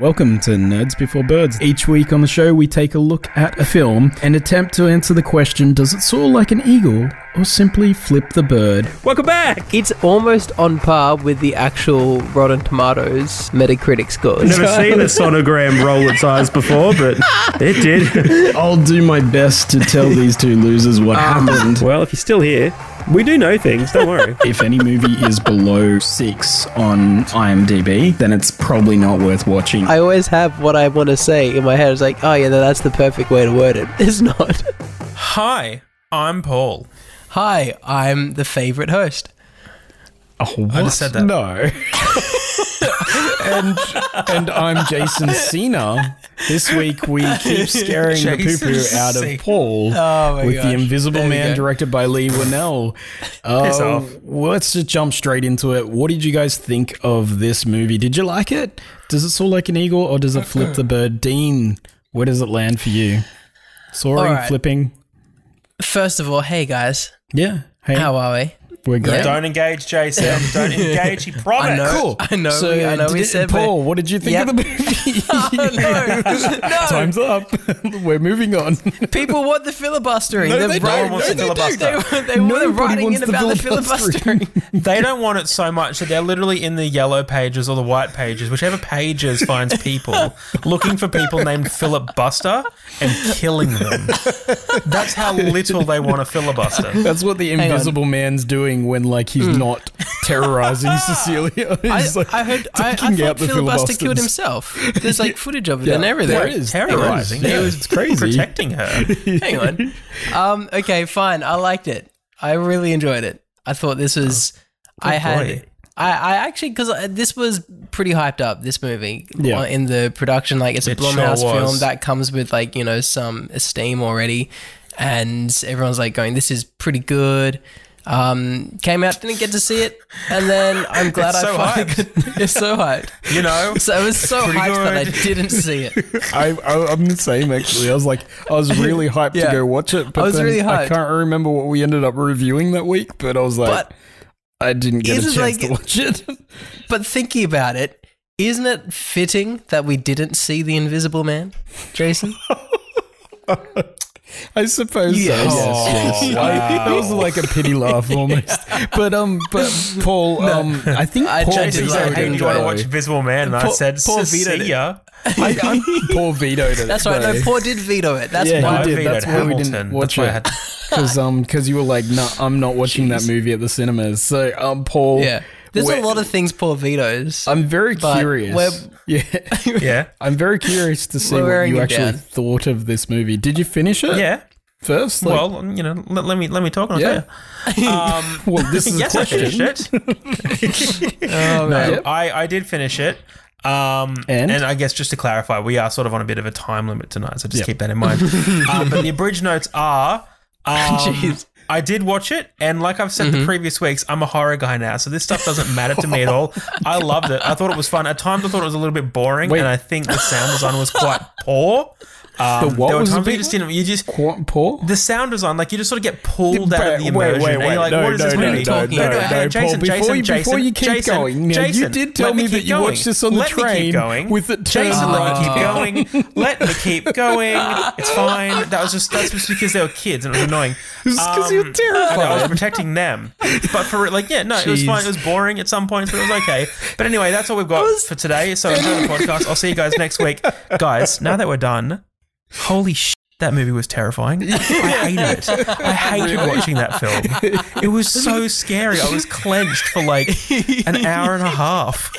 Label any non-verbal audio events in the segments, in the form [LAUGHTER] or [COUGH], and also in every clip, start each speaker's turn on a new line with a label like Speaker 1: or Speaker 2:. Speaker 1: Welcome to Nerds Before Birds. Each week on the show, we take a look at a film and attempt to answer the question does it soar like an eagle or simply flip the bird?
Speaker 2: Welcome back!
Speaker 3: It's almost on par with the actual Rotten Tomatoes Metacritic scores.
Speaker 2: Never seen [LAUGHS] a sonogram roll its eyes before, but it did.
Speaker 1: I'll do my best to [LAUGHS] tell these two losers what happened.
Speaker 2: Well, if you're still here, we do know things, don't worry.
Speaker 1: If any movie is below six on IMDb, then it's probably not worth watching.
Speaker 3: I always have what I want to say in my head. It's like, oh yeah, no, that's the perfect way to word it. [LAUGHS] It's not.
Speaker 4: Hi, I'm Paul.
Speaker 3: Hi, I'm the favorite host.
Speaker 4: I just said that.
Speaker 1: No. and and I'm Jason Cena. This week we keep scaring the poo poo
Speaker 4: Jason
Speaker 1: out of
Speaker 4: Cena.
Speaker 1: Paul
Speaker 3: Oh my
Speaker 1: with the
Speaker 3: gosh.
Speaker 1: Invisible
Speaker 3: There we
Speaker 1: Man,
Speaker 3: go.
Speaker 1: directed by Lee Winnell. Uh,
Speaker 2: Piss off.
Speaker 1: well, Let's just jump straight into it. What did you guys think of this movie? Did you like it? Does it soar like an eagle or does it flip the bird? Dean, where does it land for you? Soaring,
Speaker 5: All right.
Speaker 1: flipping.
Speaker 5: First of all, hey guys,
Speaker 1: Yeah. Hey,
Speaker 5: how are
Speaker 1: [LAUGHS]
Speaker 5: we?
Speaker 1: we're great.
Speaker 4: Don't engage, Jason. [LAUGHS] Don't engage. He promised.
Speaker 5: I know, I know,
Speaker 1: So,
Speaker 5: we, I know.
Speaker 1: uh,
Speaker 5: We
Speaker 1: did-
Speaker 5: said,
Speaker 1: Paul, what did you think
Speaker 5: Yep.
Speaker 1: of the movie?
Speaker 5: but- [LAUGHS] no,
Speaker 1: Time's up. [LAUGHS] We're moving
Speaker 5: [LAUGHS]
Speaker 1: on.
Speaker 5: no, people want the filibustering.
Speaker 1: No,
Speaker 5: They're
Speaker 1: they don't.
Speaker 5: writing-
Speaker 1: No, they
Speaker 4: don't.
Speaker 5: They, they were
Speaker 1: Nobody
Speaker 5: writing
Speaker 1: wants
Speaker 5: in
Speaker 1: the
Speaker 5: about
Speaker 1: [LAUGHS]
Speaker 5: the
Speaker 1: filibustering.
Speaker 5: filibustering. [LAUGHS]
Speaker 4: They don't want it so much that they're literally in the yellow pages or the white pages, whichever pages finds [LAUGHS] people looking for people named Philip Buster and killing them. That's how little they want a filibuster.
Speaker 1: That's what the Invisible Man's doing when, like, he's not
Speaker 5: [LAUGHS]
Speaker 1: terrorizing Cecilia. [LAUGHS]
Speaker 5: Hmm. I,
Speaker 1: He's like
Speaker 5: I heard. I, I
Speaker 1: taking out the
Speaker 5: thought filibuster killed
Speaker 1: filibusters.
Speaker 5: himself. There's like footage of it and everything.
Speaker 1: There is
Speaker 4: Terrorizing.
Speaker 1: There is. Yeah,
Speaker 4: He was
Speaker 1: it's crazy.
Speaker 4: Protecting her.
Speaker 5: Hang on. [LAUGHS] Um, okay, fine. I liked it. I really enjoyed it. I thought this was.
Speaker 4: Oh,
Speaker 5: I had.
Speaker 4: boy.
Speaker 5: I, I actually because this was pretty hyped up. This movie
Speaker 1: Yeah.
Speaker 5: uh, in the production, like it's a
Speaker 4: It sure
Speaker 5: Blumhouse film
Speaker 4: was.
Speaker 5: that comes with like you know some esteem already, and everyone's like going, "This is pretty good." Um, came out, didn't get to see it, and then I'm glad
Speaker 4: [LAUGHS]
Speaker 5: I
Speaker 4: It's so
Speaker 5: finally got- [LAUGHS] it's so hyped.
Speaker 1: [LAUGHS]
Speaker 4: You know?
Speaker 5: So it was so
Speaker 4: Pretty
Speaker 5: hyped that I
Speaker 4: good.
Speaker 5: didn't see
Speaker 4: [LAUGHS]
Speaker 5: it.
Speaker 1: I, I, I'm the same, actually. I was like, I
Speaker 5: [LAUGHS]
Speaker 1: was really hyped to
Speaker 5: Yeah.
Speaker 1: go watch it, but
Speaker 5: I was
Speaker 1: then
Speaker 5: really
Speaker 1: I
Speaker 5: hyped.
Speaker 1: can't remember what we ended up reviewing that week, but I was like,
Speaker 5: But
Speaker 1: I didn't get a
Speaker 5: It
Speaker 1: chance
Speaker 5: is like-
Speaker 1: to watch it.
Speaker 4: [LAUGHS]
Speaker 5: But thinking about it, isn't it fitting that we didn't see the Invisible Man,
Speaker 4: [LAUGHS]
Speaker 5: Jason?
Speaker 1: I suppose
Speaker 5: Yes.
Speaker 1: so.
Speaker 5: Oh,
Speaker 1: Yes, yes. I- that was like a pity
Speaker 5: [LAUGHS]
Speaker 1: laugh almost. But um, but Paul, um, I think
Speaker 5: I-
Speaker 1: Paul
Speaker 5: I did
Speaker 4: Jason
Speaker 1: vetoed
Speaker 4: said,
Speaker 5: like
Speaker 4: hey, do
Speaker 1: it,
Speaker 4: you want to
Speaker 1: though.
Speaker 4: watch Invisible Man? And I
Speaker 5: Poor-
Speaker 4: said,
Speaker 5: poor
Speaker 4: see
Speaker 5: Vito did.
Speaker 4: ya.
Speaker 5: [LAUGHS]
Speaker 1: I, I'm Paul vetoed it.
Speaker 5: That's right.
Speaker 1: though.
Speaker 5: No, Paul did veto it. That's
Speaker 1: Yeah, he
Speaker 4: I
Speaker 5: why.
Speaker 1: did.
Speaker 4: vetoed
Speaker 1: That's why we didn't
Speaker 4: Hamilton.
Speaker 1: watch
Speaker 4: That's why I
Speaker 1: it.
Speaker 4: had
Speaker 1: because um, because you were like, no, I'm not watching that movie at the cinemas. So um, Paul,
Speaker 5: Yeah. There's
Speaker 1: we're-
Speaker 5: a lot of things Paul vetoes.
Speaker 1: I'm very
Speaker 5: but
Speaker 1: curious.
Speaker 5: we're-
Speaker 1: [LAUGHS] yeah, [LAUGHS]
Speaker 4: Yeah.
Speaker 1: I'm very curious to see
Speaker 5: We're
Speaker 1: what
Speaker 5: wearing
Speaker 1: you
Speaker 5: it
Speaker 1: actually
Speaker 5: down.
Speaker 1: thought of this movie. Did you finish it?
Speaker 4: Yeah.
Speaker 1: First, like,
Speaker 4: Well, you know, let, let me let me talk on
Speaker 1: Yeah.
Speaker 4: yeah.
Speaker 1: [LAUGHS]
Speaker 4: Um
Speaker 1: well, this is
Speaker 4: yes,
Speaker 1: a
Speaker 4: I
Speaker 1: question.
Speaker 4: finished it.
Speaker 5: oh,
Speaker 4: No,
Speaker 1: Yep.
Speaker 4: I, I did finish it. Um,
Speaker 1: And?
Speaker 4: and? I guess just to clarify, we are sort of on a bit of a time limit tonight, so just
Speaker 1: Yep.
Speaker 4: keep that in mind.
Speaker 1: [LAUGHS]
Speaker 4: um, but the abridged notes are. Um,
Speaker 5: Jeez.
Speaker 4: I did watch it, and like I've said
Speaker 1: Mm-hmm.
Speaker 4: the previous weeks, I'm a horror guy now, so this stuff doesn't matter to me at all. I loved it. I thought it was fun. At times, I thought it was a little bit boring,
Speaker 1: Wait.
Speaker 4: and I think the sound design was quite poor. Um,
Speaker 1: The what
Speaker 4: there were
Speaker 1: was a
Speaker 4: times where
Speaker 1: bit-
Speaker 4: you just didn't. You just
Speaker 1: Qu- Paul.
Speaker 4: the sound design, like you just sort of get pulled out of the
Speaker 1: Wait,
Speaker 4: immersion.
Speaker 1: wait, wait,
Speaker 4: and you're like,
Speaker 1: no,
Speaker 4: what is
Speaker 1: no,
Speaker 4: this
Speaker 1: no,
Speaker 4: movie?
Speaker 1: no, no, no, Paul,
Speaker 4: Jason,
Speaker 1: before,
Speaker 4: Jason,
Speaker 1: you,
Speaker 4: Jason,
Speaker 1: before you keep
Speaker 4: Jason,
Speaker 1: going, now, you
Speaker 4: Jason,
Speaker 1: did tell
Speaker 4: let
Speaker 1: me that
Speaker 4: keep
Speaker 1: you
Speaker 4: going.
Speaker 1: watched this on the
Speaker 4: Let me keep
Speaker 1: train
Speaker 4: going.
Speaker 1: with the
Speaker 4: Jason,
Speaker 1: turn
Speaker 4: let me
Speaker 1: right.
Speaker 4: keep going. Let me keep going. It's fine. That was just that's just because they were kids and it
Speaker 1: [LAUGHS]
Speaker 4: was annoying.
Speaker 1: because you're
Speaker 4: Um,
Speaker 1: terrified.
Speaker 4: I was protecting them, but for like, yeah, no, it was fine. It was boring at some points, but it was okay. But anyway, that's all we've got for today. So enjoy the podcast. I'll see you guys next week, guys. Now that we're done, holy shit, that movie was terrifying. I hated it. I hated watching that film. It was so scary. I was clenched for like an hour and a half.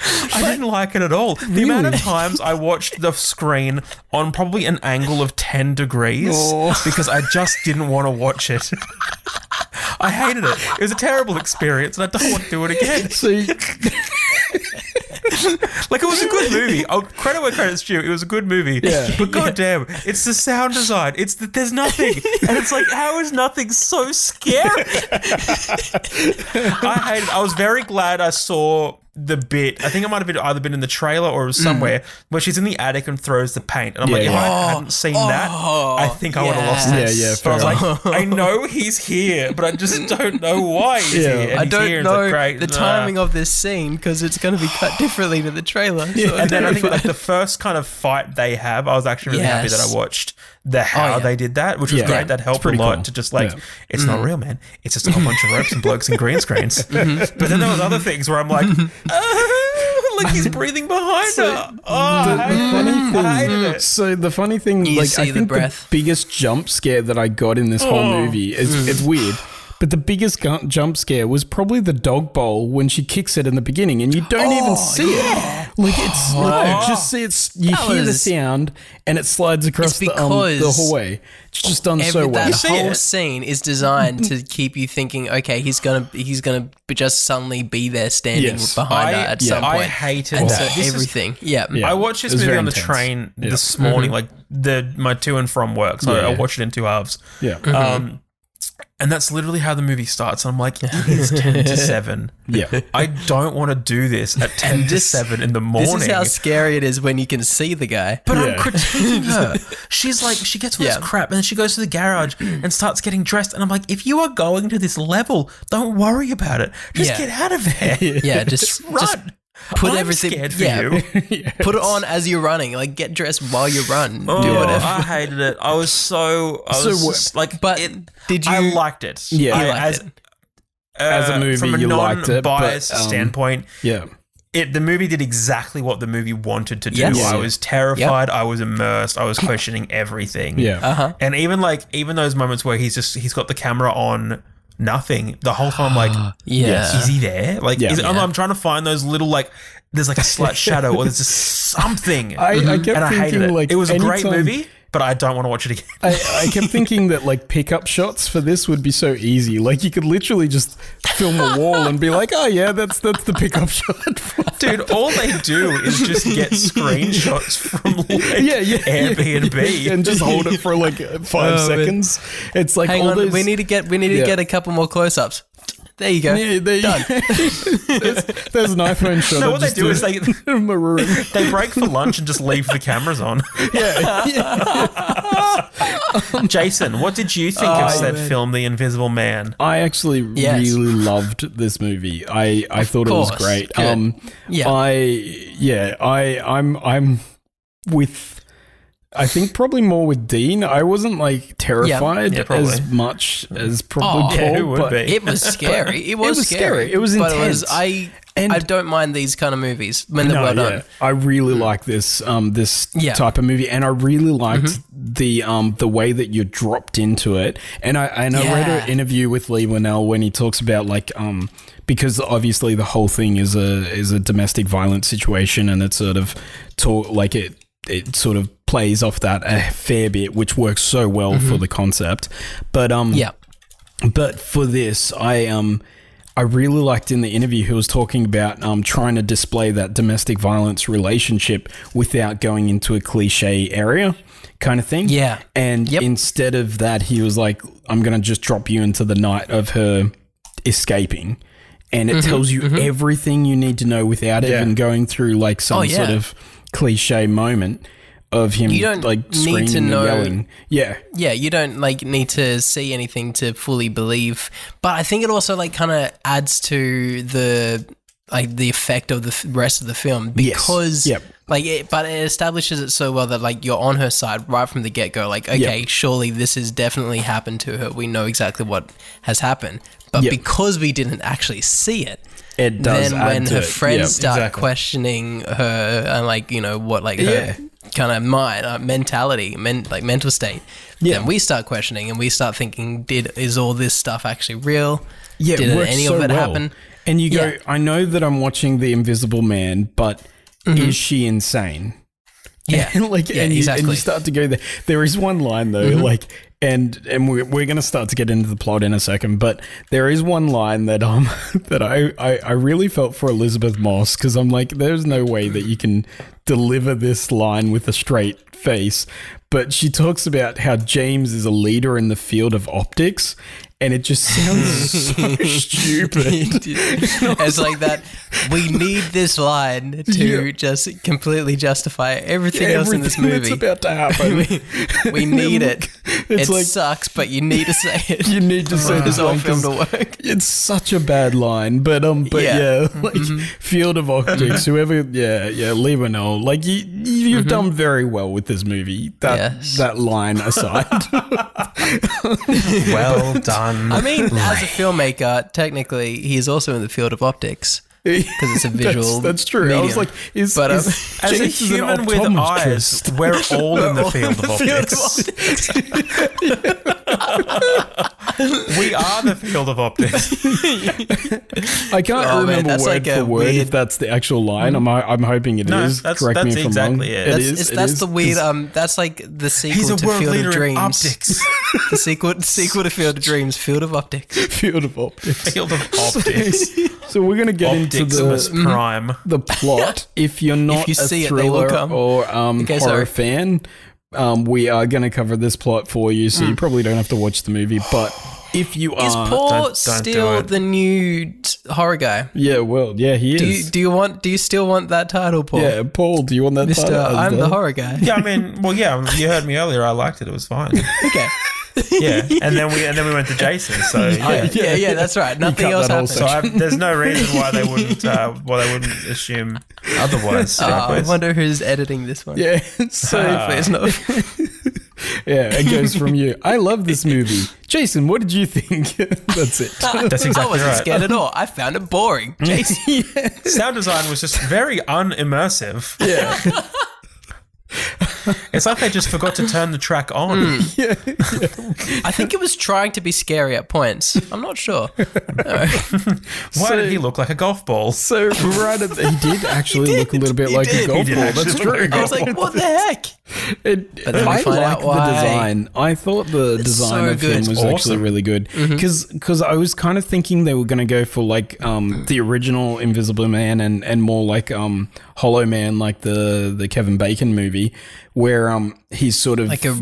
Speaker 4: I didn't like it at all. The
Speaker 1: [LAUGHS]
Speaker 4: amount of times I watched the screen on probably an angle of 10 degrees
Speaker 1: Oh.
Speaker 4: because I just didn't want to watch it. [LAUGHS] I hated it. It was a terrible experience and I don't want to do it again.
Speaker 1: [LAUGHS] So you-
Speaker 4: [LAUGHS] Like, it was a good movie. Oh, credit where credit's due. It was a good movie.
Speaker 1: Yeah.
Speaker 4: But goddamn, it's the sound design. It's the, there's nothing. And it's like, how is nothing so scary? I hated I was very glad I saw the bit. I think it might have been either been in the trailer or it was
Speaker 5: Mm.
Speaker 4: somewhere where she's in the attic and throws the paint. And I'm like,
Speaker 1: Yeah,
Speaker 4: if
Speaker 1: yeah.
Speaker 4: I hadn't seen
Speaker 5: Oh.
Speaker 4: that, I think I would have lost it.
Speaker 1: Yeah, yeah,
Speaker 4: But I was
Speaker 1: fair
Speaker 5: [LAUGHS]
Speaker 4: like, I know he's here, but I just don't know why he's
Speaker 1: Yeah.
Speaker 4: here. And
Speaker 5: I
Speaker 4: he's
Speaker 5: don't
Speaker 4: here, and it's like,
Speaker 5: know
Speaker 4: great,
Speaker 5: the
Speaker 4: nah.
Speaker 5: timing of this scene because it's going to be
Speaker 4: [LAUGHS]
Speaker 5: cut differently to the trailer. So yeah,
Speaker 4: And then I
Speaker 1: [LAUGHS]
Speaker 4: think like the first kind of fight they have, I was actually really happy that
Speaker 5: Yes.
Speaker 4: I watched the how
Speaker 5: yeah.
Speaker 4: they did that, which was
Speaker 1: Oh, Yeah. Yeah.
Speaker 4: great. That helped a
Speaker 1: pretty
Speaker 4: lot
Speaker 1: cool.
Speaker 4: to just like
Speaker 1: Yeah. Mm-hmm.
Speaker 4: it's not real, man. It's just a whole bunch of ropes and blokes and green
Speaker 1: [LAUGHS]
Speaker 4: screens.
Speaker 1: Mm-hmm.
Speaker 4: But then there was other things where I'm like, "Oh, [LAUGHS] look, he's breathing behind her. Oh, I hated it.
Speaker 1: Mm-hmm.
Speaker 4: I hated it.
Speaker 1: So the funny thing,
Speaker 5: You
Speaker 1: like
Speaker 5: see
Speaker 1: I
Speaker 5: the
Speaker 1: think the,
Speaker 5: breath.
Speaker 1: biggest jump scare that I got in this whole movie is it's weird. But the biggest gu- jump scare was probably the dog bowl when she kicks it in the beginning, and you don't even see it. Like it's like, you just see it's. You
Speaker 5: Oh, That
Speaker 1: hear the
Speaker 5: was-
Speaker 1: sound, and it slides across the, um,
Speaker 5: because
Speaker 1: the hallway. It's just done
Speaker 5: Every,
Speaker 1: so well.
Speaker 5: that
Speaker 4: see
Speaker 5: whole
Speaker 4: it.
Speaker 5: scene is designed to keep you thinking, okay, he's gonna he's gonna be just suddenly be there standing
Speaker 1: Yes.
Speaker 5: behind
Speaker 4: I-
Speaker 5: her at
Speaker 4: yeah.
Speaker 5: some
Speaker 4: I
Speaker 5: point.
Speaker 4: hated
Speaker 5: and
Speaker 4: that.
Speaker 5: so
Speaker 4: This is-
Speaker 5: everything. yeah.
Speaker 1: Yeah.
Speaker 4: I watched this
Speaker 1: It was
Speaker 4: movie
Speaker 1: very
Speaker 4: on the
Speaker 1: intense. Mm-hmm.
Speaker 4: train this morning, like the my to and from work. So
Speaker 1: Yeah,
Speaker 4: I
Speaker 1: yeah.
Speaker 4: watched it in two halves.
Speaker 1: Yeah,
Speaker 5: [LAUGHS] Mm-hmm.
Speaker 4: Um, and that's literally how the movie starts. And I'm like,
Speaker 5: [LAUGHS]
Speaker 4: it is ten to seven.
Speaker 1: yeah.
Speaker 4: I don't want to do this at ten to
Speaker 5: this-
Speaker 4: seven in the
Speaker 5: This is
Speaker 4: morning.
Speaker 5: how scary it is when you can see the guy.
Speaker 4: but
Speaker 1: Yeah.
Speaker 4: I'm [LAUGHS] critiquing her. She's like, she gets all
Speaker 5: Yeah.
Speaker 4: this crap, and then she goes to the garage and starts getting dressed. And I'm like, if you are going to this level, don't worry about it. Just
Speaker 5: Yeah.
Speaker 4: get out of there.
Speaker 5: [LAUGHS] Yeah, just,
Speaker 4: Run.
Speaker 5: just put
Speaker 4: I'm
Speaker 5: everything-
Speaker 4: Scared for
Speaker 5: yeah.
Speaker 4: you.
Speaker 5: put it on as you're running. Like get dressed while you run. do
Speaker 4: Oh,
Speaker 5: whatever.
Speaker 4: I hated it. I was so. I
Speaker 1: So
Speaker 4: was
Speaker 1: what-
Speaker 4: just like,
Speaker 5: But
Speaker 4: it,
Speaker 5: did you?
Speaker 4: I liked it.
Speaker 1: Yeah.
Speaker 4: I,
Speaker 1: You
Speaker 5: liked
Speaker 4: as,
Speaker 5: it.
Speaker 4: uh,
Speaker 1: As a movie,
Speaker 4: from a
Speaker 1: you liked it, but,
Speaker 4: non-biased
Speaker 1: um,
Speaker 4: standpoint,
Speaker 1: [LAUGHS] Yeah.
Speaker 4: it the movie did exactly what the movie wanted to do.
Speaker 5: Yes.
Speaker 4: I was terrified. I was immersed. I was questioning everything.
Speaker 1: Yeah.
Speaker 5: uh huh.
Speaker 4: and even like even those moments where he's just he's got the camera on nothing the whole time. I'm
Speaker 1: Ah.
Speaker 4: like,
Speaker 5: Yeah.
Speaker 4: is he there? Like,
Speaker 1: Yeah.
Speaker 4: is it, I'm, I'm trying to find those little like. There's like a
Speaker 1: [LAUGHS]
Speaker 4: slight shadow, or there's just something.
Speaker 1: I- I kept
Speaker 4: and I hated
Speaker 1: thinking,
Speaker 4: it.
Speaker 1: like,
Speaker 4: it was a great
Speaker 1: anytime-
Speaker 4: movie, but I don't want to watch
Speaker 1: [LAUGHS]
Speaker 4: it again.
Speaker 1: I, I kept thinking that like pickup shots for this would be so easy. Like you could literally just film a wall and be like, "Oh yeah, that's that's the pickup [LAUGHS] shot." for-"
Speaker 4: Dude, all they do is just get screenshots from
Speaker 1: [LAUGHS]
Speaker 5: [LAUGHS]
Speaker 4: like
Speaker 1: yeah, yeah, [LAUGHS]
Speaker 4: Airbnb.
Speaker 1: and just hold it for like five
Speaker 5: Oh, man.
Speaker 1: seconds. It's like
Speaker 5: Hang
Speaker 1: all
Speaker 5: on.
Speaker 1: those.
Speaker 5: We need to get. We need
Speaker 1: Yeah.
Speaker 5: to get a couple more close-ups. There you go.
Speaker 1: [LAUGHS] yeah,
Speaker 5: [LAUGHS]
Speaker 1: there you- [LAUGHS] there's, there's an iPhone shot.
Speaker 4: no,
Speaker 1: of
Speaker 4: what they
Speaker 1: just
Speaker 4: do
Speaker 1: a-
Speaker 4: is
Speaker 1: [LAUGHS]
Speaker 4: they
Speaker 1: maroon.
Speaker 5: [LAUGHS]
Speaker 4: [LAUGHS] they break for lunch and just leave the
Speaker 1: [LAUGHS]
Speaker 4: cameras on.
Speaker 1: Yeah, yeah.
Speaker 4: Jason, what did you think
Speaker 1: Oh,
Speaker 4: of said film, The
Speaker 1: [LAUGHS]
Speaker 4: Invisible Man?
Speaker 1: [LAUGHS] I actually
Speaker 5: Yes.
Speaker 1: really loved this movie. I, I thought it was
Speaker 5: course.
Speaker 1: great.
Speaker 5: Good.
Speaker 1: Um,
Speaker 5: Yeah.
Speaker 1: I yeah, I I'm I'm with I think probably more with Dean. I wasn't like terrified
Speaker 4: Yeah, probably.
Speaker 1: as much as probably
Speaker 5: Oh.
Speaker 1: Paul,
Speaker 5: Yeah,
Speaker 4: who would
Speaker 1: but
Speaker 4: be?
Speaker 5: It was scary. It was,
Speaker 1: was
Speaker 5: scary.
Speaker 1: scary. It was
Speaker 5: But it was,
Speaker 1: intense.
Speaker 5: I
Speaker 1: And-
Speaker 5: I don't mind these kind of movies when they're
Speaker 1: no,
Speaker 5: well
Speaker 1: yeah.
Speaker 5: done.
Speaker 1: I really like this um this
Speaker 5: Mm. Yeah. Mm-hmm.
Speaker 1: type of movie, and I really liked the um the way that you dropped into it. And I and I read
Speaker 5: Yeah.
Speaker 1: an interview with Lee Winnell when he talks about like um because obviously the whole thing is a is a domestic violence situation, and it's sort of talk like it it sort of plays off that a fair bit, which works so well for the concept. But um
Speaker 5: Mm-hmm. Yeah.
Speaker 1: but for this, I um, I really liked in the interview he was talking about um, trying to display that domestic violence relationship without going into a cliche area kind of thing.
Speaker 5: Yeah.
Speaker 1: And
Speaker 5: Yep.
Speaker 1: instead of that, he was like, "I'm gonna just drop you into the night of her escaping." And it
Speaker 5: Mm-hmm.
Speaker 1: tells you everything you need to know without even going through like some
Speaker 5: Oh, yeah.
Speaker 1: sort of cliche moment of him
Speaker 5: You don't
Speaker 1: like
Speaker 5: need to
Speaker 1: screaming and
Speaker 5: know-
Speaker 1: yelling. Yeah.
Speaker 5: Yeah, you don't like need to see anything to fully believe, but I think it also like kind of adds to the like the effect of the f- rest of the film
Speaker 1: Yes.
Speaker 5: because
Speaker 1: Yep.
Speaker 5: like it, but it establishes it so well that like you're on her side right from the get go. Like, okay, surely this has definitely happened to her. We know exactly what has happened, but
Speaker 1: Yep.
Speaker 5: because we didn't actually see it,
Speaker 1: It does.
Speaker 5: then
Speaker 1: add
Speaker 5: when
Speaker 1: to
Speaker 5: her
Speaker 1: it.
Speaker 5: friends
Speaker 1: Yep.
Speaker 5: start
Speaker 4: exactly.
Speaker 5: questioning her and like you know what like
Speaker 1: Yeah.
Speaker 5: her kind of mind uh, mentality men, like mental state
Speaker 1: Yeah.
Speaker 5: then we start questioning and we start thinking did is all this stuff actually real
Speaker 1: Yeah,
Speaker 5: did
Speaker 1: it works
Speaker 5: any
Speaker 1: so
Speaker 5: of it
Speaker 1: well.
Speaker 5: happen
Speaker 1: [LAUGHS] And you go,
Speaker 5: Yeah.
Speaker 1: I know that I'm watching The Invisible Man, but
Speaker 5: Mm-hmm.
Speaker 1: is she insane?
Speaker 5: yeah
Speaker 1: And [LAUGHS] like, and, you,
Speaker 5: Yeah,
Speaker 1: and
Speaker 5: exactly. Mm-hmm.
Speaker 1: you
Speaker 5: [LAUGHS]
Speaker 1: start to go there. There is one line though, like, and and we're, we're going to start to get into the plot in a second, but there is one line that um [LAUGHS] that I I, I really felt for Elizabeth Moss because I'm like, there's no way that you can deliver this line with a straight face. But she talks about how James is a leader in the field of optics, and it just
Speaker 5: [LAUGHS]
Speaker 1: sounds so stupid.
Speaker 5: it's like that. We need
Speaker 1: [LAUGHS]
Speaker 5: this line to
Speaker 1: Yeah.
Speaker 5: just completely justify everything, else in this
Speaker 1: Everything that's
Speaker 5: movie.
Speaker 1: about to happen. [LAUGHS]
Speaker 5: [LAUGHS] we need it.
Speaker 1: It's
Speaker 5: it
Speaker 1: like
Speaker 5: sucks, but you need to
Speaker 1: [LAUGHS]
Speaker 5: say it.
Speaker 1: you need
Speaker 5: [LAUGHS]
Speaker 1: to say
Speaker 5: for
Speaker 1: this
Speaker 5: this whole
Speaker 1: line
Speaker 5: film
Speaker 1: 'cause
Speaker 5: to work.
Speaker 1: it's such a bad line, but um, but yeah, [LAUGHS]
Speaker 5: Yeah. Mm-hmm.
Speaker 1: like Field of Optics, whoever, yeah, yeah, Lebanon, like you, you've done very well with this movie. That
Speaker 5: Mm-hmm. Yes.
Speaker 1: that line
Speaker 5: [LAUGHS]
Speaker 1: aside,
Speaker 4: Well done.
Speaker 5: I mean, as a filmmaker, technically, he is also in the field of optics.
Speaker 1: because
Speaker 5: it's a
Speaker 1: [LAUGHS]
Speaker 5: visual
Speaker 1: That's, true. I was
Speaker 5: medium.
Speaker 1: like, is,
Speaker 5: But,
Speaker 1: [LAUGHS]
Speaker 5: um,
Speaker 1: is
Speaker 4: As a
Speaker 1: James an
Speaker 4: human with eyes,
Speaker 1: optometrist?
Speaker 4: we're all
Speaker 1: [LAUGHS]
Speaker 4: in
Speaker 5: [LAUGHS]
Speaker 4: the field of optics. We are the field of optics.
Speaker 1: I can't
Speaker 5: Oh, man,
Speaker 1: remember
Speaker 5: that's
Speaker 1: word
Speaker 5: like
Speaker 1: for
Speaker 5: a
Speaker 1: word if
Speaker 5: weird- Mm-hmm.
Speaker 1: that's the actual line. I'm I'm hoping it is.
Speaker 4: No, that's-
Speaker 1: Correct me
Speaker 4: that's
Speaker 1: if I'm
Speaker 4: exactly
Speaker 1: wrong.
Speaker 4: it.
Speaker 5: That's,
Speaker 1: is.
Speaker 5: it's,
Speaker 1: it
Speaker 5: that's
Speaker 1: is,
Speaker 5: the
Speaker 1: 'cause
Speaker 5: weird. Um, that's like the sequel
Speaker 4: He's a
Speaker 5: to
Speaker 4: world
Speaker 5: Field of
Speaker 4: leader in
Speaker 5: Dreams. [LAUGHS]
Speaker 4: optics.
Speaker 5: The sequel, [LAUGHS] sequel to Field of Dreams, Field of Optics.
Speaker 1: [LAUGHS] Field of optics.
Speaker 4: Field [LAUGHS] of optics.
Speaker 1: So we're gonna get into
Speaker 4: Optiximus
Speaker 1: the
Speaker 4: Prime.
Speaker 1: the
Speaker 5: [LAUGHS]
Speaker 1: plot. If you're not
Speaker 5: you
Speaker 1: a
Speaker 5: see it, they
Speaker 1: thriller
Speaker 5: will come.
Speaker 1: or um,
Speaker 5: Okay,
Speaker 1: horror
Speaker 5: sorry.
Speaker 1: fan, um, we are going to cover this plot for you, so you probably don't have to watch the movie.
Speaker 5: [SIGHS]
Speaker 1: But if you
Speaker 5: Mm. Is
Speaker 1: are,
Speaker 5: Paul
Speaker 4: don't- don't do
Speaker 5: still
Speaker 4: it.
Speaker 5: the new t- horror guy?
Speaker 1: yeah, well, yeah, he
Speaker 5: Do you,
Speaker 1: is.
Speaker 5: do you want? Do you still want that title, Paul?
Speaker 1: yeah, Paul, do you want that?
Speaker 5: Mister,
Speaker 1: title as
Speaker 5: I'm the
Speaker 1: well?
Speaker 5: horror guy.
Speaker 4: Yeah, I mean, well, yeah, you heard me earlier. I liked it. It was fine.
Speaker 5: [LAUGHS] Okay.
Speaker 4: [LAUGHS] Yeah, and then we and then we went to Jason.
Speaker 5: [LAUGHS]
Speaker 4: So yeah.
Speaker 5: Yeah, yeah, that's right. Nothing
Speaker 1: cut
Speaker 5: else
Speaker 1: that whole
Speaker 5: happened.
Speaker 4: So I, there's no reason why they wouldn't uh, why they wouldn't assume
Speaker 5: [LAUGHS]
Speaker 4: otherwise.
Speaker 5: Uh, I
Speaker 4: Likewise.
Speaker 5: wonder who's editing this one.
Speaker 1: [LAUGHS]
Speaker 5: [LAUGHS]
Speaker 1: Yeah, [LAUGHS] so
Speaker 5: Hopefully it's not.
Speaker 1: yeah, it goes from you. I love this
Speaker 5: [LAUGHS]
Speaker 1: movie, Jason. What did you think? [LAUGHS] That's it.
Speaker 4: That's
Speaker 5: I
Speaker 4: exactly
Speaker 5: wasn't
Speaker 4: right.
Speaker 5: scared at all. I found it boring. Jason,
Speaker 4: Sound design was just very unimmersive.
Speaker 1: Yeah,
Speaker 4: It's like they just forgot to turn the track on.
Speaker 5: Hmm. I think it was trying to be scary at points. I'm
Speaker 1: [LAUGHS]
Speaker 5: not sure.
Speaker 4: Why
Speaker 1: So-
Speaker 4: did he look like a golf ball?
Speaker 1: so right at the, he did actually look a little bit
Speaker 5: He
Speaker 1: like
Speaker 5: did.
Speaker 1: a golf
Speaker 4: He did
Speaker 1: ball.
Speaker 4: actually
Speaker 1: That's
Speaker 4: look like
Speaker 1: true.
Speaker 4: a
Speaker 5: I was like, what the heck?
Speaker 1: It,
Speaker 5: But then we
Speaker 1: I
Speaker 5: find
Speaker 1: like
Speaker 5: out
Speaker 1: the
Speaker 5: why.
Speaker 1: design. I thought the design
Speaker 5: so
Speaker 1: of
Speaker 5: good. Mm-hmm.
Speaker 1: him was
Speaker 5: It's
Speaker 1: actually
Speaker 4: awesome.
Speaker 1: really good because I was kind of thinking they were going to go for like
Speaker 5: Mm.
Speaker 1: um, the original Invisible Man and and more like um, Hollow Man, like the the Kevin Bacon movie, where um he's sort of
Speaker 5: Like a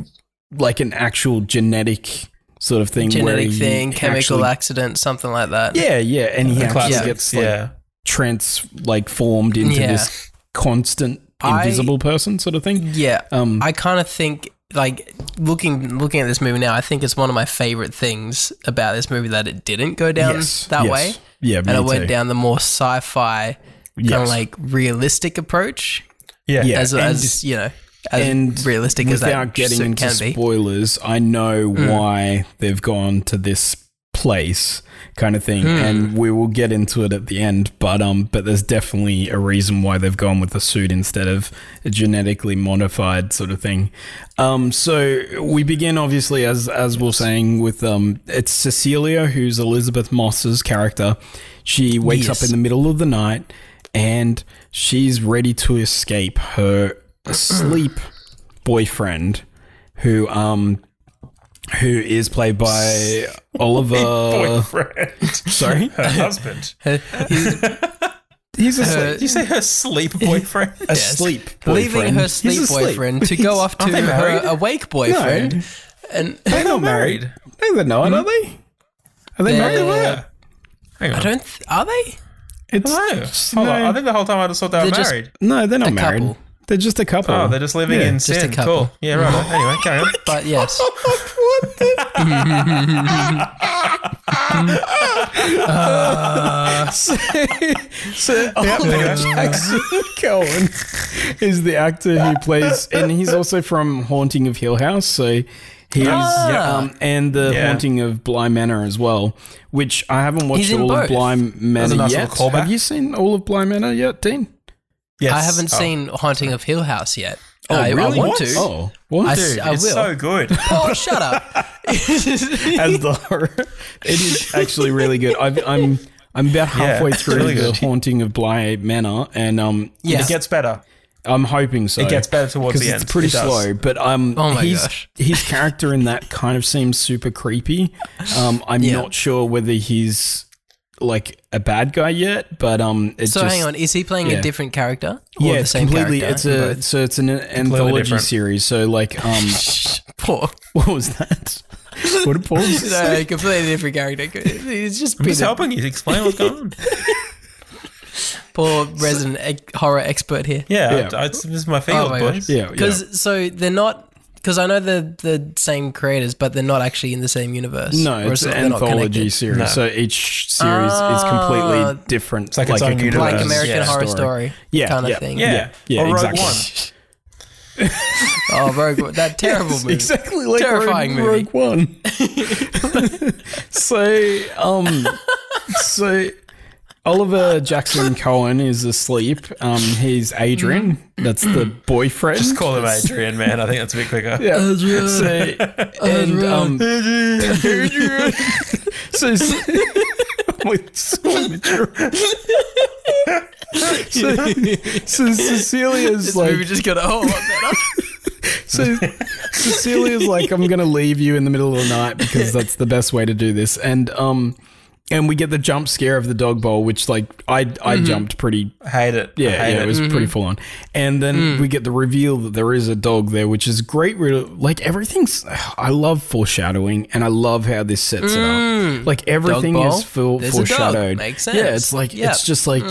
Speaker 1: like an actual genetic sort of thing, where
Speaker 5: genetic
Speaker 1: he
Speaker 5: thing, chemical
Speaker 1: actually-
Speaker 5: accident, something like that.
Speaker 1: yeah, yeah, and he actually
Speaker 4: Classics,
Speaker 1: gets like
Speaker 4: yeah.
Speaker 1: trans like formed into
Speaker 5: Yeah.
Speaker 1: this constant
Speaker 5: I-
Speaker 1: invisible person sort of thing.
Speaker 5: Yeah.
Speaker 1: Um,
Speaker 5: I kind of think like looking looking at this movie now, I think it's one of my favorite things about this movie that it didn't go down
Speaker 1: Yes,
Speaker 5: that
Speaker 1: yes.
Speaker 5: way.
Speaker 1: Yeah,
Speaker 5: And
Speaker 1: me
Speaker 5: it went
Speaker 1: too.
Speaker 5: down the more sci-fi kind
Speaker 1: Yes.
Speaker 5: of like realistic approach
Speaker 4: Yeah.
Speaker 1: Yeah.
Speaker 5: as
Speaker 1: and-
Speaker 5: as you know, as
Speaker 1: and
Speaker 5: realistic as
Speaker 1: without
Speaker 5: that
Speaker 1: getting
Speaker 5: shit
Speaker 1: into
Speaker 5: can be.
Speaker 1: spoilers, I know why they've gone to this place kind of thing, and we will get into it at the end. But um, but there's definitely a reason why they've gone with a suit instead of a genetically modified sort of thing. Um, so we begin obviously as as we're saying with um, it's Cecilia who's Elizabeth Moss's character. She wakes up
Speaker 5: Yes.
Speaker 1: in the middle of the night and she's ready to escape her sleep boyfriend who um who is played
Speaker 4: [LAUGHS]
Speaker 1: by Oliver
Speaker 4: Boyfriend.
Speaker 1: sorry
Speaker 4: [LAUGHS] Her husband.
Speaker 5: [LAUGHS]
Speaker 1: he's
Speaker 5: Her-
Speaker 1: asleep
Speaker 4: Did you say
Speaker 5: [LAUGHS]
Speaker 4: her sleep boyfriend? [LAUGHS]
Speaker 5: Yes.
Speaker 1: asleep
Speaker 5: Leaving her
Speaker 1: He's
Speaker 5: sleep
Speaker 1: asleep.
Speaker 5: boyfriend
Speaker 1: [LAUGHS]
Speaker 5: to go off to
Speaker 4: Aren't they
Speaker 5: her
Speaker 4: married?
Speaker 5: awake boyfriend,
Speaker 1: No. [LAUGHS]
Speaker 5: and
Speaker 1: they're not married no they're not are
Speaker 4: Mm-hmm.
Speaker 1: they are they
Speaker 5: They're-
Speaker 1: married
Speaker 4: Hang on.
Speaker 5: I don't th- are they?
Speaker 1: it's
Speaker 4: know.
Speaker 1: it's-
Speaker 4: Hold on.
Speaker 1: no,
Speaker 4: I think the whole time I just thought they were
Speaker 5: They're just-
Speaker 4: married.
Speaker 1: no they're not married
Speaker 5: couple.
Speaker 1: they're just a couple
Speaker 4: Oh, they're just living
Speaker 1: Yeah.
Speaker 4: in
Speaker 5: a
Speaker 4: sin.
Speaker 5: couple.
Speaker 4: Cool. Yeah, right. anyway, carry on.
Speaker 5: But yes,
Speaker 1: so, so Oliver Jackson Cohen [LAUGHS] is the actor who plays, and he's also from Haunting of Hill House. So he's
Speaker 5: Ah.
Speaker 1: um, and the
Speaker 4: Yeah.
Speaker 1: Haunting of Bly Manor as well, which I haven't watched
Speaker 5: He's in
Speaker 1: all of
Speaker 5: both.
Speaker 1: Bly Manor
Speaker 4: nice
Speaker 1: yet.
Speaker 4: little callback.
Speaker 1: Have you seen all of Bly Manor yet, Dean?
Speaker 4: Yes.
Speaker 5: I haven't
Speaker 4: Oh.
Speaker 5: seen Haunting of Hill House yet. Uh, I, I want to.
Speaker 1: Oh, what?
Speaker 5: I, s-
Speaker 4: Dude,
Speaker 5: I will.
Speaker 4: it's so good.
Speaker 5: [LAUGHS] oh, shut
Speaker 1: [LAUGHS]
Speaker 5: up! [LAUGHS]
Speaker 1: as the horror. It is actually really good. I've, I'm I'm about halfway
Speaker 4: it's
Speaker 1: through
Speaker 4: really
Speaker 1: the
Speaker 4: good.
Speaker 1: Haunting of Bly Manor, and um,
Speaker 5: Yeah.
Speaker 4: It gets better.
Speaker 1: I'm hoping so.
Speaker 4: It gets better towards
Speaker 1: 'Cause
Speaker 4: the
Speaker 1: it's
Speaker 4: end.
Speaker 1: pretty
Speaker 4: It does.
Speaker 1: slow, but um,
Speaker 5: Oh my
Speaker 1: his,
Speaker 5: gosh. [LAUGHS]
Speaker 1: his character in that kind of seems super creepy. Um, I'm
Speaker 5: Yeah.
Speaker 1: not sure whether he's like a bad guy yet, but um, it's
Speaker 5: so
Speaker 1: just,
Speaker 5: hang on, is he playing
Speaker 1: yeah.
Speaker 5: a different character? Or
Speaker 1: Yeah,
Speaker 5: the
Speaker 1: it's
Speaker 5: same
Speaker 1: completely.
Speaker 5: character?
Speaker 1: It's
Speaker 5: [LAUGHS]
Speaker 1: a so it's an anthology [LAUGHS]
Speaker 4: different.
Speaker 1: series. So like um,
Speaker 5: Poor. [LAUGHS]
Speaker 1: what was that? What a pause.
Speaker 5: no, completely different character. He's just
Speaker 4: I'm just
Speaker 5: been a
Speaker 4: helping you explain what's going on.
Speaker 5: poor resident ex- horror expert here.
Speaker 4: Yeah,
Speaker 1: Yeah.
Speaker 4: I, I, this is my finger,
Speaker 5: my
Speaker 4: boys.
Speaker 5: gosh.
Speaker 1: Yeah,
Speaker 5: Because so they're not. Because I know they're the same creators, but they're not actually in the same universe.
Speaker 1: yeah.
Speaker 5: Or
Speaker 1: No, it's
Speaker 5: so
Speaker 1: an
Speaker 5: they're not
Speaker 1: anthology
Speaker 5: connected.
Speaker 1: series,
Speaker 4: No.
Speaker 1: so each series is
Speaker 5: Ah.
Speaker 1: completely different.
Speaker 4: like Uh, its own
Speaker 1: a completely
Speaker 4: universe.
Speaker 5: like
Speaker 4: Yeah.
Speaker 5: American
Speaker 4: Yeah.
Speaker 5: Horror Story,
Speaker 1: Yeah,
Speaker 5: kind of
Speaker 1: yeah,
Speaker 5: thing.
Speaker 4: Yeah.
Speaker 1: Yeah,
Speaker 4: Or Rogue
Speaker 1: exactly.
Speaker 4: One.
Speaker 5: Oh, Rogue One,
Speaker 1: [LAUGHS]
Speaker 5: that terrible movie.
Speaker 1: Exactly like
Speaker 5: Terrifying
Speaker 1: Rogue,
Speaker 5: movie.
Speaker 1: Rogue One.
Speaker 5: [LAUGHS]
Speaker 1: so, um, so Oliver Jackson Cohen is asleep. Um, he's Adrian. That's the boyfriend.
Speaker 4: Mm. Just call him Adrian, man. I think that's a bit quicker.
Speaker 1: Yeah. So, and um, Adrian. [LAUGHS] so, so, [LAUGHS] Wait, so immature.
Speaker 5: [LAUGHS]
Speaker 1: so, so Cecilia's
Speaker 5: This
Speaker 1: like
Speaker 5: movie just got a whole lot better.
Speaker 1: so Cecilia's like, I'm gonna leave you in the middle of the night because that's the best way to do this. And um and we get the jump scare of the dog bowl, which like I I
Speaker 5: Mm-hmm.
Speaker 1: jumped pretty
Speaker 4: Hate it. I
Speaker 1: yeah,
Speaker 4: hate
Speaker 1: yeah, it was pretty full on. And then we get the reveal that there is a dog there, which is great. re- Like everything's, I love foreshadowing, and I love how this sets it up. Like everything
Speaker 5: bowl,
Speaker 1: is full
Speaker 5: there's a dog.
Speaker 1: foreshadowed.
Speaker 5: Makes
Speaker 1: Yeah,
Speaker 5: sense.
Speaker 1: it's like
Speaker 5: Yep.
Speaker 1: it's just like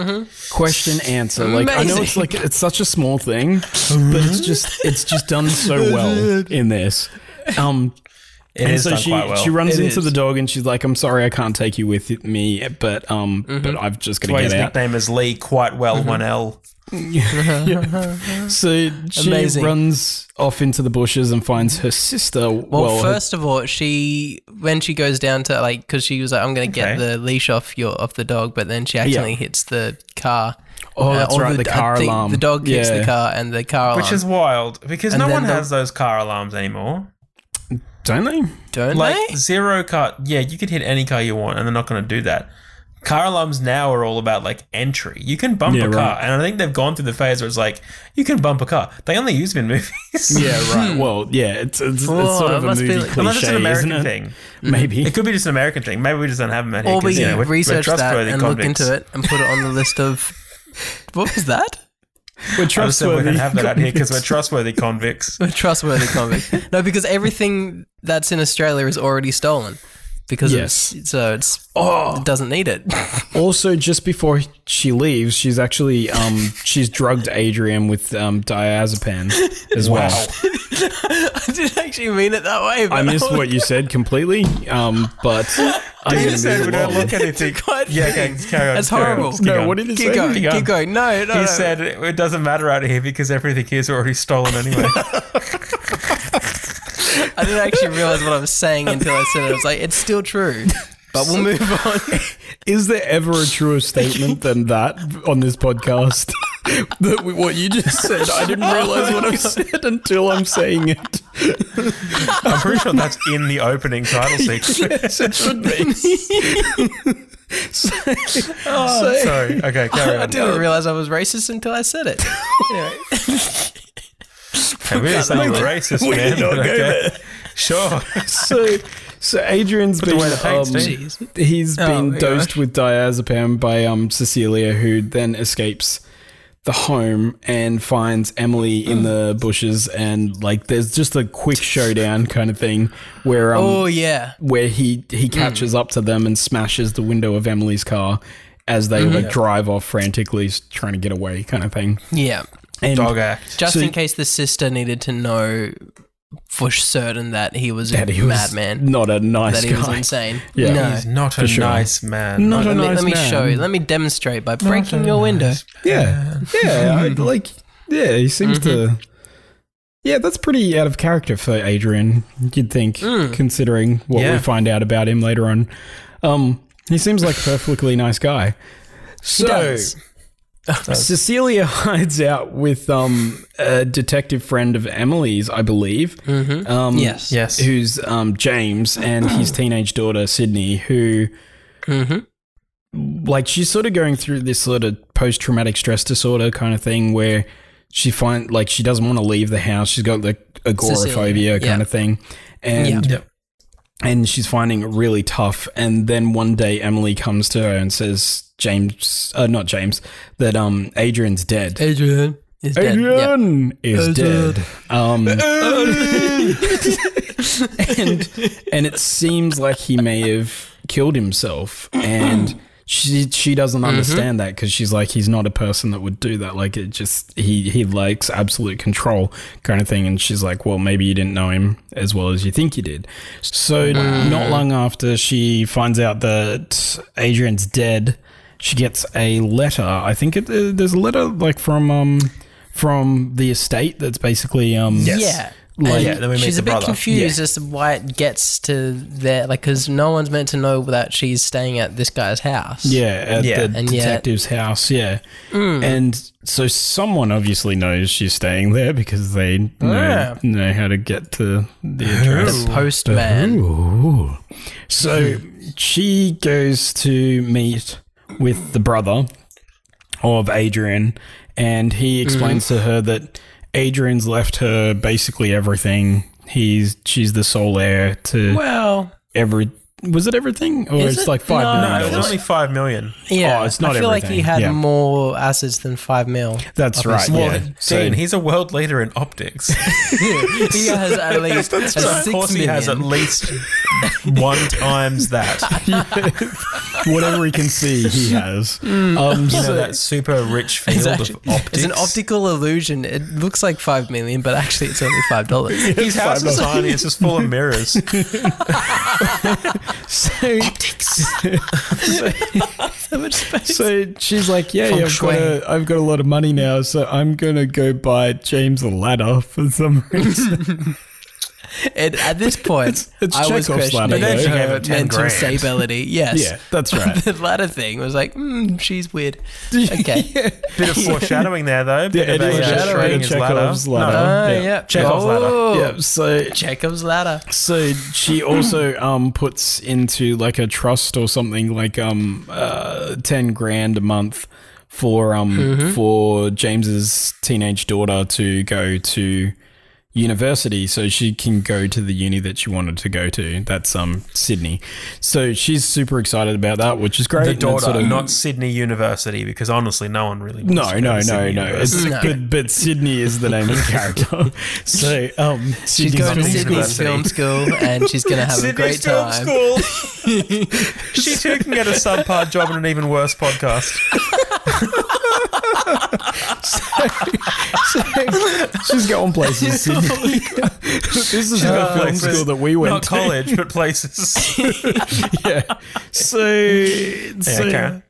Speaker 1: question answer. Like I know it's
Speaker 5: Amazing.
Speaker 1: like it's such a small thing, but it's just it's just done so well in this. Um,
Speaker 4: It
Speaker 1: and
Speaker 4: is
Speaker 1: so
Speaker 4: done
Speaker 1: she,
Speaker 4: quite well.
Speaker 1: she runs
Speaker 5: It
Speaker 1: into
Speaker 5: is.
Speaker 1: the dog and she's like, "I'm sorry, I can't take you with me, but um, but I've just got
Speaker 4: That's why
Speaker 1: to
Speaker 4: his
Speaker 1: get out."
Speaker 4: nickname is Lee quite well one L.
Speaker 1: [LAUGHS] So she
Speaker 5: Amazing.
Speaker 1: runs off into the bushes and finds her sister. Well,
Speaker 5: [LAUGHS] Well,
Speaker 1: her-
Speaker 5: first of all, she when she goes down to like because she was like, I'm gonna get
Speaker 4: Okay.
Speaker 5: the leash off your off the dog, but then she accidentally hits the car. Uh,
Speaker 1: Oh, that's
Speaker 5: or
Speaker 1: right, the
Speaker 5: I
Speaker 1: car
Speaker 5: think
Speaker 1: alarm.
Speaker 5: The dog hits
Speaker 1: Yeah.
Speaker 5: the car, and the car alarm.
Speaker 4: Which is wild because
Speaker 5: And
Speaker 4: no
Speaker 5: then
Speaker 4: one
Speaker 5: the-
Speaker 4: has those car alarms anymore.
Speaker 1: don't they?
Speaker 5: don't
Speaker 4: Like
Speaker 5: they?
Speaker 4: zero car. Yeah, you could hit any car you want, and they're not going to do that. Car alarms now are all about like entry. You can bump
Speaker 1: Yeah,
Speaker 4: a
Speaker 1: right.
Speaker 4: car, and I think they've gone through the phase where it's like you can bump a car. They only use it in movies. [LAUGHS]
Speaker 1: Yeah, right. Hmm. Well, yeah, it's it's, it's
Speaker 5: Oh,
Speaker 1: sort of
Speaker 5: it
Speaker 1: a
Speaker 5: must be
Speaker 1: movie
Speaker 5: like-
Speaker 1: cliche,
Speaker 4: Unless it's an American
Speaker 1: isn't it?
Speaker 4: thing.
Speaker 1: Maybe.
Speaker 4: [LAUGHS] It could be just an American thing. Maybe we just don't have them out here.
Speaker 5: Or
Speaker 4: 'cause,
Speaker 5: we
Speaker 4: you know, we're- we're
Speaker 5: research that
Speaker 4: trustworthy
Speaker 5: and look
Speaker 4: convicts.
Speaker 5: into it and put it on the list of what was that?
Speaker 1: We're
Speaker 4: I just said we don't
Speaker 1: trustworthy.
Speaker 4: have that out here because we're trustworthy
Speaker 5: [LAUGHS]
Speaker 4: convicts.
Speaker 5: [LAUGHS] Trustworthy convict. no, because everything that's in Australia is already stolen. Because
Speaker 1: Yes.
Speaker 5: it's, so it's
Speaker 1: Oh.
Speaker 5: it doesn't need it.
Speaker 1: [LAUGHS]
Speaker 5: [LAUGHS]
Speaker 1: Also, just before she leaves, she's actually um she's drugged Adrian with um diazepam as well.
Speaker 5: I didn't actually mean it that way. But
Speaker 1: I missed what you said completely. Um,
Speaker 4: [LAUGHS]
Speaker 1: but I'm
Speaker 4: You
Speaker 1: gonna
Speaker 4: said
Speaker 1: move
Speaker 4: we don't
Speaker 1: along.
Speaker 4: look at anything.
Speaker 5: Quite
Speaker 4: [LAUGHS] yeah, okay,
Speaker 5: funny.
Speaker 4: just carry on.
Speaker 5: That's
Speaker 4: just carry on,
Speaker 5: horrible. Uh,
Speaker 4: just keep
Speaker 1: No,
Speaker 4: going.
Speaker 1: what did he
Speaker 5: Keep
Speaker 1: say?
Speaker 5: going,
Speaker 1: Keep
Speaker 5: keep
Speaker 1: going.
Speaker 5: going. No, no.
Speaker 4: He
Speaker 5: no.
Speaker 4: said it doesn't matter out here because everything here is already stolen anyway.
Speaker 5: I didn't actually realize what I was saying until I said it. I was like, it's still true. But we'll move on.
Speaker 1: Is there ever a truer statement than that on this podcast? [LAUGHS] that we, what you just said, I didn't realize what I said until I'm saying it.
Speaker 4: I'm pretty sure that's in the opening
Speaker 1: [LAUGHS]
Speaker 4: title sequence.
Speaker 1: Yes, it should
Speaker 4: [LAUGHS]
Speaker 1: be. so, Oh, so-
Speaker 4: Sorry. Okay, carry
Speaker 5: I
Speaker 4: on.
Speaker 5: didn't realize I was racist until I said it. Anyway.
Speaker 4: Hey, we just sound racist,
Speaker 1: we
Speaker 4: man.
Speaker 1: did not
Speaker 4: but
Speaker 1: go
Speaker 4: okay. Sure.
Speaker 1: so, so Adrian's been
Speaker 4: away the paint,
Speaker 1: um,
Speaker 4: Steve.
Speaker 5: Jeez.
Speaker 1: he's
Speaker 5: Oh,
Speaker 1: been
Speaker 5: my
Speaker 1: dosed
Speaker 5: gosh.
Speaker 1: with diazepam by um Cecilia, who then escapes the home and finds Emily in
Speaker 5: Oh.
Speaker 1: the bushes, and like there's just a quick showdown kind of thing where um
Speaker 5: Oh, yeah.
Speaker 1: where he
Speaker 5: Hmm.
Speaker 1: he catches up to them and smashes the window of Emily's car as they like drive off frantically s- trying to get away kind of thing.
Speaker 5: Yeah.
Speaker 1: And
Speaker 4: Dog act.
Speaker 5: Just
Speaker 1: So-
Speaker 5: in case the sister needed to know for certain that he was
Speaker 1: that
Speaker 5: a
Speaker 1: he was
Speaker 5: madman,
Speaker 1: not a nice
Speaker 5: that he was
Speaker 1: guy.
Speaker 5: insane.
Speaker 1: Yeah.
Speaker 5: No.
Speaker 4: He's not a
Speaker 1: sure.
Speaker 4: nice man.
Speaker 1: Not
Speaker 5: let
Speaker 1: a
Speaker 5: me,
Speaker 1: nice
Speaker 5: let me
Speaker 1: man.
Speaker 5: show you. Let me demonstrate by breaking your window.
Speaker 1: Yeah. [LAUGHS] Yeah,
Speaker 5: [LAUGHS]
Speaker 1: I, like yeah, he seems
Speaker 5: Mm-hmm.
Speaker 1: to Yeah, that's pretty out of character for Adrian, you'd think,
Speaker 5: Hmm.
Speaker 1: considering what we
Speaker 4: Yeah.
Speaker 1: find out about him later on. Um he seems like a perfectly nice guy.
Speaker 5: He
Speaker 1: So [LAUGHS]
Speaker 5: does.
Speaker 1: Cecilia [LAUGHS] hides out with um, a detective friend of Emily's, I believe. Mm-hmm. Um,
Speaker 5: Mm. Yes.
Speaker 4: Yes.
Speaker 1: Who's um, James
Speaker 5: [CLEARS THROAT]
Speaker 1: and his teenage daughter, Sydney, who,
Speaker 5: Mhm.
Speaker 1: like, she's sort of going through this sort of post traumatic stress disorder kind of thing where she find like, she doesn't want to leave the house. She's got the agoraphobia
Speaker 5: Cecilia,
Speaker 1: kind
Speaker 5: yeah.
Speaker 1: of thing. And
Speaker 5: Yeah.
Speaker 4: Yep.
Speaker 1: and she's finding it really tough. And then one day, Emily comes to her and says, "James, uh, not James, that um, Adrian's dead.
Speaker 5: Adrian is dead. Yeah.
Speaker 1: Adrian is
Speaker 5: Adrian. [LAUGHS]
Speaker 1: dead. Um, and and it seems like he may have killed himself and she she doesn't understand that because she's like he's not a person that would do that like it just he he likes absolute control kind of thing and she's like well maybe you didn't know him as well as you think you did so not long after she finds out that Adrian's dead she gets a letter I think it, uh, there's a letter like from um from the estate that's basically um
Speaker 5: Yeah.
Speaker 1: Like-
Speaker 5: And
Speaker 1: Yeah,
Speaker 4: then we meet
Speaker 5: she's
Speaker 4: the
Speaker 5: a bit
Speaker 4: brother.
Speaker 5: confused as to why it gets to there, like, because no one's meant to know that she's staying at this guy's house.
Speaker 1: Yeah, at
Speaker 4: Yeah.
Speaker 1: the
Speaker 5: And yet-
Speaker 1: detective's house. Yeah, and so someone obviously knows she's staying there because they know,
Speaker 5: Yeah.
Speaker 1: know how to get to the address.
Speaker 5: The postman.
Speaker 1: Ooh. So she goes to meet with the brother of Adrian, and he explains to her that Adrian's left her basically everything. He's she's the sole heir to
Speaker 5: Well,
Speaker 1: every. Was it everything, or
Speaker 5: Is
Speaker 1: it's
Speaker 5: it?
Speaker 1: like five
Speaker 5: No,
Speaker 1: million
Speaker 4: No, it
Speaker 1: dollars?
Speaker 4: was only five million.
Speaker 5: yeah.
Speaker 1: Oh, it's not
Speaker 5: I feel like he
Speaker 1: everything.
Speaker 5: had
Speaker 1: Yeah.
Speaker 5: more assets than five mil.
Speaker 1: That's right.
Speaker 4: Well,
Speaker 1: Yeah.
Speaker 4: Dean, he's a world leader in
Speaker 1: [LAUGHS]
Speaker 4: optics.
Speaker 5: [LAUGHS] he has at least a
Speaker 4: So of
Speaker 5: six
Speaker 4: course, he has at
Speaker 1: [LAUGHS]
Speaker 5: million.
Speaker 4: least one times that.
Speaker 1: whatever he can see, he has. Um,
Speaker 4: You
Speaker 1: so-
Speaker 4: know that super rich field
Speaker 5: It's,
Speaker 4: of
Speaker 5: actually-
Speaker 4: optics.
Speaker 5: it's an optical illusion. It looks like five million, but actually it's only five dollars.
Speaker 4: His house is tiny. It's just full
Speaker 1: [LAUGHS]
Speaker 4: of mirrors.
Speaker 1: so,
Speaker 5: so much space.
Speaker 1: so she's like, yeah,
Speaker 5: Feng
Speaker 1: yeah I've, got
Speaker 5: shui.
Speaker 1: a, I've got a lot of money now, so I'm gonna go buy James a ladder for some reason.
Speaker 5: And at this point,
Speaker 1: it's
Speaker 5: I was
Speaker 1: Chekhov's ladder,
Speaker 5: questioning
Speaker 4: though. But then she gave
Speaker 5: her
Speaker 4: him 10
Speaker 5: mental
Speaker 4: grand.
Speaker 5: stability. Yes.
Speaker 1: yeah, that's right.
Speaker 5: [LAUGHS]
Speaker 1: [LAUGHS]
Speaker 5: the latter thing was like, mm, she's weird. Okay.
Speaker 4: Bit
Speaker 1: [LAUGHS]
Speaker 4: of foreshadowing there, though. Bit
Speaker 1: it
Speaker 4: of
Speaker 1: is
Speaker 4: a, uh,
Speaker 5: foreshadowing.
Speaker 4: showing his
Speaker 1: Chekhov's
Speaker 4: ladder.
Speaker 1: ladder.
Speaker 4: No.
Speaker 5: Oh,
Speaker 1: Yeah.
Speaker 5: yeah.
Speaker 4: Chekhov's ladder.
Speaker 5: Oh,
Speaker 1: yeah, so
Speaker 5: Chekhov's ladder.
Speaker 1: so she also um puts into like a trust or something like um uh ten grand a month for um for James's teenage daughter to go to university so she can go to the uni that she wanted to go to that's um Sydney so she's super excited about that which is great
Speaker 4: The
Speaker 1: and it's
Speaker 4: daughter,
Speaker 1: sort of-
Speaker 4: not Sydney University, because honestly, no one really. wants
Speaker 1: no
Speaker 4: to go
Speaker 1: no
Speaker 4: to
Speaker 1: no
Speaker 4: Sydney
Speaker 1: no
Speaker 4: University.
Speaker 1: it's
Speaker 5: No.
Speaker 1: but, but Sydney is the name of the character [LAUGHS] so um
Speaker 5: She's
Speaker 1: Sydney's
Speaker 5: going to
Speaker 1: film
Speaker 5: Sydney's
Speaker 1: university.
Speaker 5: film school and she's going to have a great time.
Speaker 4: Film School.
Speaker 1: [LAUGHS]
Speaker 4: she too can get a subpar job in an even worse podcast.
Speaker 1: She's going
Speaker 4: [LAUGHS]
Speaker 1: places. in Sydney. this is the film
Speaker 4: places.
Speaker 1: school that we [LAUGHS]
Speaker 4: Not
Speaker 1: went to.
Speaker 4: college,
Speaker 1: [LAUGHS]
Speaker 4: but places.
Speaker 1: Yeah. So,
Speaker 4: Yeah,
Speaker 1: so
Speaker 4: okay.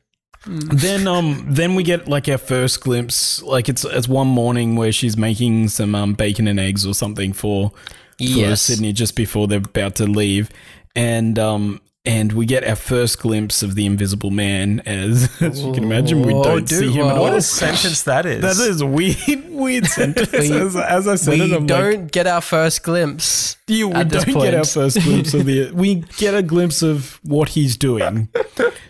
Speaker 1: then um then we get like our first glimpse. Like it's it's one morning where she's making some um bacon and eggs or something for for
Speaker 5: [LAUGHS] Yes.
Speaker 1: Sydney just before they're about to leave, and um. And we get our first glimpse of the Invisible Man, as, [LAUGHS] as you can imagine, we
Speaker 5: Oh,
Speaker 1: don't
Speaker 5: dude,
Speaker 1: see him at
Speaker 5: wow.
Speaker 1: all.
Speaker 4: What a sentence that is.
Speaker 1: uh, That is a weird, weird sentence. as, as I said,
Speaker 5: We
Speaker 1: it, I'm like,
Speaker 5: don't get our first glimpse.
Speaker 1: You, we
Speaker 5: at this
Speaker 1: don't get our
Speaker 5: point.
Speaker 1: first glimpse of the. We get a glimpse of what he's doing.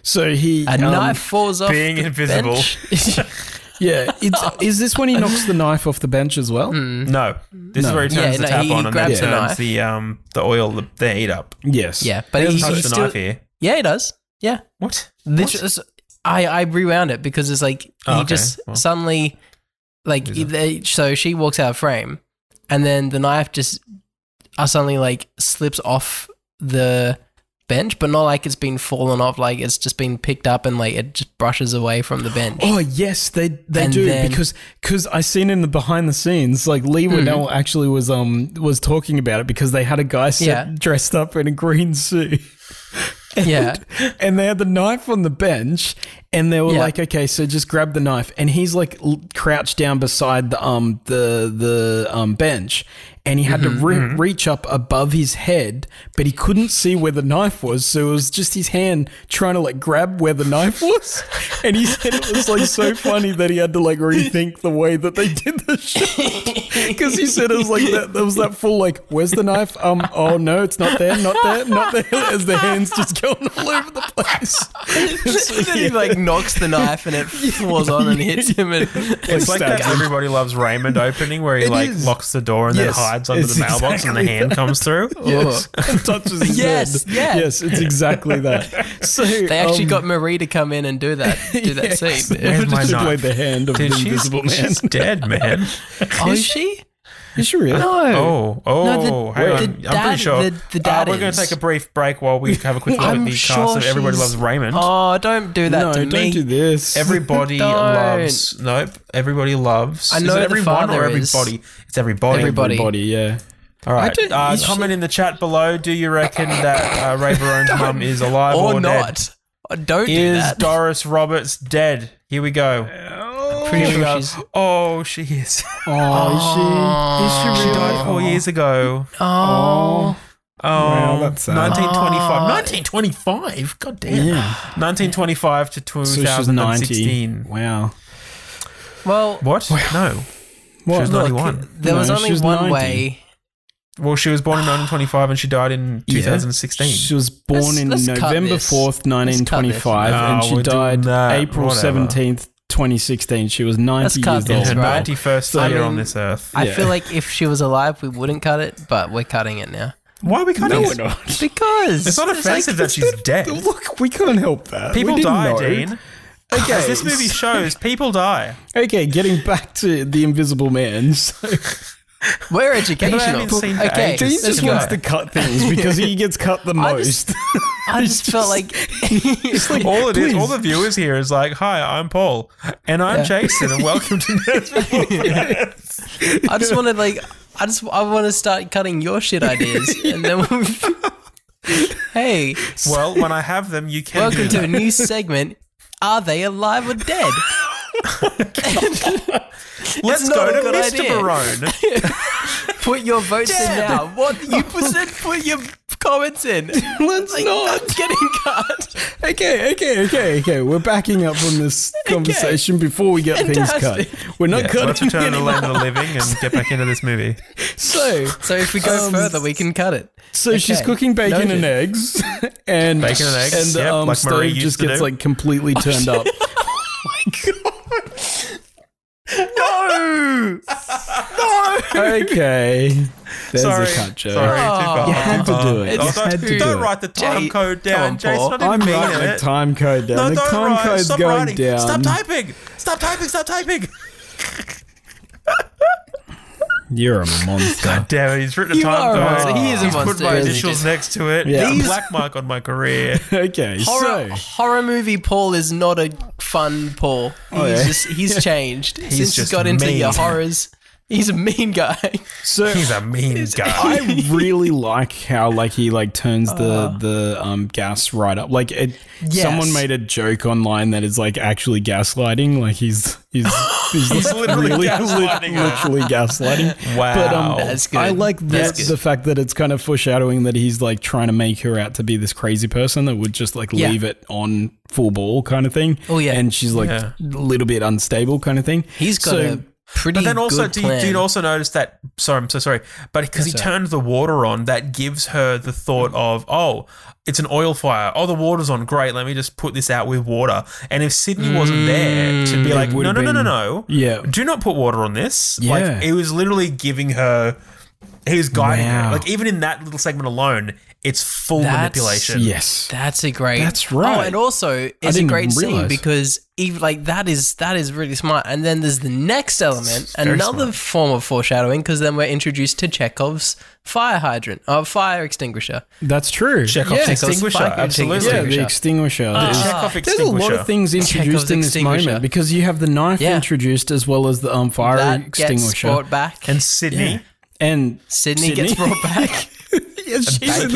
Speaker 1: So he
Speaker 5: A
Speaker 1: um,
Speaker 5: knife falls off.
Speaker 4: being
Speaker 5: the
Speaker 4: invisible. [LAUGHS]
Speaker 5: bench. [LAUGHS]
Speaker 1: Yeah, it's, is this when he knocks the knife off the bench as well?
Speaker 5: Mm.
Speaker 4: No, this is where he
Speaker 5: Yeah,
Speaker 4: turns the
Speaker 5: no,
Speaker 4: tap
Speaker 5: he
Speaker 4: on and then
Speaker 5: grabs
Speaker 4: turns
Speaker 5: the knife.
Speaker 4: the um the oil the, the heat up.
Speaker 1: Yes.
Speaker 5: yeah, but he,
Speaker 4: He
Speaker 5: he
Speaker 4: touched the
Speaker 5: still-
Speaker 4: knife here.
Speaker 5: Yeah, he does. Yeah.
Speaker 4: What?
Speaker 5: Literally, I, I rewound it because it's like he
Speaker 4: Oh, okay.
Speaker 5: just
Speaker 4: Well.
Speaker 5: suddenly, like, they, so she walks out of frame and then the knife just uh, suddenly, like, slips off the bench, but not like it's been fallen off, like, it's just been picked up and, like, it just brushes away from the
Speaker 4: [LAUGHS]
Speaker 5: bench.
Speaker 1: Oh yes, they they
Speaker 5: And
Speaker 1: do
Speaker 5: then- Mm.
Speaker 1: because because I seen in the behind the scenes like Lee Winnell actually was um was talking about it because they had a guy set,
Speaker 5: Yeah.
Speaker 1: dressed up in a green suit.
Speaker 5: yeah.
Speaker 1: [LAUGHS] and they had the knife on the bench and they were
Speaker 5: Yeah.
Speaker 1: like okay so just grab the knife and he's like l- crouched down beside the um the the um bench and he had to re- reach up above his head but he couldn't see where the knife was so it was just his hand trying to like grab where the knife was and he said it was like so funny that he had to like rethink the way that they did the show because he said it was like that there was that full like where's the knife um oh no it's not there not there not there [LAUGHS] as the hands just going all over the place
Speaker 5: then [LAUGHS] he, like, knocks the knife and
Speaker 4: [LAUGHS]
Speaker 5: it falls on and hits him. And
Speaker 4: It's like that
Speaker 1: stabs him.
Speaker 4: Everybody
Speaker 1: [LAUGHS]
Speaker 4: Loves Raymond opening where he
Speaker 1: It
Speaker 4: like
Speaker 1: is.
Speaker 4: locks the door and then
Speaker 1: Yes,
Speaker 4: hides under
Speaker 1: it's
Speaker 4: the mailbox and the
Speaker 1: exactly
Speaker 4: hand comes through.
Speaker 1: [LAUGHS]
Speaker 4: Oh.
Speaker 1: Yes, and touches his
Speaker 5: Yes,
Speaker 1: head.
Speaker 5: yeah.
Speaker 1: yes, it's exactly
Speaker 5: [LAUGHS]
Speaker 1: that. So um,
Speaker 5: they actually got Marie to come in and do [LAUGHS] that, do
Speaker 1: [LAUGHS]
Speaker 5: that scene.
Speaker 4: Where's my
Speaker 1: just
Speaker 4: knife?
Speaker 1: played the hand of [LAUGHS]
Speaker 4: Dude,
Speaker 1: the
Speaker 4: she's,
Speaker 1: invisible man.
Speaker 4: she's dead, man.
Speaker 5: Oh, is she?
Speaker 1: Is she really?
Speaker 5: No.
Speaker 4: Oh, oh,
Speaker 5: No, the-
Speaker 4: hang
Speaker 5: the
Speaker 4: on. I'm
Speaker 5: dad-
Speaker 4: pretty sure.
Speaker 5: the- the dad
Speaker 4: uh, we're going
Speaker 5: is.
Speaker 4: to take a brief break while we have
Speaker 5: [LAUGHS]
Speaker 4: a quick look at
Speaker 5: I'm
Speaker 4: the cast
Speaker 5: sure
Speaker 4: of Everybody
Speaker 5: she's-
Speaker 4: Loves Raymond.
Speaker 5: Oh, don't do that
Speaker 1: no,
Speaker 5: to
Speaker 1: don't
Speaker 5: me.
Speaker 1: do this.
Speaker 4: Everybody
Speaker 5: Don't.
Speaker 4: loves. Nope. Everybody loves.
Speaker 5: I
Speaker 4: Is
Speaker 5: know
Speaker 4: it
Speaker 5: the
Speaker 4: everyone or
Speaker 5: father is.
Speaker 4: everybody? It's everybody.
Speaker 5: Everybody.
Speaker 1: Everybody, yeah.
Speaker 4: All right.
Speaker 5: don't-
Speaker 4: uh,
Speaker 5: you
Speaker 4: comment in the chat below. Do you reckon that uh, Ray Barone's mum is alive or,
Speaker 5: or
Speaker 4: Dead?
Speaker 5: not. Oh, Don't do
Speaker 4: Is
Speaker 5: that.
Speaker 4: Doris Roberts dead? Here we go.
Speaker 5: Pretty
Speaker 4: Here we
Speaker 5: sure she's.
Speaker 4: go. Oh, she is.
Speaker 1: Oh, is she? Is
Speaker 4: she
Speaker 1: she really?
Speaker 4: died four years ago.
Speaker 5: Oh,
Speaker 4: Oh,
Speaker 1: Oh. Wow, that's sad.
Speaker 4: 1925. 1925. God damn.
Speaker 1: Yeah.
Speaker 4: 1925 to
Speaker 1: So she's 90.
Speaker 4: 2016.
Speaker 1: Wow.
Speaker 5: well.
Speaker 4: What? No. She
Speaker 1: What?
Speaker 4: was 91.
Speaker 5: There
Speaker 1: No,
Speaker 5: was
Speaker 1: she
Speaker 5: only
Speaker 1: was
Speaker 5: one
Speaker 1: 90.
Speaker 5: way.
Speaker 4: Well, she was born in 1925 and she died in
Speaker 1: Yeah.
Speaker 4: 2016.
Speaker 1: She was born
Speaker 5: Let's-
Speaker 1: in
Speaker 5: let's cut
Speaker 1: November
Speaker 5: this.
Speaker 1: fourth, nineteen twenty-five,
Speaker 4: Let's cut
Speaker 1: and
Speaker 4: this.
Speaker 1: she
Speaker 4: No, we're doing
Speaker 1: died
Speaker 4: that.
Speaker 1: April
Speaker 4: Whatever.
Speaker 1: seventeenth, twenty sixteen. She was ninety
Speaker 5: cut
Speaker 1: years
Speaker 5: this,
Speaker 4: in
Speaker 1: old.
Speaker 4: her
Speaker 5: That's right.
Speaker 4: 91st
Speaker 1: So-
Speaker 4: year
Speaker 5: I
Speaker 4: on
Speaker 5: mean-
Speaker 4: this earth.
Speaker 5: I
Speaker 1: Yeah.
Speaker 5: feel like if she was alive, we wouldn't cut it, but we're cutting it now
Speaker 4: Why are we cutting it?
Speaker 1: not.
Speaker 5: [LAUGHS] because
Speaker 4: It's not
Speaker 1: [LAUGHS]
Speaker 4: offensive that she's dead.
Speaker 1: Look, we can't help that. We
Speaker 4: People
Speaker 1: didn't
Speaker 4: die,
Speaker 1: know.
Speaker 4: Dean. As
Speaker 1: Okay,
Speaker 4: this movie shows, people die.
Speaker 1: [LAUGHS] okay. Getting back to the Invisible Man. [LAUGHS] So
Speaker 5: we're educational.
Speaker 4: haven't seen that
Speaker 5: Okay,
Speaker 4: ages.
Speaker 1: Dean
Speaker 4: This
Speaker 1: just
Speaker 4: is
Speaker 1: wants
Speaker 4: why.
Speaker 1: to cut things because he gets cut [LAUGHS] the
Speaker 5: I
Speaker 1: most.
Speaker 5: just- I just felt like
Speaker 4: [LAUGHS] All it is, all
Speaker 1: please.
Speaker 4: the viewers here is like, "Hi, I'm Paul, and I'm Jason, and
Speaker 1: [LAUGHS]
Speaker 4: welcome to Nesbitt."
Speaker 5: I just wanted like I just I want to start cutting your shit ideas, and then we'll hey,
Speaker 4: well, when I have them, you can.
Speaker 5: welcome
Speaker 4: do
Speaker 5: to
Speaker 4: that.
Speaker 5: a new segment. Are they alive or dead?
Speaker 4: Let's
Speaker 5: not
Speaker 4: go
Speaker 5: a
Speaker 4: to
Speaker 5: good
Speaker 4: Mr.
Speaker 5: idea.
Speaker 1: [LAUGHS]
Speaker 4: Barone.
Speaker 5: Put your votes in now. What you said? Put your comments in.
Speaker 1: Let's not.
Speaker 5: That's getting cut.
Speaker 1: Okay, okay, okay, okay. We're backing up from [LAUGHS] this conversation before we [LAUGHS] get
Speaker 5: Fantastic.
Speaker 1: things cut. We're not
Speaker 4: Let's
Speaker 1: cutting
Speaker 4: return to
Speaker 1: [LAUGHS]
Speaker 4: the
Speaker 1: anymore.
Speaker 4: land of the living
Speaker 1: [LAUGHS]
Speaker 4: and get back into this movie.
Speaker 1: So,
Speaker 5: So if we go
Speaker 1: Um,
Speaker 5: further, we can cut it.
Speaker 1: so she's
Speaker 5: Okay.
Speaker 1: cooking bacon
Speaker 5: Noted.
Speaker 1: and eggs, [LAUGHS] and
Speaker 4: Bacon and eggs,
Speaker 1: and the
Speaker 4: yep,
Speaker 1: um,
Speaker 4: like Marie
Speaker 1: stove
Speaker 4: used
Speaker 1: just
Speaker 4: to
Speaker 1: gets
Speaker 4: do. Oh,
Speaker 1: like completely turned up.
Speaker 4: [LAUGHS]
Speaker 5: No.
Speaker 1: okay, there's
Speaker 4: sorry,
Speaker 1: a cut joke.
Speaker 4: sorry, too far.
Speaker 5: You
Speaker 1: had to
Speaker 4: Too far.
Speaker 1: do it.
Speaker 5: You
Speaker 4: Oh, don't
Speaker 1: had to do
Speaker 4: don't
Speaker 1: it.
Speaker 4: write the time
Speaker 5: Jay-
Speaker 4: code down,
Speaker 5: come on,
Speaker 4: Jason.
Speaker 5: Paul.
Speaker 4: I didn't
Speaker 1: I'm
Speaker 4: mean
Speaker 1: writing the
Speaker 4: it.
Speaker 1: time code down.
Speaker 4: no,
Speaker 1: the
Speaker 4: don't
Speaker 1: time
Speaker 4: write.
Speaker 1: code's
Speaker 4: Stop
Speaker 1: going
Speaker 4: writing.
Speaker 1: down.
Speaker 4: Stop typing. Stop typing.
Speaker 1: [LAUGHS]
Speaker 4: Stop typing.
Speaker 1: You're a monster.
Speaker 4: Damn it, he's written a
Speaker 5: You
Speaker 4: time
Speaker 5: are a
Speaker 4: code.
Speaker 5: monster. He is a
Speaker 4: he's put
Speaker 5: monster,
Speaker 4: my
Speaker 5: isn't he,
Speaker 4: initials
Speaker 5: Jason?
Speaker 4: next to it.
Speaker 1: Yeah.
Speaker 4: It's a
Speaker 1: These-
Speaker 4: black mark on my career.
Speaker 1: [LAUGHS] okay,
Speaker 5: Horror,
Speaker 1: so
Speaker 5: horror movie Paul is not a fun Paul. he's
Speaker 1: yeah.
Speaker 5: just he's changed since
Speaker 4: just
Speaker 5: he's got into
Speaker 4: mean.
Speaker 5: your horrors. He's a mean guy.
Speaker 1: so
Speaker 4: He's a mean guy. [LAUGHS]
Speaker 1: I really like how like he like turns
Speaker 4: Uh.
Speaker 1: the the um gas right up. Like it,
Speaker 5: Yes.
Speaker 1: someone made a joke online that is like actually gaslighting. Like he's
Speaker 4: [LAUGHS]
Speaker 1: he's he's, [LAUGHS]
Speaker 4: He's literally
Speaker 1: really
Speaker 4: gaslighting
Speaker 1: lit- literally gaslighting.
Speaker 4: Wow.
Speaker 1: But um,
Speaker 5: That's good.
Speaker 1: I like the,
Speaker 5: That's good.
Speaker 1: the fact that it's kind of foreshadowing that he's like trying to make her out to be this crazy person that would just like
Speaker 5: Yeah.
Speaker 1: leave it on full ball kind of thing.
Speaker 5: Oh, yeah.
Speaker 1: and she's like
Speaker 4: Yeah.
Speaker 1: a little bit unstable kind of thing.
Speaker 5: He's got
Speaker 1: So-
Speaker 5: a pretty.
Speaker 4: But then also,
Speaker 5: good
Speaker 4: do you,
Speaker 5: plan.
Speaker 4: do you also notice that? Sorry, I'm so sorry. But because he turned the water on, that gives her the thought
Speaker 1: Mm.
Speaker 4: of, oh, it's an oil fire. Oh, the water's on. Great. Let me just put this out with water. And if Sydney wasn't there to be like,
Speaker 1: Mm,
Speaker 4: no, no,
Speaker 1: would've
Speaker 4: no, no,
Speaker 1: been-
Speaker 4: no,
Speaker 1: Yeah.
Speaker 4: do not put water on this.
Speaker 1: Yeah.
Speaker 4: Like, it was literally giving her, he was guiding
Speaker 1: Wow.
Speaker 4: her. Like, even in that little segment alone, it's full
Speaker 5: That's-
Speaker 4: manipulation.
Speaker 1: Yes.
Speaker 5: That's a great.
Speaker 1: That's right.
Speaker 5: Oh, and also it's a
Speaker 1: didn't
Speaker 5: great
Speaker 1: realize.
Speaker 5: scene because even like that is that is really smart. And then there's the next element,
Speaker 4: very
Speaker 5: another form of foreshadowing, because then we're introduced to Chekhov's fire hydrant, uh, fire extinguisher.
Speaker 1: That's true.
Speaker 4: Chekhov's
Speaker 5: Yeah, so it's
Speaker 4: extinguisher.
Speaker 5: fucking
Speaker 4: Absolutely.
Speaker 1: Yeah,
Speaker 5: extinguisher.
Speaker 1: the extinguisher. There's-
Speaker 4: Chekhov
Speaker 1: There's a lot
Speaker 4: extinguisher.
Speaker 1: of things introduced
Speaker 5: Chekhov's
Speaker 1: in this
Speaker 5: extinguisher.
Speaker 1: moment because you have the knife
Speaker 5: Yeah.
Speaker 1: introduced as well as the um, fire
Speaker 5: that gets
Speaker 1: extinguisher
Speaker 5: brought back.
Speaker 4: And Sydney.
Speaker 5: [LAUGHS]
Speaker 1: and
Speaker 5: Sydney, gets brought back.
Speaker 1: yes, she's in
Speaker 4: bacon.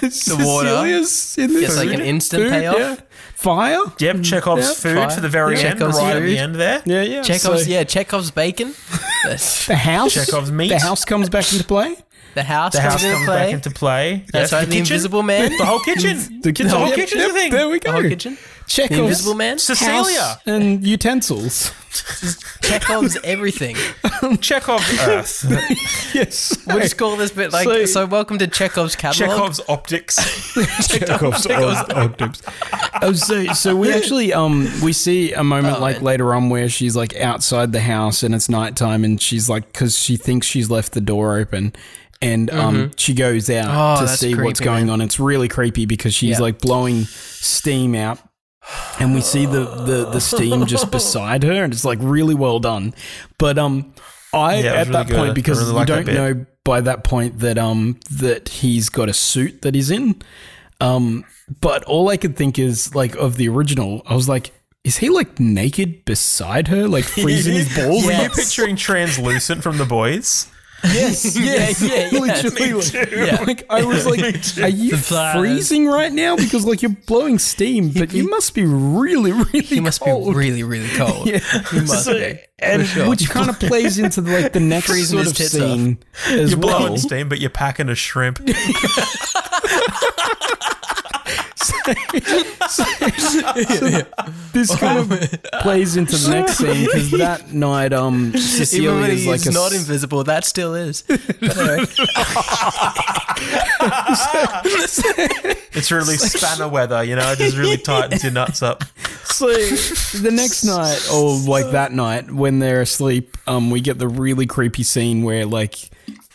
Speaker 1: this. [LAUGHS] the
Speaker 5: water.
Speaker 1: in this.
Speaker 5: Gets, like, an
Speaker 1: Food,
Speaker 5: instant
Speaker 1: food,
Speaker 5: payoff.
Speaker 1: yeah. Fire.
Speaker 4: Yep, Chekhov's food
Speaker 5: fire.
Speaker 4: to the very
Speaker 5: Mm, Yeah.
Speaker 4: end,
Speaker 5: Chekhov's
Speaker 4: right at the
Speaker 5: food.
Speaker 4: end there.
Speaker 1: Yeah, yeah.
Speaker 5: Chekhov's
Speaker 1: so
Speaker 5: yeah, Chekhov's bacon. That's-
Speaker 1: The house.
Speaker 4: Chekhov's meat.
Speaker 1: The house comes back into
Speaker 5: [LAUGHS]
Speaker 1: play.
Speaker 5: the house
Speaker 4: The house
Speaker 5: comes into
Speaker 4: comes
Speaker 5: play.
Speaker 4: back into play.
Speaker 5: That's
Speaker 4: Yes,
Speaker 5: right, the, Invisible Man.
Speaker 4: The
Speaker 5: [LAUGHS]
Speaker 4: whole kitchen. the,
Speaker 1: kitchen.
Speaker 4: whole
Speaker 1: Yep,
Speaker 4: kitchen's
Speaker 1: yep,
Speaker 4: a thing.
Speaker 1: There we go.
Speaker 5: The whole kitchen. The
Speaker 1: Chekhov's
Speaker 5: Invisible Man.
Speaker 4: Cecilia.
Speaker 1: house and utensils.
Speaker 5: Chekhov's everything.
Speaker 4: Chekhov's Earth.
Speaker 1: [LAUGHS] Yes.
Speaker 5: We'll just call this bit like
Speaker 1: So-
Speaker 5: so. welcome to Chekhov's catalog.
Speaker 4: Chekhov's optics.
Speaker 5: [LAUGHS]
Speaker 4: [LAUGHS]
Speaker 1: Chekhov's octaves. Oh, so so we actually um we see a
Speaker 4: Oh,
Speaker 1: moment like later on where she's like outside the house and it's nighttime and she's like because she thinks she's left the door open. And um,
Speaker 4: Mm-hmm.
Speaker 1: she goes out
Speaker 5: Oh,
Speaker 1: to
Speaker 5: that's
Speaker 1: see what's
Speaker 5: creepy,
Speaker 1: going on. It's really creepy because she's
Speaker 5: Yeah.
Speaker 1: like blowing steam out, and we
Speaker 4: [LAUGHS]
Speaker 1: see the, the the steam just beside her, and it's like really well done. But um, I
Speaker 4: Yeah, it was
Speaker 1: at
Speaker 4: really
Speaker 1: that
Speaker 4: good. I
Speaker 1: point because
Speaker 4: really
Speaker 1: you
Speaker 4: liked that
Speaker 1: don't
Speaker 4: bit.
Speaker 1: know by that point that um that he's got a suit that he's in. Um, but all I could think is like of the original. I was like, is he like naked beside her,
Speaker 5: [LAUGHS]
Speaker 1: like freezing his balls?
Speaker 4: Were you
Speaker 1: Yes.
Speaker 4: picturing translucent from the boys?
Speaker 1: Yes, yes,
Speaker 5: yeah, yeah.
Speaker 1: literally. like, [LAUGHS] like, I was
Speaker 5: [LAUGHS]
Speaker 1: like, "Are you
Speaker 5: flowers.
Speaker 1: freezing right now?" Because like you're blowing steam, but you must be really, really
Speaker 5: He must
Speaker 1: cold.
Speaker 5: be really, really
Speaker 1: [LAUGHS]
Speaker 5: cold.
Speaker 1: Yeah.
Speaker 5: [LAUGHS] He must be.
Speaker 1: and
Speaker 5: sure.
Speaker 1: which kind of plays into the, like the next
Speaker 5: Freezing
Speaker 1: sort
Speaker 5: his
Speaker 1: of
Speaker 5: tits off.
Speaker 1: scene as
Speaker 4: You're blowing
Speaker 1: well.
Speaker 4: steam, but you're packing a shrimp.
Speaker 1: This kind of plays into the next scene
Speaker 5: [LAUGHS]
Speaker 1: because that night, um,
Speaker 5: Even
Speaker 1: Cecilia
Speaker 5: when
Speaker 1: is
Speaker 5: he's
Speaker 1: like a
Speaker 5: not
Speaker 1: s-
Speaker 5: invisible, that still is. [LAUGHS]
Speaker 4: It's really spanner weather, you know. It just really tightens your nuts up.
Speaker 1: so the next night or like that night when they're asleep, um, we get the really creepy scene where like,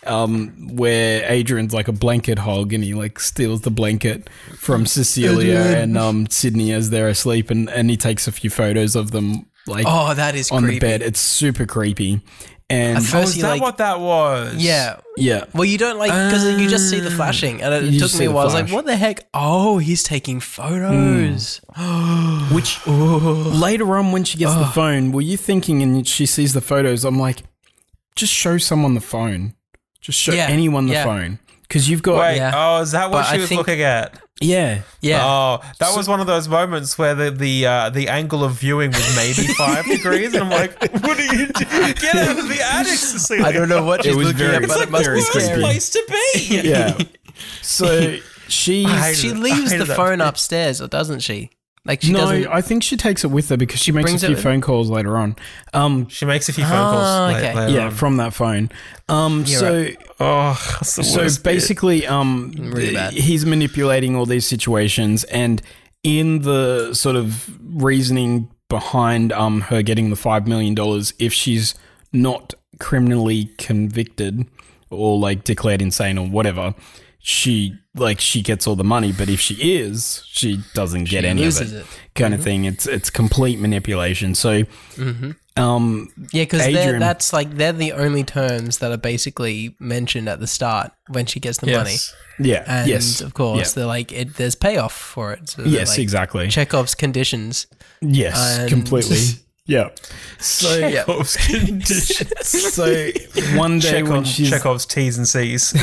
Speaker 1: um, where Adrian's like a blanket hog and he like steals the blanket from Cecilia and um Sydney as they're asleep and and he takes a few photos of them like
Speaker 5: [LAUGHS] Oh, that is
Speaker 1: on the
Speaker 5: creepy.
Speaker 1: bed. It's super creepy. And
Speaker 5: At first
Speaker 4: Is
Speaker 5: he,
Speaker 4: that
Speaker 5: like-
Speaker 4: what that was?
Speaker 5: yeah.
Speaker 1: yeah,
Speaker 5: Well, you don't like because you just see the flashing, and it,
Speaker 1: you
Speaker 5: took
Speaker 1: just
Speaker 5: me
Speaker 1: see
Speaker 5: a
Speaker 1: the
Speaker 5: while. I was like,
Speaker 1: flash.
Speaker 5: "What the heck? Oh, he's taking photos." [GASPS]
Speaker 1: which later on when she gets the phone, were you thinking and she sees the photos, I'm like, just show someone the phone. Just show
Speaker 5: Yeah,
Speaker 1: anyone the
Speaker 5: yeah.
Speaker 1: phone. Because you've got,
Speaker 4: Wait.
Speaker 5: Yeah.
Speaker 4: Oh, is that what
Speaker 5: But
Speaker 4: she
Speaker 5: I
Speaker 4: was
Speaker 5: think-
Speaker 4: looking at?
Speaker 1: yeah.
Speaker 5: Yeah,
Speaker 4: Oh, that was one of those moments where the the uh, the angle of viewing was maybe
Speaker 5: [LAUGHS]
Speaker 4: five degrees, and I'm like, "What are you doing? Get out of the attic, Cecilia!"
Speaker 5: I don't
Speaker 1: [LAUGHS]
Speaker 5: know what she's
Speaker 1: was
Speaker 5: looking
Speaker 1: very-
Speaker 5: at, but
Speaker 1: it's
Speaker 5: it
Speaker 1: like
Speaker 5: must
Speaker 1: very
Speaker 5: be
Speaker 1: creepy.
Speaker 5: scary.
Speaker 4: place to be.
Speaker 5: [LAUGHS]
Speaker 1: Yeah. so she,
Speaker 4: I hated
Speaker 5: She
Speaker 4: it. I
Speaker 5: leaves
Speaker 4: hated
Speaker 5: the
Speaker 4: that.
Speaker 5: phone upstairs, or doesn't she? Like she
Speaker 1: no,
Speaker 5: doesn't.
Speaker 1: I think she takes it with her because she makes a
Speaker 5: brings it
Speaker 1: few
Speaker 5: with-
Speaker 1: phone calls later on. Um,
Speaker 4: She makes a few phone
Speaker 5: Oh,
Speaker 4: calls. la-
Speaker 5: okay.
Speaker 4: later
Speaker 1: yeah,
Speaker 4: on.
Speaker 1: from that phone. Um, so
Speaker 4: Oh, that's the
Speaker 1: so
Speaker 4: worst bit.
Speaker 1: basically um
Speaker 5: Really bad.
Speaker 1: he's manipulating all these situations and in the sort of reasoning behind um her getting the 5 million dollars if she's not criminally convicted or like declared insane or whatever she like she gets all the money but if she is she doesn't get any of
Speaker 5: loses
Speaker 1: it,
Speaker 5: it. Mm-hmm.
Speaker 1: kind of thing it's it's complete manipulation so um
Speaker 5: yeah, because
Speaker 1: Adrian-
Speaker 5: that's like they're the only terms that are basically mentioned at the start when she gets the money,
Speaker 1: yeah
Speaker 5: and
Speaker 1: yes
Speaker 5: of course
Speaker 1: yeah.
Speaker 5: they're like it, there's payoff for it. So they're
Speaker 1: yes
Speaker 5: like
Speaker 1: exactly
Speaker 5: Chekhov's conditions.
Speaker 1: yes
Speaker 5: and-
Speaker 1: completely
Speaker 5: [LAUGHS]
Speaker 1: yeah so
Speaker 5: Yeah.
Speaker 1: [LAUGHS]
Speaker 4: Chekhov's conditions. [LAUGHS]
Speaker 1: So one day when
Speaker 4: Chekhov,
Speaker 1: she's
Speaker 4: Chekhov's T's and C's.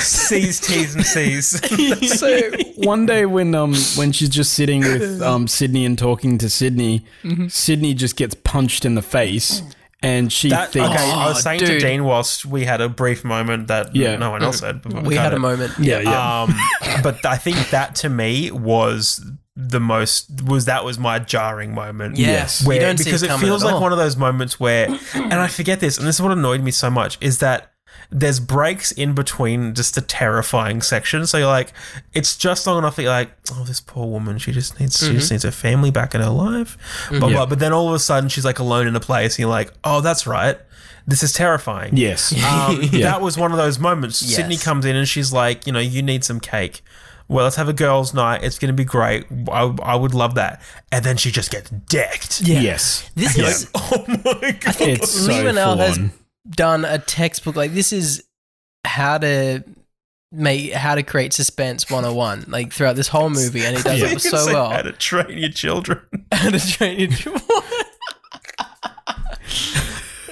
Speaker 4: C's, T's, and C's.
Speaker 1: so one day when um when she's just sitting with um Sydney and talking to Sydney,
Speaker 4: Mm-hmm.
Speaker 1: Sydney just gets punched in the face, and she
Speaker 4: That, okay,
Speaker 1: thinks
Speaker 4: I was saying to
Speaker 5: Ah, dude.
Speaker 4: Dean whilst we had a brief moment that
Speaker 1: Yeah.
Speaker 4: no one else had. But
Speaker 5: We had a
Speaker 4: moment.
Speaker 5: moment.
Speaker 1: yeah yeah
Speaker 4: Um, but I think that to me was the most was that was my jarring moment.
Speaker 5: Yeah. Yes. You
Speaker 4: Where-
Speaker 5: don't see
Speaker 4: because
Speaker 5: it
Speaker 4: it
Speaker 5: coming
Speaker 4: feels
Speaker 5: at
Speaker 4: like
Speaker 5: all.
Speaker 4: one of those moments where, and I forget this, and this is what annoyed me so much is that there's breaks in between just the terrifying section. So you're like, it's just long enough that you're like, oh, this poor woman, she just needs she just needs her family back in her life, blah blah. But then all of a sudden she's like alone in a place, and you're like, oh, that's right, this is terrifying. [LAUGHS]
Speaker 1: yes
Speaker 5: [LAUGHS]
Speaker 4: Um, That was one of those moments.
Speaker 5: Yes.
Speaker 4: Sydney comes in and she's like, you know, you need some cake. Well, let's have a girls' night. It's going to be great. I, I would love that. And then she just gets decked. [LAUGHS]
Speaker 1: yes
Speaker 5: This
Speaker 1: Yeah.
Speaker 5: is
Speaker 4: Oh my god!
Speaker 1: it's so
Speaker 5: Lewinell
Speaker 1: full
Speaker 5: has
Speaker 1: on.
Speaker 5: done a textbook like this is how to make how to create suspense 101 like throughout this whole movie
Speaker 1: [LAUGHS]
Speaker 5: and he does
Speaker 4: You
Speaker 5: it
Speaker 4: can
Speaker 5: so
Speaker 4: say How
Speaker 5: well
Speaker 4: to train your
Speaker 5: [LAUGHS]
Speaker 4: children. [LAUGHS]
Speaker 5: How to train your dra-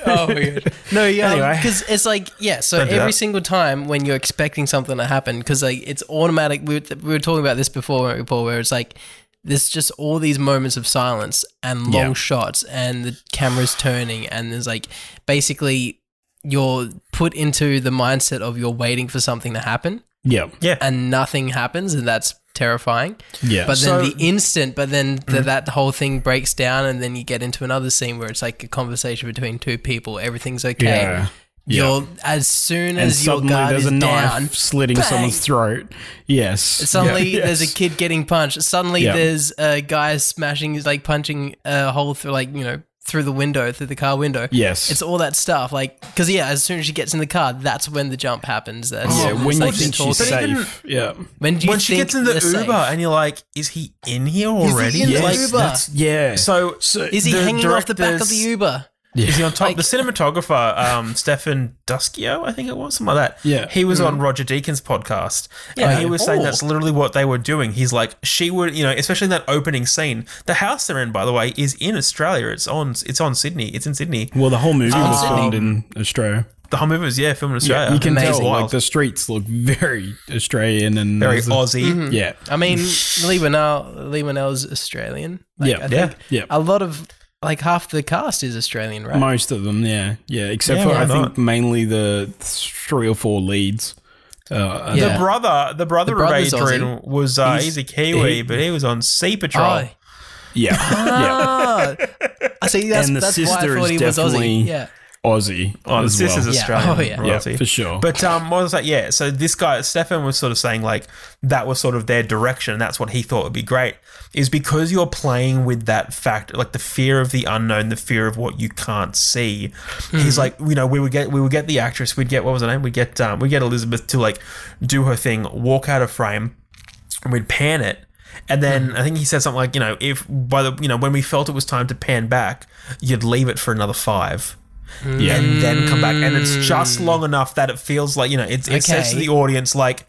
Speaker 5: oh my god no yeah
Speaker 1: Anyway.
Speaker 5: because it's like yeah so
Speaker 4: Don't do
Speaker 5: every
Speaker 4: that.
Speaker 5: single time when you're expecting something to happen because like it's automatic we were, we were talking about this before weren't we, Paul, where it's like there's just all these moments of silence and long
Speaker 1: Yeah.
Speaker 5: shots and the camera's turning and there's like basically you're put into the mindset of you're waiting for something to happen
Speaker 1: yeah
Speaker 5: and nothing happens and that's terrifying
Speaker 1: yeah
Speaker 5: but
Speaker 4: So-
Speaker 5: then the instant, but then th-
Speaker 1: Mm-hmm.
Speaker 5: that whole thing breaks down, and then you get into another scene where it's like a conversation between two people. Everything's okay.
Speaker 1: yeah
Speaker 5: You're as soon
Speaker 1: and
Speaker 5: as your
Speaker 1: suddenly
Speaker 5: guard
Speaker 1: there's
Speaker 5: is
Speaker 1: a knife [LAUGHS]
Speaker 5: down,
Speaker 1: slitting
Speaker 5: bang!
Speaker 1: someone's throat yes
Speaker 5: suddenly
Speaker 1: Yeah.
Speaker 5: there's a
Speaker 1: Yes.
Speaker 5: kid getting punched. Suddenly
Speaker 1: Yeah.
Speaker 5: there's a guy smashing, he's like punching a hole through, like you know, through the window, through the car window.
Speaker 1: yes
Speaker 5: It's all that stuff, like because yeah, as soon as she gets in the car, that's when the jump happens. That's
Speaker 1: yeah
Speaker 5: it's
Speaker 1: when you
Speaker 5: like
Speaker 1: think
Speaker 5: they're
Speaker 1: she's
Speaker 5: talking.
Speaker 4: But even-
Speaker 1: safe yeah
Speaker 5: when do you
Speaker 4: when she
Speaker 5: think
Speaker 4: gets in the Uber
Speaker 5: they're safe?
Speaker 4: and you're like, is he in here
Speaker 5: in
Speaker 4: already?
Speaker 5: the
Speaker 4: Like,
Speaker 5: Uber?
Speaker 1: yeah
Speaker 4: So,
Speaker 1: so
Speaker 5: is he
Speaker 4: the
Speaker 5: hanging off the back of
Speaker 4: directors-
Speaker 5: the Uber?
Speaker 4: Is he on top?
Speaker 5: Like-
Speaker 4: the cinematographer, um, Stefan Duskio, I think it was, something like that.
Speaker 1: Yeah. Mm. Oh.
Speaker 4: He was on Roger Deakins' podcast. And he was saying that's literally what they were doing. He's like, she would, you know, especially in that opening scene. The house they're in, by the way, is in Australia. It's on, it's on Sydney. It's in Sydney.
Speaker 1: Well, the whole movie was
Speaker 5: Ah, Sydney.
Speaker 1: filmed in Australia.
Speaker 4: The whole movie was, yeah, filmed in Australia.
Speaker 1: you can
Speaker 5: Amazing.
Speaker 1: tell like
Speaker 4: Wild.
Speaker 1: the streets look very Australian and
Speaker 4: Very
Speaker 1: there's a- Mm-hmm.
Speaker 4: Aussie.
Speaker 1: Yeah, [LAUGHS]
Speaker 5: I mean, Lee Winnell, Lee Winnell's Australian. Like,
Speaker 1: Yeah.
Speaker 5: I
Speaker 4: Yeah.
Speaker 5: think
Speaker 1: yeah.
Speaker 5: A lot of like half the cast is Australian, right?
Speaker 1: Most of them, yeah, yeah. Except
Speaker 4: Yeah,
Speaker 1: for
Speaker 4: why
Speaker 1: I think
Speaker 4: not?
Speaker 1: mainly the three or four leads. Uh,
Speaker 5: Yeah.
Speaker 4: The brother, the brother
Speaker 5: The
Speaker 4: of
Speaker 5: brother's
Speaker 4: Adrian was uh,
Speaker 1: He's-
Speaker 4: he's, a Kiwi,
Speaker 1: he-
Speaker 4: but he was on Sea Patrol.
Speaker 5: Oh,
Speaker 1: yeah,
Speaker 5: ah, I see. That's,
Speaker 1: And the
Speaker 5: that's why I
Speaker 1: sister
Speaker 5: thought
Speaker 1: is
Speaker 5: he was
Speaker 1: definitely-
Speaker 5: Aussie. Yeah,
Speaker 1: Aussie.
Speaker 4: Oh, the
Speaker 1: as
Speaker 4: sister's
Speaker 1: well.
Speaker 4: Australian.
Speaker 5: Oh, yeah.
Speaker 1: yeah,
Speaker 4: royalty.
Speaker 1: for sure.
Speaker 4: But um, what was that? Yeah. So this guy Stefan was sort of saying like that was sort of their direction. And that's what he thought would be great is because you're playing with that fact, like the fear of the unknown, the fear of what you can't see. He's like, you know, we would get we would get the actress, we'd get what was her name, we get um, we get Elizabeth to like do her thing, walk out of frame, and we'd pan it. And then
Speaker 5: Mm-hmm.
Speaker 4: I think he said something like, you know, if by the you know when we felt it was time to pan back, you'd leave it for another five
Speaker 1: yeah,
Speaker 4: and then come back. And it's just long enough that it feels like you know it's, it says to
Speaker 5: Mm. Okay.
Speaker 4: the audience like,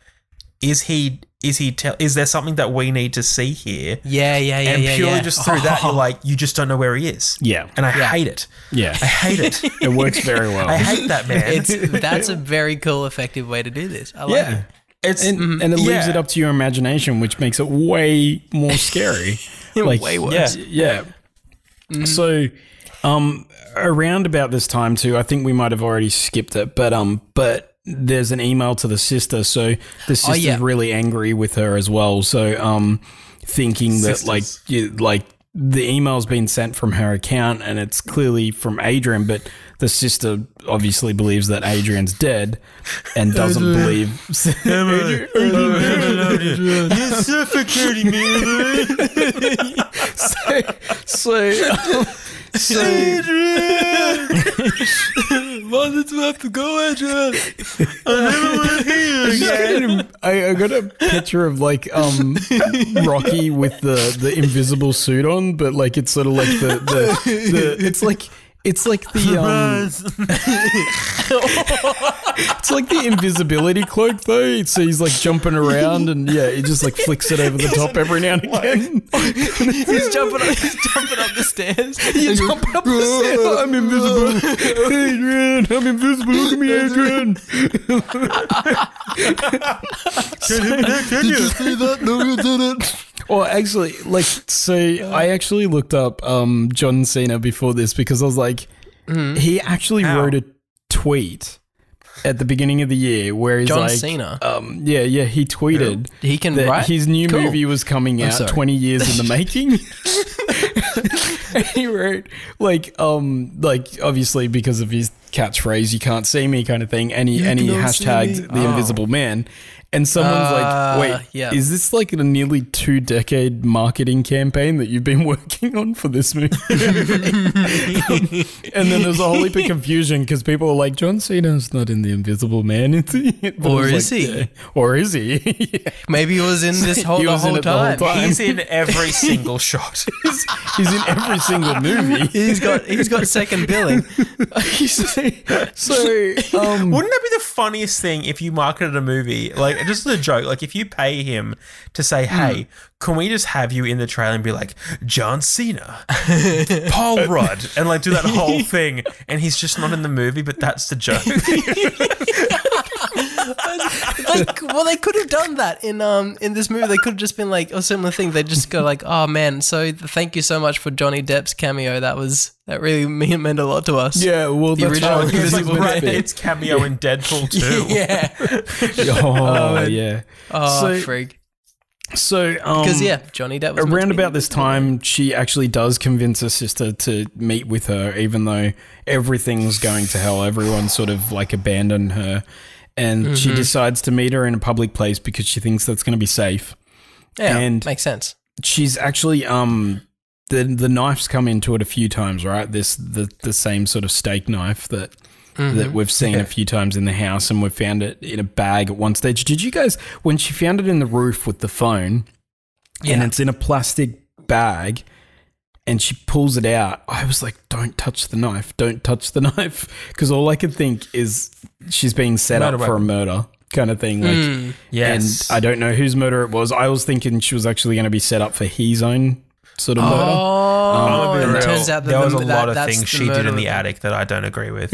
Speaker 4: is he is he tell is there something that we need to see here?
Speaker 5: yeah, yeah, yeah.
Speaker 4: and
Speaker 5: yeah,
Speaker 4: purely
Speaker 5: yeah. Oh,
Speaker 4: just through that,
Speaker 5: [LAUGHS]
Speaker 4: you're like you just don't know where he is.
Speaker 1: yeah,
Speaker 4: and I
Speaker 5: Yeah.
Speaker 4: hate it.
Speaker 1: yeah.
Speaker 4: I [LAUGHS]
Speaker 5: [LAUGHS]
Speaker 4: hate it.
Speaker 1: It works very well.
Speaker 4: I hate that man.
Speaker 5: it's
Speaker 1: [LAUGHS]
Speaker 5: that's a very cool, effective way to do this. I like
Speaker 1: yeah.
Speaker 5: it.
Speaker 4: it's
Speaker 1: And, and it leaves
Speaker 4: yeah.
Speaker 1: it up to your imagination, which makes it way more scary. like,
Speaker 5: Way worse.
Speaker 4: Yeah.
Speaker 1: Yeah. So, um, around about this time too, I think we might have already skipped it, but um, but there's an email to the sister. So the sister's
Speaker 5: yeah.
Speaker 1: really angry with her as well. So um, thinking that like
Speaker 4: Sisters.
Speaker 1: you, like the email's been sent from her account and it's clearly from Adrian, but the sister obviously believes that Adrian's dead and doesn't believe.
Speaker 4: You're suffocating me.
Speaker 1: so, so,
Speaker 5: [LAUGHS]
Speaker 1: um, so
Speaker 5: Why did you have to go,
Speaker 1: I
Speaker 5: Adrian?
Speaker 1: just couldn't- I, I got a picture of like um Rocky with the the invisible suit on, but like it's sort of like the the, the it's like it's like the um, it's like the invisibility cloak though. So he's like jumping around and yeah, he just like flicks it over the top every now and again.
Speaker 5: [LAUGHS] He's jumping up. He's jumping up the stairs. He's jumping
Speaker 1: [LAUGHS]
Speaker 5: up the stairs.
Speaker 1: Oh, I'm invisible, Adrian. I'm invisible. Look at me, Adrian. [LAUGHS] Or actually, like, so I actually looked up um, John Cena before this because I was like, he actually
Speaker 4: How?
Speaker 1: wrote a tweet at the beginning of the year where he's
Speaker 5: John
Speaker 1: like,
Speaker 5: Cena?
Speaker 1: Um, yeah, yeah, he tweeted
Speaker 5: He can
Speaker 1: that
Speaker 5: write.
Speaker 1: his new
Speaker 5: Cool.
Speaker 1: movie was coming out
Speaker 5: sorry.
Speaker 1: 20 years in
Speaker 5: [LAUGHS]
Speaker 1: the making. And he wrote like um like obviously because of his catchphrase you can't see me kind of thing and he and he
Speaker 5: cannot see me.
Speaker 1: hashtagged the invisible man and someone's
Speaker 5: Uh,
Speaker 1: like wait
Speaker 5: Oh. yeah.
Speaker 1: is this like a nearly two decade marketing campaign that you've been [LAUGHS] working on for this movie [LAUGHS] and then there's a whole heap
Speaker 5: [LAUGHS]
Speaker 1: of confusion because people are like john cena's not in the invisible man is he [LAUGHS] But it
Speaker 5: Or
Speaker 1: was
Speaker 5: is
Speaker 1: like,
Speaker 5: he?
Speaker 1: yeah. or is he [LAUGHS] Yeah.
Speaker 5: Maybe he was in this whole,
Speaker 1: He
Speaker 5: the,
Speaker 1: was in
Speaker 5: whole
Speaker 1: it the whole
Speaker 5: time.
Speaker 1: time.
Speaker 4: He's in every single shot.
Speaker 1: he's in every single movie
Speaker 5: [LAUGHS] He's got he's got second
Speaker 1: [LAUGHS]
Speaker 5: billing.
Speaker 1: so um
Speaker 4: Wouldn't that be the funniest thing if you marketed a movie, like just as a joke, like if you pay him to say,
Speaker 5: Mm.
Speaker 4: "Hey, can we just have you in the trailer and be like John Cena,
Speaker 5: [LAUGHS]
Speaker 4: Paul Rudd," and like do that whole thing, and he's just not in the movie, but that's
Speaker 5: [LAUGHS]
Speaker 4: the joke.
Speaker 5: like, well, they could have done that in um in this movie. They could have just been like a similar thing. They just go like, oh man, so thank you so much for Johnny Depp's cameo. That was that really [LAUGHS] me- meant a lot to us.
Speaker 1: yeah well
Speaker 5: The
Speaker 1: that's
Speaker 5: original
Speaker 1: how it
Speaker 4: it's
Speaker 1: is
Speaker 4: like
Speaker 1: with
Speaker 4: Brad
Speaker 1: Big.
Speaker 4: Pitt's cameo in Deadpool
Speaker 5: [LAUGHS]
Speaker 4: too.
Speaker 5: yeah.
Speaker 1: [LAUGHS] oh yeah
Speaker 5: Oh
Speaker 1: So-
Speaker 5: frig.
Speaker 1: so um
Speaker 5: Because yeah, Johnny Depp was meant
Speaker 1: around
Speaker 5: to be-
Speaker 1: about this time, she actually does convince her sister to meet with her, even though everything's going to hell. Everyone sort of like abandoned her, and she decides to meet her in a public place because she thinks that's going to be safe.
Speaker 5: Yeah,
Speaker 1: and-
Speaker 5: makes sense.
Speaker 1: She's actually um the the knife's come into it a few times, right? This the the same sort of steak knife that. That we've seen a few times in the house, and we found it in a bag at one stage. Did you guys, when she found it in the roof with the phone,
Speaker 5: Yeah.
Speaker 1: and it's in a plastic bag and she pulls it out. I was like, don't touch the knife. Don't touch the [LAUGHS] knife. Because all I could think is she's being set
Speaker 4: Murder
Speaker 1: up for a murder kind of thing. Like,
Speaker 4: Yes.
Speaker 1: And I don't know whose murder it was. I was thinking she was actually going to be set up for his own sort of murder.
Speaker 5: Oh,
Speaker 4: I'ma be
Speaker 5: and it
Speaker 4: real.
Speaker 5: turns out that
Speaker 4: there
Speaker 5: the-
Speaker 4: was a
Speaker 5: that-
Speaker 4: lot of
Speaker 5: that's
Speaker 4: things
Speaker 5: the
Speaker 4: she did in
Speaker 5: murderer.
Speaker 4: the attic that I don't
Speaker 5: [LAUGHS]
Speaker 4: agree with.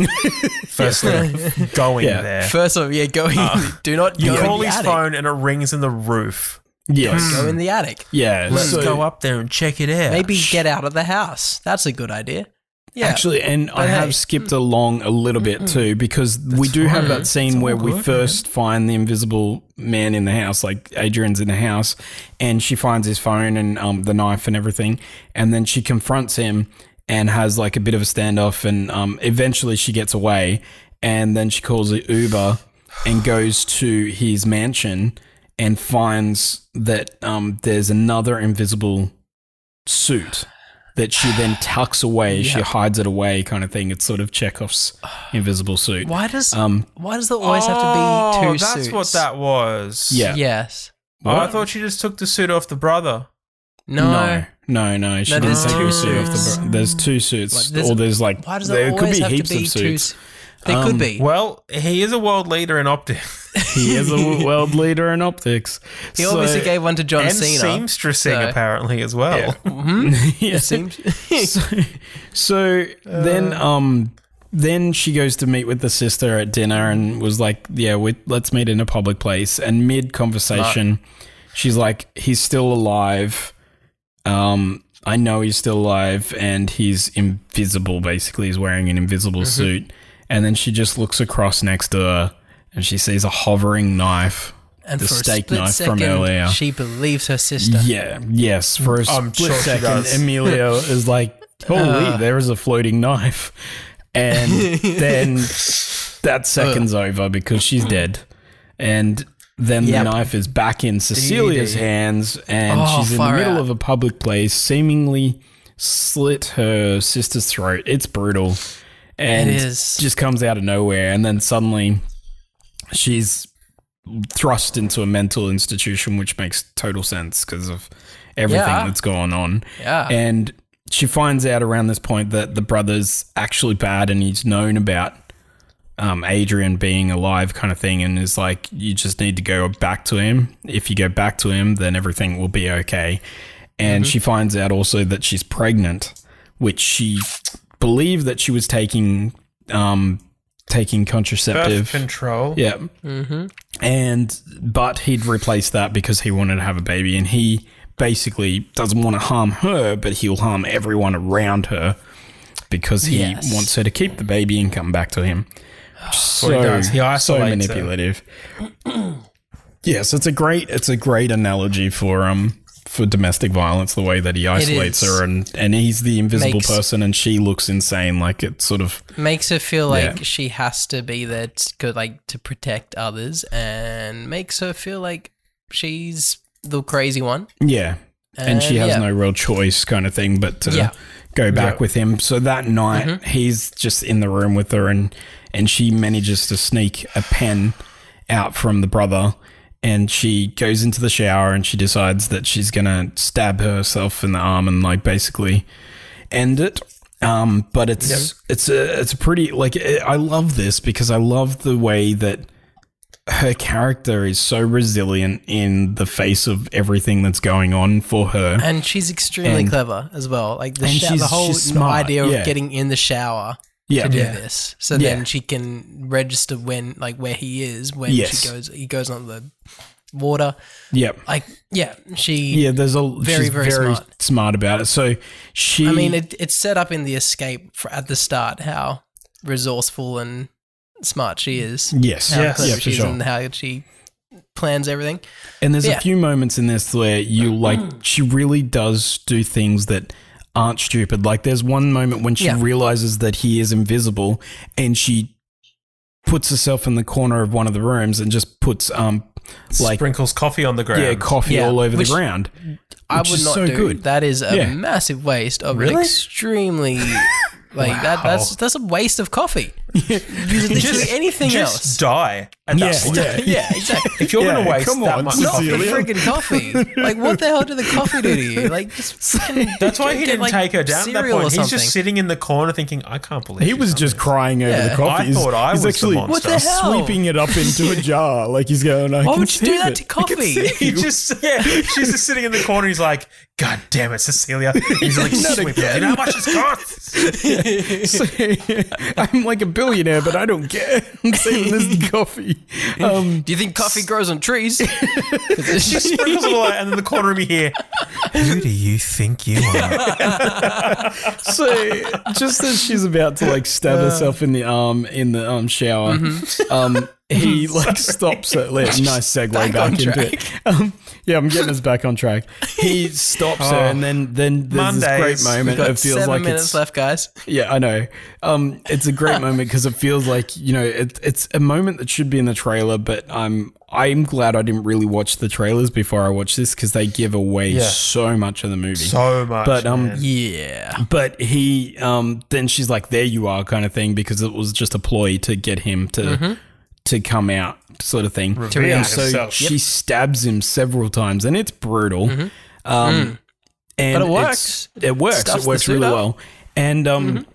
Speaker 4: Firstly, going
Speaker 1: Yeah.
Speaker 4: there.
Speaker 5: First of all, yeah, go in. [LAUGHS] do not
Speaker 4: Uh, You
Speaker 5: go in
Speaker 4: call
Speaker 5: the
Speaker 4: his
Speaker 5: attic.
Speaker 4: phone and it rings in the roof.
Speaker 1: Yes.
Speaker 5: Go in the attic.
Speaker 1: Yeah.
Speaker 4: Let's
Speaker 1: so-
Speaker 4: go up there and check it out.
Speaker 5: Maybe get out of the house. That's a good idea. Yeah.
Speaker 1: Actually, and I
Speaker 5: But hey. Mm.
Speaker 1: have skipped along a little bit too because we do have that scene where we first find the invisible man in the house, like Adrian's in the house, and she finds his phone and um, the knife and everything, and then she confronts him and has like a bit of a standoff, and um, eventually she gets away, and then she calls it Uber and goes to his mansion and finds that um, there's another invisible suit that she then tucks away, she hides it away, kind of thing. It's sort of Chekhov's invisible suit.
Speaker 5: why does
Speaker 1: Um,
Speaker 5: why does there always have to
Speaker 4: Oh,
Speaker 5: be two
Speaker 4: that's
Speaker 5: suits?
Speaker 4: what that was.
Speaker 1: Yeah.
Speaker 5: Yes.
Speaker 4: Oh, I
Speaker 1: What?
Speaker 4: thought she just took the suit off the brother.
Speaker 5: No.
Speaker 1: no, no, no. She
Speaker 5: No,
Speaker 1: didn't
Speaker 5: there's
Speaker 1: take
Speaker 5: two
Speaker 1: a suit off
Speaker 5: suits.
Speaker 1: the. Br- there's two suits,
Speaker 5: Like, there's-
Speaker 1: or there's like
Speaker 5: Why does there
Speaker 1: there
Speaker 5: always
Speaker 1: could be
Speaker 5: have
Speaker 1: heaps
Speaker 5: to be
Speaker 1: of
Speaker 5: two?
Speaker 1: suits.
Speaker 5: s- There could
Speaker 1: Um,
Speaker 5: be.
Speaker 4: Well, he is a world leader
Speaker 1: [LAUGHS]
Speaker 4: in optics
Speaker 1: [LAUGHS] he is a w- world leader in optics.
Speaker 5: He obviously
Speaker 1: So-
Speaker 5: gave one to John
Speaker 4: and
Speaker 5: Cena.
Speaker 4: seamstressing
Speaker 5: so-
Speaker 4: apparently as well.
Speaker 1: [LAUGHS] Yeah.
Speaker 5: Seems-
Speaker 1: [LAUGHS] so, so then um then she goes to meet with the sister at dinner and was like yeah we, let's meet in a public place and mid conversation she's like he's still alive um i know he's still alive and he's invisible basically he's wearing an invisible suit and then she just looks across next to her and she sees a hovering knife
Speaker 5: and
Speaker 1: The
Speaker 5: for
Speaker 1: steak
Speaker 5: a split
Speaker 1: knife from
Speaker 5: second,
Speaker 1: earlier.
Speaker 5: she believes her sister.
Speaker 1: yeah yes for a
Speaker 4: I'm
Speaker 1: split
Speaker 4: sure she
Speaker 1: second
Speaker 5: [LAUGHS]
Speaker 4: does.
Speaker 1: emilio is like holy
Speaker 5: Uh,
Speaker 1: there is a floating knife and
Speaker 5: [LAUGHS]
Speaker 1: then that
Speaker 5: Uh.
Speaker 1: second's over because she's dead and then
Speaker 5: Yep.
Speaker 1: the knife is back in Cecilia's hands, and
Speaker 5: Oh,
Speaker 1: she's in the
Speaker 5: far
Speaker 1: middle
Speaker 5: out.
Speaker 1: of a public place, seemingly slit her sister's throat. It's brutal. And
Speaker 5: It is.
Speaker 1: just comes out of nowhere, and then suddenly she's thrust into a mental institution, which makes total sense because of everything
Speaker 5: Yeah.
Speaker 1: that's going on.
Speaker 5: Yeah.
Speaker 1: And she finds out around this point that the brother's actually bad and he's known about um, Adrian being alive, kind of thing, and is like, you just need to go back to him. If you go back to him, then everything will be okay.
Speaker 5: Mm-hmm.
Speaker 1: And she finds out also that she's pregnant, which she believed that she was taking, um, taking contraceptive.
Speaker 4: Birth control.
Speaker 1: Yeah. Mm-hmm. And but he'd replace that because he wanted to have a baby, and he basically doesn't want to harm her, but he'll harm everyone around her because he
Speaker 5: Yes.
Speaker 1: wants her to keep the baby and come back to him. So,
Speaker 4: what he does. He
Speaker 1: so
Speaker 4: isolates her.
Speaker 1: manipulative. [CLEARS THROAT] yes, it's a great it's a great analogy for um for domestic violence the way that he isolates
Speaker 5: is.
Speaker 1: her and and he's the invisible
Speaker 5: Makes-
Speaker 1: person and she looks insane like it sort of
Speaker 5: Makes her feel like
Speaker 1: Yeah.
Speaker 5: she has to be there to, go, like to protect others, and makes her feel like she's the crazy one.
Speaker 1: Yeah. And she
Speaker 5: And,
Speaker 1: has
Speaker 5: Uh, yeah.
Speaker 1: no real choice kind of thing but to
Speaker 5: Yeah. Mm-hmm.
Speaker 1: go back with him. So that night he's just in the room with her and and she manages to sneak a pen out from the brother and she goes into the shower and she decides that she's going to stab herself in the arm and like basically end it. Um, but it's it's a it's a pretty like i I love this because I love the way that her character is so resilient in the face of everything that's going on for her.
Speaker 5: And she's extremely
Speaker 1: And-
Speaker 5: clever as well. Like the,
Speaker 1: and
Speaker 5: sho- the
Speaker 1: she's-
Speaker 5: whole
Speaker 1: she's smart,
Speaker 5: idea of
Speaker 1: yeah.
Speaker 5: getting in the shower
Speaker 1: yeah,
Speaker 5: do this, so
Speaker 1: Yeah.
Speaker 5: then she can register when, like, where he is when
Speaker 1: Yes.
Speaker 5: she goes. He goes on the water.
Speaker 1: yeah,
Speaker 5: Like, yeah, she.
Speaker 1: yeah. There's a very
Speaker 5: Very,
Speaker 1: very,
Speaker 5: very
Speaker 1: smart.
Speaker 5: smart.
Speaker 1: about it. So she,
Speaker 5: I mean, it, it's set up in the escape for, at the start how resourceful and smart she is.
Speaker 1: yes,
Speaker 5: How
Speaker 1: yes,
Speaker 5: clever
Speaker 1: Mm, yeah, for
Speaker 5: she is
Speaker 1: sure.
Speaker 5: and how she plans everything.
Speaker 1: And there's a
Speaker 5: Yeah. Mm.
Speaker 1: few moments in this where you like she really does do things that aren't stupid. Like there's one moment when she
Speaker 5: Yeah.
Speaker 1: realizes that he is invisible and she puts herself in the corner of one of the rooms and just puts um like
Speaker 4: Sprinkles coffee on the ground.
Speaker 1: yeah coffee
Speaker 5: Yeah,
Speaker 1: all over
Speaker 5: which-
Speaker 1: the ground.
Speaker 5: I
Speaker 1: Which
Speaker 5: would
Speaker 1: is
Speaker 5: not
Speaker 1: so
Speaker 5: do.
Speaker 1: good.
Speaker 5: That is a
Speaker 1: Yeah.
Speaker 5: massive waste of
Speaker 4: Really?
Speaker 5: an extremely [LAUGHS] like that. That's that's a waste of coffee. Use it literally anything
Speaker 4: just
Speaker 5: else.
Speaker 4: die. at
Speaker 1: Yeah,
Speaker 4: that
Speaker 5: [LAUGHS]
Speaker 4: point.
Speaker 1: yeah,
Speaker 5: yeah, exactly.
Speaker 4: [LAUGHS] If you're
Speaker 1: Yeah,
Speaker 4: gonna waste
Speaker 1: come
Speaker 4: that
Speaker 1: on,
Speaker 4: much
Speaker 1: Cecilia.
Speaker 4: coffee,
Speaker 5: Not the freaking coffee.
Speaker 4: [LAUGHS]
Speaker 5: Like, what the hell did the coffee do to you? Like, just fucking
Speaker 4: That's why he
Speaker 5: get,
Speaker 4: didn't
Speaker 5: like,
Speaker 4: take her down at that
Speaker 5: cereal or
Speaker 4: point. He's
Speaker 5: something.
Speaker 4: just sitting in the corner thinking, I can't
Speaker 1: [LAUGHS]
Speaker 4: believe
Speaker 1: He
Speaker 4: she's
Speaker 1: was
Speaker 4: done
Speaker 1: just
Speaker 4: this."
Speaker 1: crying over
Speaker 5: Yeah.
Speaker 1: the coffee.
Speaker 4: I
Speaker 1: He's-
Speaker 4: thought I
Speaker 1: he's
Speaker 4: was the
Speaker 1: actually
Speaker 4: monster.
Speaker 5: What the hell?
Speaker 1: sweeping it up into
Speaker 5: [LAUGHS]
Speaker 1: a jar. Like he's going, I
Speaker 5: Why
Speaker 1: can
Speaker 5: would you do
Speaker 1: save
Speaker 5: that
Speaker 1: it.
Speaker 5: to
Speaker 1: I can
Speaker 5: coffee?"
Speaker 1: save
Speaker 4: [LAUGHS] He
Speaker 1: you.
Speaker 4: just yeah, she's just sitting in the corner. He's like, "God damn it, Cecilia!" He's
Speaker 1: [LAUGHS]
Speaker 4: like,
Speaker 1: Not
Speaker 4: "Sweep it. You know how much it's cost?"
Speaker 1: So, [LAUGHS] I'm like a billionaire, but I don't care. [LAUGHS] I'm saving
Speaker 5: [LAUGHS]
Speaker 1: this coffee. Um,
Speaker 5: Do you think coffee grows on
Speaker 4: [LAUGHS]
Speaker 5: trees? 'Cause it's
Speaker 4: She
Speaker 5: just-
Speaker 1: [LAUGHS]
Speaker 4: sprinkles it all out, and then the corner of me here. Who do you think you are?
Speaker 1: [LAUGHS] so just as she's about to like stab herself in the arm in the um shower,
Speaker 5: Mm-hmm.
Speaker 1: um,
Speaker 5: [LAUGHS]
Speaker 1: he like stops her. Like, nice segue back,
Speaker 5: on
Speaker 1: into it. [LAUGHS] Um, yeah, I'm getting us back on track.
Speaker 5: [LAUGHS]
Speaker 1: He stops her, and then then there's this great
Speaker 4: Mondays.
Speaker 1: moment.
Speaker 5: Oh. Got
Speaker 1: It feels
Speaker 5: seven
Speaker 1: like
Speaker 5: minutes
Speaker 1: it's
Speaker 5: left, guys.
Speaker 1: Yeah, I know. Um, it's a great moment because it feels like you know it, it's a moment that should be in the trailer, but I'm I'm glad I didn't really watch the trailers before I watched this because they give away so much of the movie.
Speaker 4: So much,
Speaker 1: but um,
Speaker 5: Yeah.
Speaker 1: but he um, then she's like, "There you are," kind of thing because it was just a ploy to get him to
Speaker 5: Mm-hmm.
Speaker 1: to come out, sort of thing.
Speaker 4: Reveal
Speaker 1: And so
Speaker 4: himself.
Speaker 1: she stabs him several times, and it's brutal. Um, And
Speaker 5: Mm-hmm. Mm. But it
Speaker 1: it's-
Speaker 5: works.
Speaker 1: It works.
Speaker 5: Stuffs
Speaker 1: it
Speaker 5: the
Speaker 1: works
Speaker 5: suit
Speaker 1: really
Speaker 5: up. Mm-hmm.
Speaker 1: well. And um,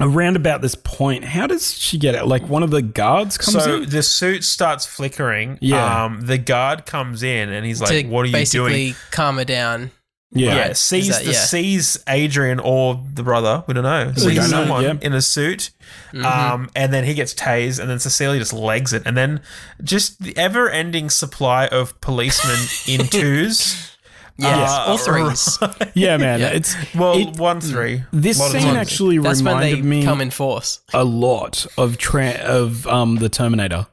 Speaker 1: around about this point, how does she get it? Like one of the guards comes
Speaker 4: So
Speaker 1: in.
Speaker 4: the suit starts flickering.
Speaker 1: Yeah.
Speaker 4: Um, the guard comes in and he's like,
Speaker 5: to
Speaker 4: "What are you
Speaker 5: basically
Speaker 4: doing?"
Speaker 5: calm her down.
Speaker 4: Yeah,
Speaker 1: Yeah.
Speaker 4: sees
Speaker 5: that-
Speaker 4: the
Speaker 5: yeah.
Speaker 4: sees Adrian or the brother. We don't know. Sees
Speaker 1: don't know,
Speaker 4: someone
Speaker 1: yeah.
Speaker 4: in a suit,
Speaker 5: Mm-hmm.
Speaker 4: um, and then he gets tased, and then Cecilia just legs it, and then just the ever ending supply of policemen
Speaker 5: [LAUGHS]
Speaker 4: in twos.
Speaker 5: Yes,
Speaker 4: Uh,
Speaker 5: all threes.
Speaker 1: Yeah,
Speaker 5: [LAUGHS]
Speaker 1: man. It's
Speaker 4: Well,
Speaker 1: it-
Speaker 4: one three.
Speaker 1: this
Speaker 4: Lot of
Speaker 1: scene
Speaker 4: ones.
Speaker 1: actually
Speaker 5: That's when they
Speaker 1: reminded me
Speaker 5: come in force.
Speaker 1: a lot of tra- of um the Terminator.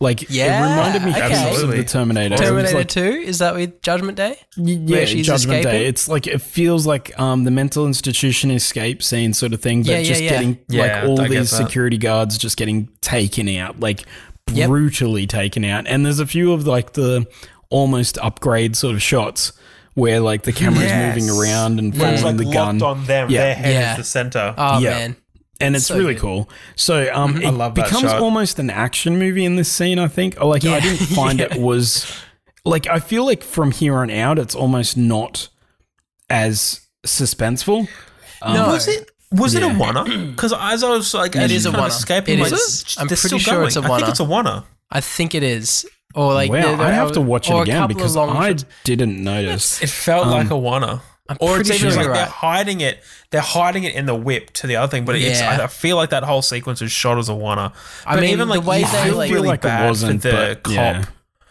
Speaker 1: Like
Speaker 5: Yeah,
Speaker 1: it reminded me
Speaker 5: okay.
Speaker 1: heaps of
Speaker 4: Absolutely.
Speaker 1: the Terminator. It was
Speaker 5: Terminator
Speaker 1: like-
Speaker 5: 2, is that with Judgment Day?
Speaker 1: Y- Yeah,
Speaker 5: where she's
Speaker 1: Judgment Day.
Speaker 5: escaping?
Speaker 1: It's like it feels like um, the mental institution escape scene sort of thing, but
Speaker 5: Yeah, yeah,
Speaker 1: just
Speaker 5: yeah.
Speaker 1: getting
Speaker 4: Yeah,
Speaker 1: like all
Speaker 4: I get
Speaker 1: these
Speaker 4: that.
Speaker 1: security guards just getting taken out, like
Speaker 5: Yep.
Speaker 1: brutally taken out. And there's a few of like the almost upgrade sort of shots where like the camera's
Speaker 4: Yes.
Speaker 1: moving around and
Speaker 4: It
Speaker 1: following
Speaker 4: was, like,
Speaker 1: Mm. the gun.
Speaker 4: locked on them.
Speaker 1: Yeah.
Speaker 4: Their head
Speaker 5: Yeah.
Speaker 4: is the center.
Speaker 5: Oh,
Speaker 1: Yeah.
Speaker 5: man.
Speaker 1: and it's
Speaker 5: So
Speaker 1: really
Speaker 5: good. Mm-hmm.
Speaker 1: cool. So um, it
Speaker 4: love that
Speaker 1: becomes
Speaker 4: shot.
Speaker 1: almost an action movie in this scene. I think. Oh, Like I
Speaker 5: [LAUGHS] Yeah.
Speaker 1: didn't find it was like I feel like from here on out, it's almost not as suspenseful. Um,
Speaker 4: was it? Was it a wanna?
Speaker 5: [CLEARS THROAT]
Speaker 4: Because as I was like, as
Speaker 5: It is
Speaker 4: she's
Speaker 5: a
Speaker 4: kind of
Speaker 5: wanna.
Speaker 4: escaping,
Speaker 5: It
Speaker 4: like,
Speaker 5: is.
Speaker 4: "Sh-
Speaker 5: I'm
Speaker 4: they're
Speaker 5: pretty
Speaker 4: still
Speaker 5: sure it's
Speaker 4: going."
Speaker 5: a
Speaker 4: I think
Speaker 5: wanna.
Speaker 4: it's a wanna.
Speaker 5: I think it is. Or like,
Speaker 1: Wow,
Speaker 5: there- there
Speaker 1: I have
Speaker 5: are-
Speaker 1: to watch it
Speaker 5: or a
Speaker 1: again
Speaker 5: couple of
Speaker 1: because
Speaker 5: long
Speaker 1: I Uh,
Speaker 5: shots.
Speaker 1: didn't notice.
Speaker 4: It felt like a wanna.
Speaker 5: Um, I'm
Speaker 4: or it's
Speaker 5: pretty
Speaker 4: even
Speaker 5: sure
Speaker 4: like
Speaker 5: you're
Speaker 4: they're
Speaker 5: right.
Speaker 4: hiding it. They're hiding it in the whip to the other thing, but it's,
Speaker 5: Yeah.
Speaker 4: I, I feel like that whole sequence is shot as a wanna.
Speaker 5: I
Speaker 4: But
Speaker 5: mean,
Speaker 4: even
Speaker 5: the
Speaker 4: like
Speaker 5: way
Speaker 4: you
Speaker 5: they,
Speaker 4: feel
Speaker 5: like-
Speaker 4: really
Speaker 1: Feel like it
Speaker 4: bad
Speaker 1: wasn't,
Speaker 4: for the
Speaker 1: but,
Speaker 4: cop.
Speaker 1: yeah.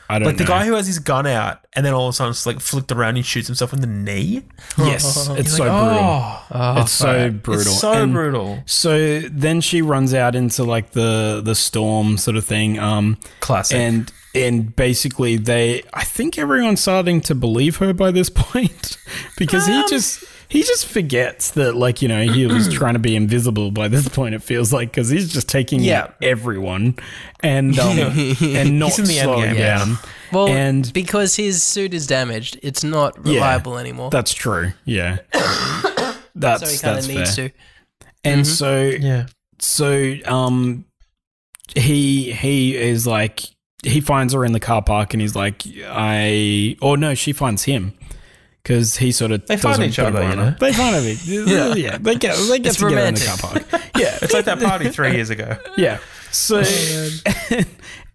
Speaker 1: I don't
Speaker 4: Like the
Speaker 1: know.
Speaker 4: guy who has his gun out and then all of a sudden it's like flicked around and shoots himself in the knee. [LAUGHS]
Speaker 1: yes, it's so brutal.
Speaker 4: Oh,
Speaker 1: it's so brutal.
Speaker 4: it's so
Speaker 1: And-
Speaker 4: brutal.
Speaker 1: So then she runs out into like the the storm sort of thing. Um,
Speaker 4: Classic.
Speaker 1: and and basically they i think everyone's starting to believe her by this [LAUGHS] point because
Speaker 4: Um,
Speaker 1: he just he just forgets that like you know he
Speaker 4: [CLEARS THROAT]
Speaker 1: was trying to be invisible by this point it feels like because he's just taking
Speaker 4: Yeah.
Speaker 1: out everyone and
Speaker 4: [LAUGHS]
Speaker 1: um, and not
Speaker 4: He's in the end
Speaker 1: slowing
Speaker 4: game, yeah.
Speaker 1: down
Speaker 5: Well,
Speaker 1: and
Speaker 5: because his suit is damaged, it's not
Speaker 1: Yeah.
Speaker 5: reliable anymore.
Speaker 1: that's true
Speaker 4: [COUGHS]
Speaker 1: yeah that's
Speaker 5: so he kind
Speaker 1: that's
Speaker 5: of
Speaker 1: fair
Speaker 5: needs to.
Speaker 1: and
Speaker 5: Mm-hmm.
Speaker 1: so
Speaker 4: yeah.
Speaker 1: so um he he is like he finds her in the car park and he's like i or no she finds him because he sort of
Speaker 4: They find
Speaker 1: doesn't
Speaker 4: each other,
Speaker 1: put her
Speaker 4: you
Speaker 1: on
Speaker 4: know?
Speaker 1: her. they find
Speaker 4: [LAUGHS]
Speaker 1: each yeah. yeah they get they get
Speaker 5: It's
Speaker 1: together in the
Speaker 5: romantic.
Speaker 1: car park yeah
Speaker 4: It's like that party three years ago.
Speaker 1: yeah so
Speaker 4: Oh,
Speaker 1: [LAUGHS]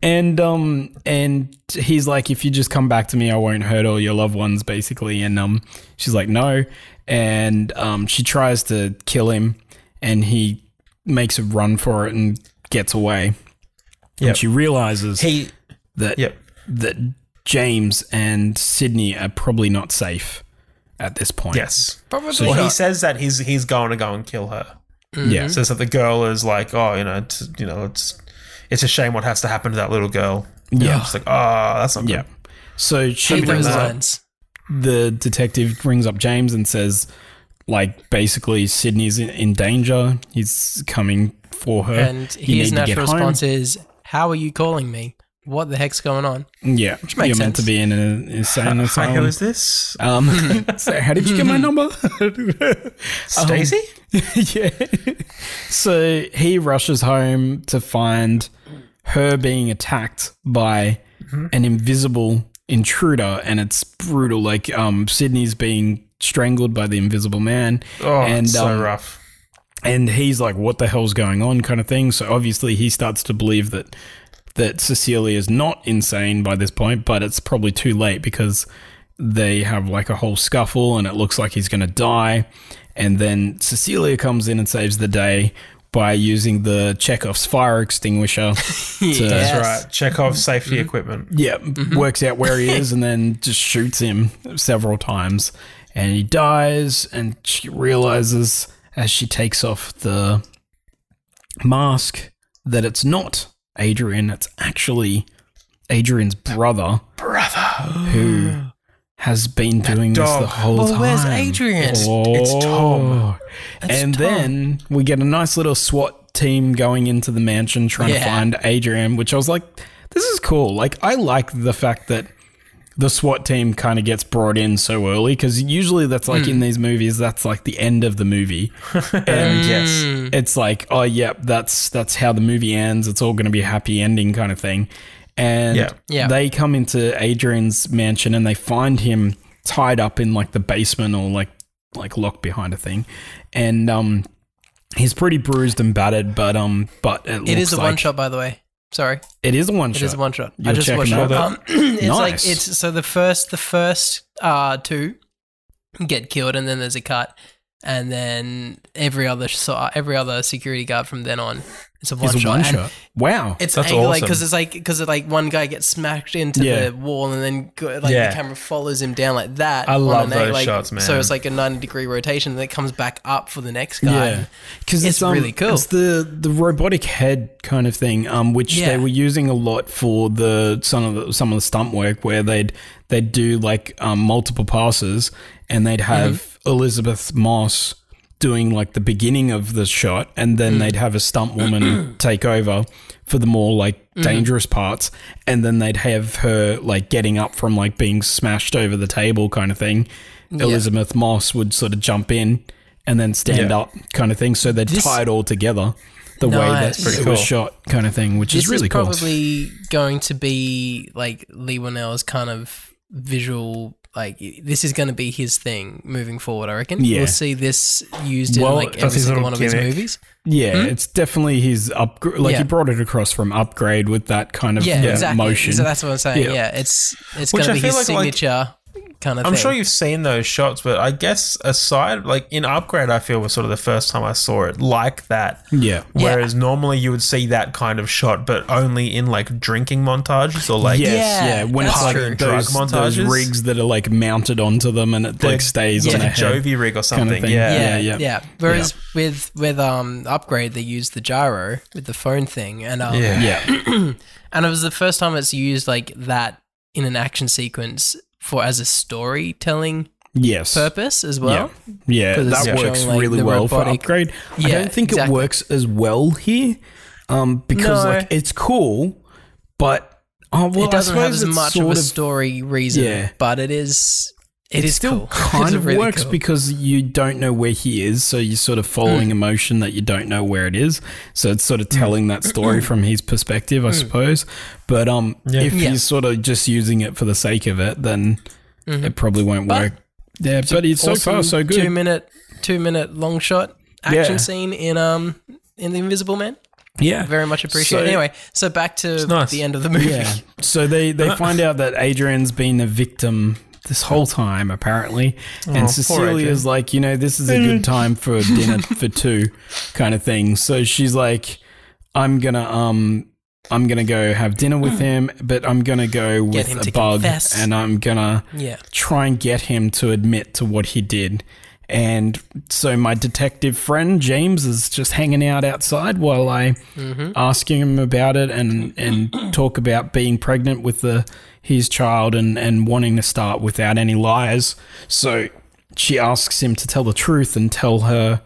Speaker 1: and um and he's like if you just come back to me i won't hurt all your loved ones basically and um she's like no and um she tries to kill him and he makes a run for it and gets away and
Speaker 4: Yep.
Speaker 1: she realizes
Speaker 4: He
Speaker 1: that
Speaker 4: Yep.
Speaker 1: that james and sydney are probably not safe at this point
Speaker 4: [LAUGHS] Yes.
Speaker 5: Probably
Speaker 1: So
Speaker 4: Well, he
Speaker 5: not.
Speaker 4: says that he's he's going to go and kill her.
Speaker 1: yeah
Speaker 4: Says that the girl is like, oh, you know, it's, you know, it's it's a shame what has to happen to that little girl.
Speaker 1: Yeah.
Speaker 4: It's like, oh, that's not
Speaker 1: yeah so she
Speaker 5: Hate those
Speaker 1: brings up
Speaker 5: lines.
Speaker 1: the detective brings up James and says, like, basically, Sydney's in, in danger. He's coming for her.
Speaker 5: And
Speaker 1: You
Speaker 5: his
Speaker 1: need to get
Speaker 5: natural response
Speaker 1: home.
Speaker 5: is, How are you calling me? What the heck's
Speaker 1: [LAUGHS]
Speaker 5: going on?
Speaker 1: Yeah, you're
Speaker 5: makes
Speaker 1: meant to
Speaker 5: sense.
Speaker 1: be in an
Speaker 4: [LAUGHS]
Speaker 1: insane
Speaker 4: good. Hi, who
Speaker 1: asylum.
Speaker 4: is this?
Speaker 1: Um,
Speaker 5: [LAUGHS]
Speaker 1: [LAUGHS] so how did you get my
Speaker 4: [LAUGHS]
Speaker 1: number?
Speaker 4: Stacy?
Speaker 1: yeah. So he rushes home to find her being attacked by
Speaker 4: Mm-hmm.
Speaker 1: an invisible intruder, and it's brutal. Like um, Sydney's being strangled by the Invisible Man,
Speaker 4: Oh,
Speaker 1: and
Speaker 4: it's so
Speaker 1: um,
Speaker 4: rough.
Speaker 1: and he's like, "What the hell's going on?" kind of thing. So obviously, he starts to believe that that Cecilia is not insane by this point, but it's probably too late because they have like a whole scuffle, and it looks like he's going to die. And then Cecilia comes in and saves the day by using the Chekhov's fire extinguisher. [LAUGHS] to,
Speaker 5: Yeah.
Speaker 4: That's right. Chekhov's safety equipment.
Speaker 1: yeah, works out where he is and then just shoots him several times. And he dies, and she realizes as she takes off the mask that it's not Adrian, it's actually Adrian's brother. Brother. Who has been doing this
Speaker 4: dog.
Speaker 1: the whole
Speaker 5: Well,
Speaker 1: time. Oh.
Speaker 5: where's Adrian? It's-
Speaker 4: it's Tom.
Speaker 1: and then we get a nice little SWAT team going into the mansion trying to
Speaker 5: Yeah.
Speaker 1: find Adrian, which I was like, this is cool. Like, I like the fact that the SWAT team kind of gets brought in so early because usually that's like in these movies, that's like the end of the movie. and
Speaker 4: yes.
Speaker 1: it's like, oh, yep, that's that's how the movie ends. It's all going to be a happy ending kind of thing. And
Speaker 4: Yeah.
Speaker 5: Yeah.
Speaker 1: they come into Adrian's mansion and they find him tied up in like the basement or like like locked behind a thing. And um he's pretty bruised and battered, but um but it,
Speaker 5: It
Speaker 1: looks
Speaker 5: is a
Speaker 1: like-
Speaker 5: one shot, by the way. Sorry,
Speaker 1: It is a one
Speaker 5: it
Speaker 1: shot.
Speaker 5: is a one shot. I
Speaker 1: You're
Speaker 5: just
Speaker 1: checking
Speaker 5: watched
Speaker 1: all
Speaker 5: it.
Speaker 1: the-
Speaker 5: Um, [CLEARS THROAT] it's like
Speaker 1: Nice.
Speaker 5: it's so the first the first uh two get killed, and then there's a cut, and then every other so every other security guard from then on it's a one
Speaker 1: It's a
Speaker 5: shot.
Speaker 1: one
Speaker 5: and
Speaker 1: shot. Wow.
Speaker 5: It's
Speaker 4: That's
Speaker 5: angle, like
Speaker 4: awesome.
Speaker 5: because it's like because it like one guy gets smashed into
Speaker 1: Yeah.
Speaker 5: the wall and then go, like
Speaker 4: Yeah.
Speaker 5: the camera follows him down like that.
Speaker 4: I
Speaker 5: on
Speaker 4: love
Speaker 5: an angle,
Speaker 4: those
Speaker 5: like-
Speaker 4: shots, man.
Speaker 5: So it's like a ninety degree rotation and then it comes back up for the next guy.
Speaker 1: Yeah, because
Speaker 5: It's really cool.
Speaker 1: It's the the robotic head kind of thing, um, which
Speaker 5: Yeah.
Speaker 1: they were using a lot for the some of the some of the stunt work where they'd they'd do like um, multiple passes and
Speaker 5: Mm-hmm.
Speaker 1: they'd have Elizabeth Moss doing like the beginning of the shot and
Speaker 5: Mm.
Speaker 1: then they'd have a stunt
Speaker 5: [CLEARS THROAT]
Speaker 1: woman take over for the more like
Speaker 5: Mm-hmm.
Speaker 1: dangerous parts and then they'd have her like getting up from like being smashed over the table kind of thing elizabeth moss would sort of jump in and then stand
Speaker 4: Yeah.
Speaker 1: up kind of thing. So they're tied all together the way that
Speaker 5: Nice.
Speaker 1: it
Speaker 5: Pretty
Speaker 1: was
Speaker 4: cool.
Speaker 1: shot kind of thing, which is
Speaker 5: This
Speaker 1: really
Speaker 5: is
Speaker 1: cool.
Speaker 5: probably going to be like Lee Winnell's kind of visual. Like this is going to be his thing moving forward. I reckon.
Speaker 1: Yeah.
Speaker 5: We'll see this used in
Speaker 1: Well,
Speaker 5: like
Speaker 4: that's
Speaker 5: every
Speaker 4: his
Speaker 5: single
Speaker 4: little
Speaker 5: one of his
Speaker 4: gimmick.
Speaker 5: movies.
Speaker 1: yeah, it's definitely his upgrade. Like
Speaker 5: Hmm? Yeah.
Speaker 1: he brought it across from upgrade with that kind of [LAUGHS]
Speaker 5: Yeah,
Speaker 1: yeah,
Speaker 5: exactly.
Speaker 1: motion.
Speaker 5: So that's what I'm saying.
Speaker 1: Yeah.
Speaker 5: Yeah, it's it's
Speaker 4: Which
Speaker 5: going to
Speaker 4: I
Speaker 5: be
Speaker 4: feel
Speaker 5: his
Speaker 4: like- like-
Speaker 5: signature kind of.
Speaker 4: I'm
Speaker 5: thing.
Speaker 4: sure you've seen those shots, but I guess aside, like in Upgrade, I feel was sort of the first time I saw it like that.
Speaker 1: yeah.
Speaker 4: Whereas normally you would see that kind of shot, but only in like drinking montages or like
Speaker 1: Yes, yeah.
Speaker 5: Yeah,
Speaker 1: When it's
Speaker 5: that's
Speaker 1: like
Speaker 5: true.
Speaker 4: Drug
Speaker 1: those, those
Speaker 4: montages.
Speaker 1: rigs that are like mounted onto them and it like stays
Speaker 4: it's
Speaker 1: on
Speaker 4: like
Speaker 1: their
Speaker 4: a
Speaker 1: head.
Speaker 4: Jovi rig or something.
Speaker 1: thing.
Speaker 4: Yeah.
Speaker 5: Yeah,
Speaker 1: Yeah, yeah.
Speaker 5: yeah, Whereas with with um upgrade, they used the gyro with the phone thing, and um,
Speaker 4: Yeah.
Speaker 1: Yeah,
Speaker 5: and it was the first time it's used like that in an action sequence for as a storytelling
Speaker 1: yes.
Speaker 5: purpose as well.
Speaker 1: Yeah,
Speaker 5: 'Cause it's
Speaker 1: that works
Speaker 5: showing, like,
Speaker 1: really
Speaker 5: the
Speaker 1: well for
Speaker 5: robotic-
Speaker 1: upgrade. I
Speaker 5: Yeah,
Speaker 1: don't think it
Speaker 5: exactly.
Speaker 1: works as well here, um, because
Speaker 5: No.
Speaker 1: like it's cool, but oh, well,
Speaker 5: it doesn't
Speaker 1: I
Speaker 5: have
Speaker 1: suppose
Speaker 5: as
Speaker 1: it's
Speaker 5: much of
Speaker 1: sort
Speaker 5: a story reason,
Speaker 1: Yeah.
Speaker 5: but it is it
Speaker 1: It
Speaker 5: is
Speaker 1: still
Speaker 5: cool. [LAUGHS]
Speaker 1: kind
Speaker 5: It's
Speaker 1: of
Speaker 5: really
Speaker 1: works
Speaker 5: cool.
Speaker 1: because you don't know where he is, so you're sort of
Speaker 5: Mm.
Speaker 1: following emotion that you don't know where it is. So it's sort of telling that story from his perspective, I suppose. But um, if
Speaker 5: Mm. Yeah.
Speaker 1: he's sort of just using it for the sake of it, then it probably won't
Speaker 5: But-
Speaker 1: work. Yeah, but it's so far
Speaker 5: Awesome
Speaker 1: so
Speaker 5: Mm-hmm. Two
Speaker 1: good.
Speaker 5: minute two minute long shot action
Speaker 1: Yeah.
Speaker 5: scene in um in the Invisible Man.
Speaker 1: Yeah,
Speaker 5: Very much appreciated.
Speaker 1: So-
Speaker 5: anyway, so back to
Speaker 4: nice.
Speaker 5: the end of the movie.
Speaker 1: Yeah. So they they
Speaker 5: [LAUGHS]
Speaker 1: find out that Adrian's been a victim this whole time apparently,
Speaker 5: Oh,
Speaker 1: and Cecilia's like, you know, this is a
Speaker 5: [LAUGHS]
Speaker 1: good time for dinner for two, kind of thing. So she's like, I'm gonna um. I'm gonna go have dinner with him, but I'm gonna go with
Speaker 5: Hmm. him
Speaker 1: a
Speaker 5: to
Speaker 1: bug,
Speaker 5: confess.
Speaker 1: and I'm gonna
Speaker 5: [LAUGHS] Yeah.
Speaker 1: try and get him to admit to what he did. And so my detective friend James is just hanging out outside while I
Speaker 5: Mm-hmm.
Speaker 1: ask him about it and and
Speaker 5: [CLEARS THROAT]
Speaker 1: talk about being pregnant with the his child and and wanting to start without any lies. So she asks him to tell the truth and tell her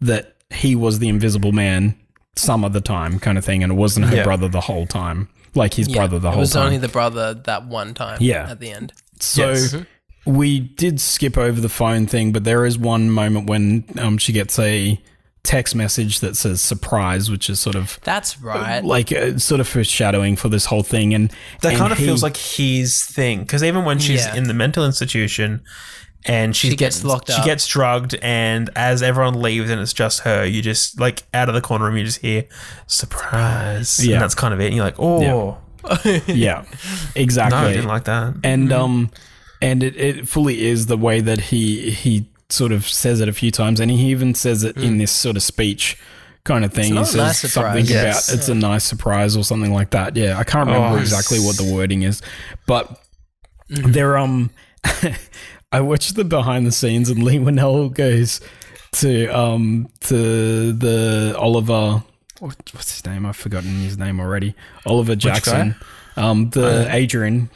Speaker 1: that he was the invisible man some of the time kind of thing and it wasn't her
Speaker 4: Yeah.
Speaker 1: brother the whole time like his
Speaker 5: Yeah,
Speaker 1: brother the
Speaker 5: it
Speaker 1: whole
Speaker 5: was
Speaker 1: time
Speaker 5: only the brother that one time.
Speaker 1: Yeah.
Speaker 5: at the end.
Speaker 1: so
Speaker 4: Yes.
Speaker 1: we did skip over the phone thing, but there is one moment when um, she gets a text message that says surprise, which is sort of
Speaker 5: That's right.
Speaker 1: like uh, sort of foreshadowing for this whole thing. And
Speaker 4: That
Speaker 1: and
Speaker 4: kind of
Speaker 1: he-
Speaker 4: feels like his thing because even when she's
Speaker 5: Yeah.
Speaker 4: in the mental institution and she's
Speaker 5: She gets
Speaker 4: getting-
Speaker 5: locked
Speaker 4: she
Speaker 5: up.
Speaker 4: gets drugged, and as everyone leaves and it's just her, you just like out of the corner room, you just hear surprise,
Speaker 1: Yeah.
Speaker 4: and that's kind of it. And you're like, oh,
Speaker 1: yeah,
Speaker 4: [LAUGHS] no, I
Speaker 1: exactly.
Speaker 4: didn't like that.
Speaker 1: and
Speaker 5: Mm-hmm.
Speaker 1: um and it, it fully is the way that he he sort of says it a few times and he even says it in this sort of speech kind of thing
Speaker 5: Mm. not
Speaker 1: he
Speaker 5: a
Speaker 1: says
Speaker 5: nice surprise.
Speaker 1: something
Speaker 4: Yes.
Speaker 1: about it's a nice surprise or something like that yeah i can't remember
Speaker 5: Oh.
Speaker 1: exactly what the wording is but
Speaker 5: Mm-hmm.
Speaker 1: they're um [LAUGHS] i watched the behind the scenes and lee winnell goes to um to the oliver what- what's his name i've forgotten his name already oliver jackson um the adrian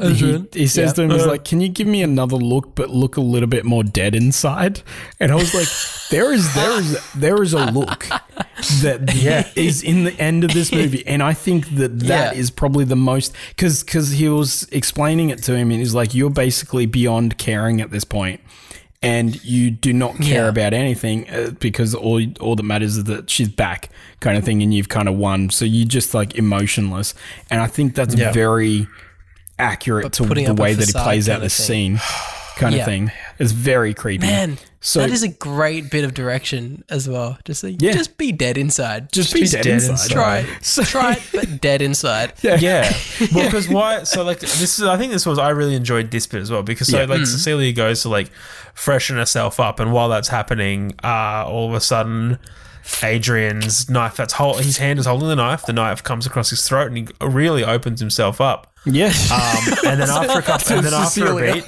Speaker 1: he, he says to him, he's like, Can you give me another look, but look a little bit more dead inside? And I was like, There is there is there is a look that is in the end of this movie. And I think that that is
Speaker 5: Yeah.
Speaker 1: probably the most because because he was explaining it to him and he's like, You're basically beyond caring at this point. And you do not care
Speaker 5: Yeah.
Speaker 1: about anything uh, because all all that matters is that she's back, kind of thing, and you've kind of won. So you're just like emotionless, and I think that's very accurate to
Speaker 5: putting
Speaker 1: the
Speaker 5: up a
Speaker 1: way that he
Speaker 5: facade
Speaker 1: plays out
Speaker 5: kinda
Speaker 1: this
Speaker 5: thing.
Speaker 1: scene, kind
Speaker 5: [SIGHS] Yeah.
Speaker 1: of thing. It's very creepy.
Speaker 5: Man,
Speaker 1: So-
Speaker 5: that is a great bit of direction as well. Just like,
Speaker 1: Yeah.
Speaker 5: just be dead inside.
Speaker 1: just be dead,
Speaker 4: dead
Speaker 1: inside.
Speaker 4: inside.
Speaker 5: try it.
Speaker 1: [LAUGHS]
Speaker 5: try it, but dead inside.
Speaker 4: Yeah, well, because why? So like this is. I think this was. I really enjoyed this bit as well because so
Speaker 1: Yeah.
Speaker 4: like Cecilia goes to like freshen herself up, and while that's happening, uh, all of a sudden, Adrian's knife. That's whole. His hand is holding the knife. The knife comes across his throat, and he really opens himself up.
Speaker 5: [LAUGHS]
Speaker 1: Yes.
Speaker 4: Um, [LAUGHS] and then after a couple, and then after a
Speaker 1: Cecilia.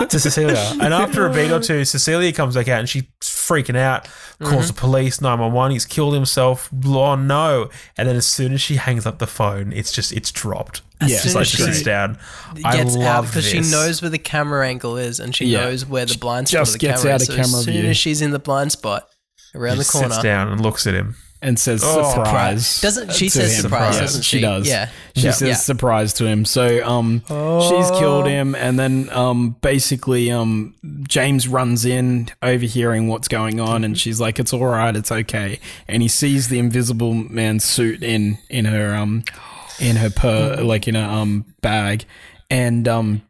Speaker 4: beat, [LAUGHS] to Cecilia, and after a beat or two, Cecilia comes back out and she's freaking out, calls the police, nine one one. He's killed himself. Oh no! And then as soon as she hangs up the phone, it's just it's dropped.
Speaker 5: As
Speaker 1: Yeah,
Speaker 5: soon
Speaker 4: It's like
Speaker 5: as
Speaker 4: she
Speaker 5: she
Speaker 4: sits down. I
Speaker 5: gets out
Speaker 4: love
Speaker 5: because
Speaker 4: this.
Speaker 5: she knows where the camera angle is and she
Speaker 1: Yeah.
Speaker 5: knows where the blind spot
Speaker 1: Just
Speaker 5: of the
Speaker 1: gets
Speaker 5: camera
Speaker 1: out
Speaker 5: is.
Speaker 1: of
Speaker 5: So
Speaker 1: camera
Speaker 5: as soon
Speaker 1: view.
Speaker 5: as she's in the blind spot, around the
Speaker 4: She
Speaker 5: corner,
Speaker 4: sits down and looks at him.
Speaker 1: and says
Speaker 4: Oh,
Speaker 1: surprise.
Speaker 5: Doesn't- she
Speaker 1: to
Speaker 5: says surprise,
Speaker 1: Yeah,
Speaker 5: doesn't she?
Speaker 1: does.
Speaker 5: Yeah.
Speaker 1: She
Speaker 5: Yeah. Oh.
Speaker 1: says
Speaker 5: Yeah.
Speaker 1: surprise to him. So um she's killed him and then um basically um James runs in overhearing what's going on and she's like it's all right, it's okay. And he sees the invisible man's suit in in her um in her per like in her um bag and um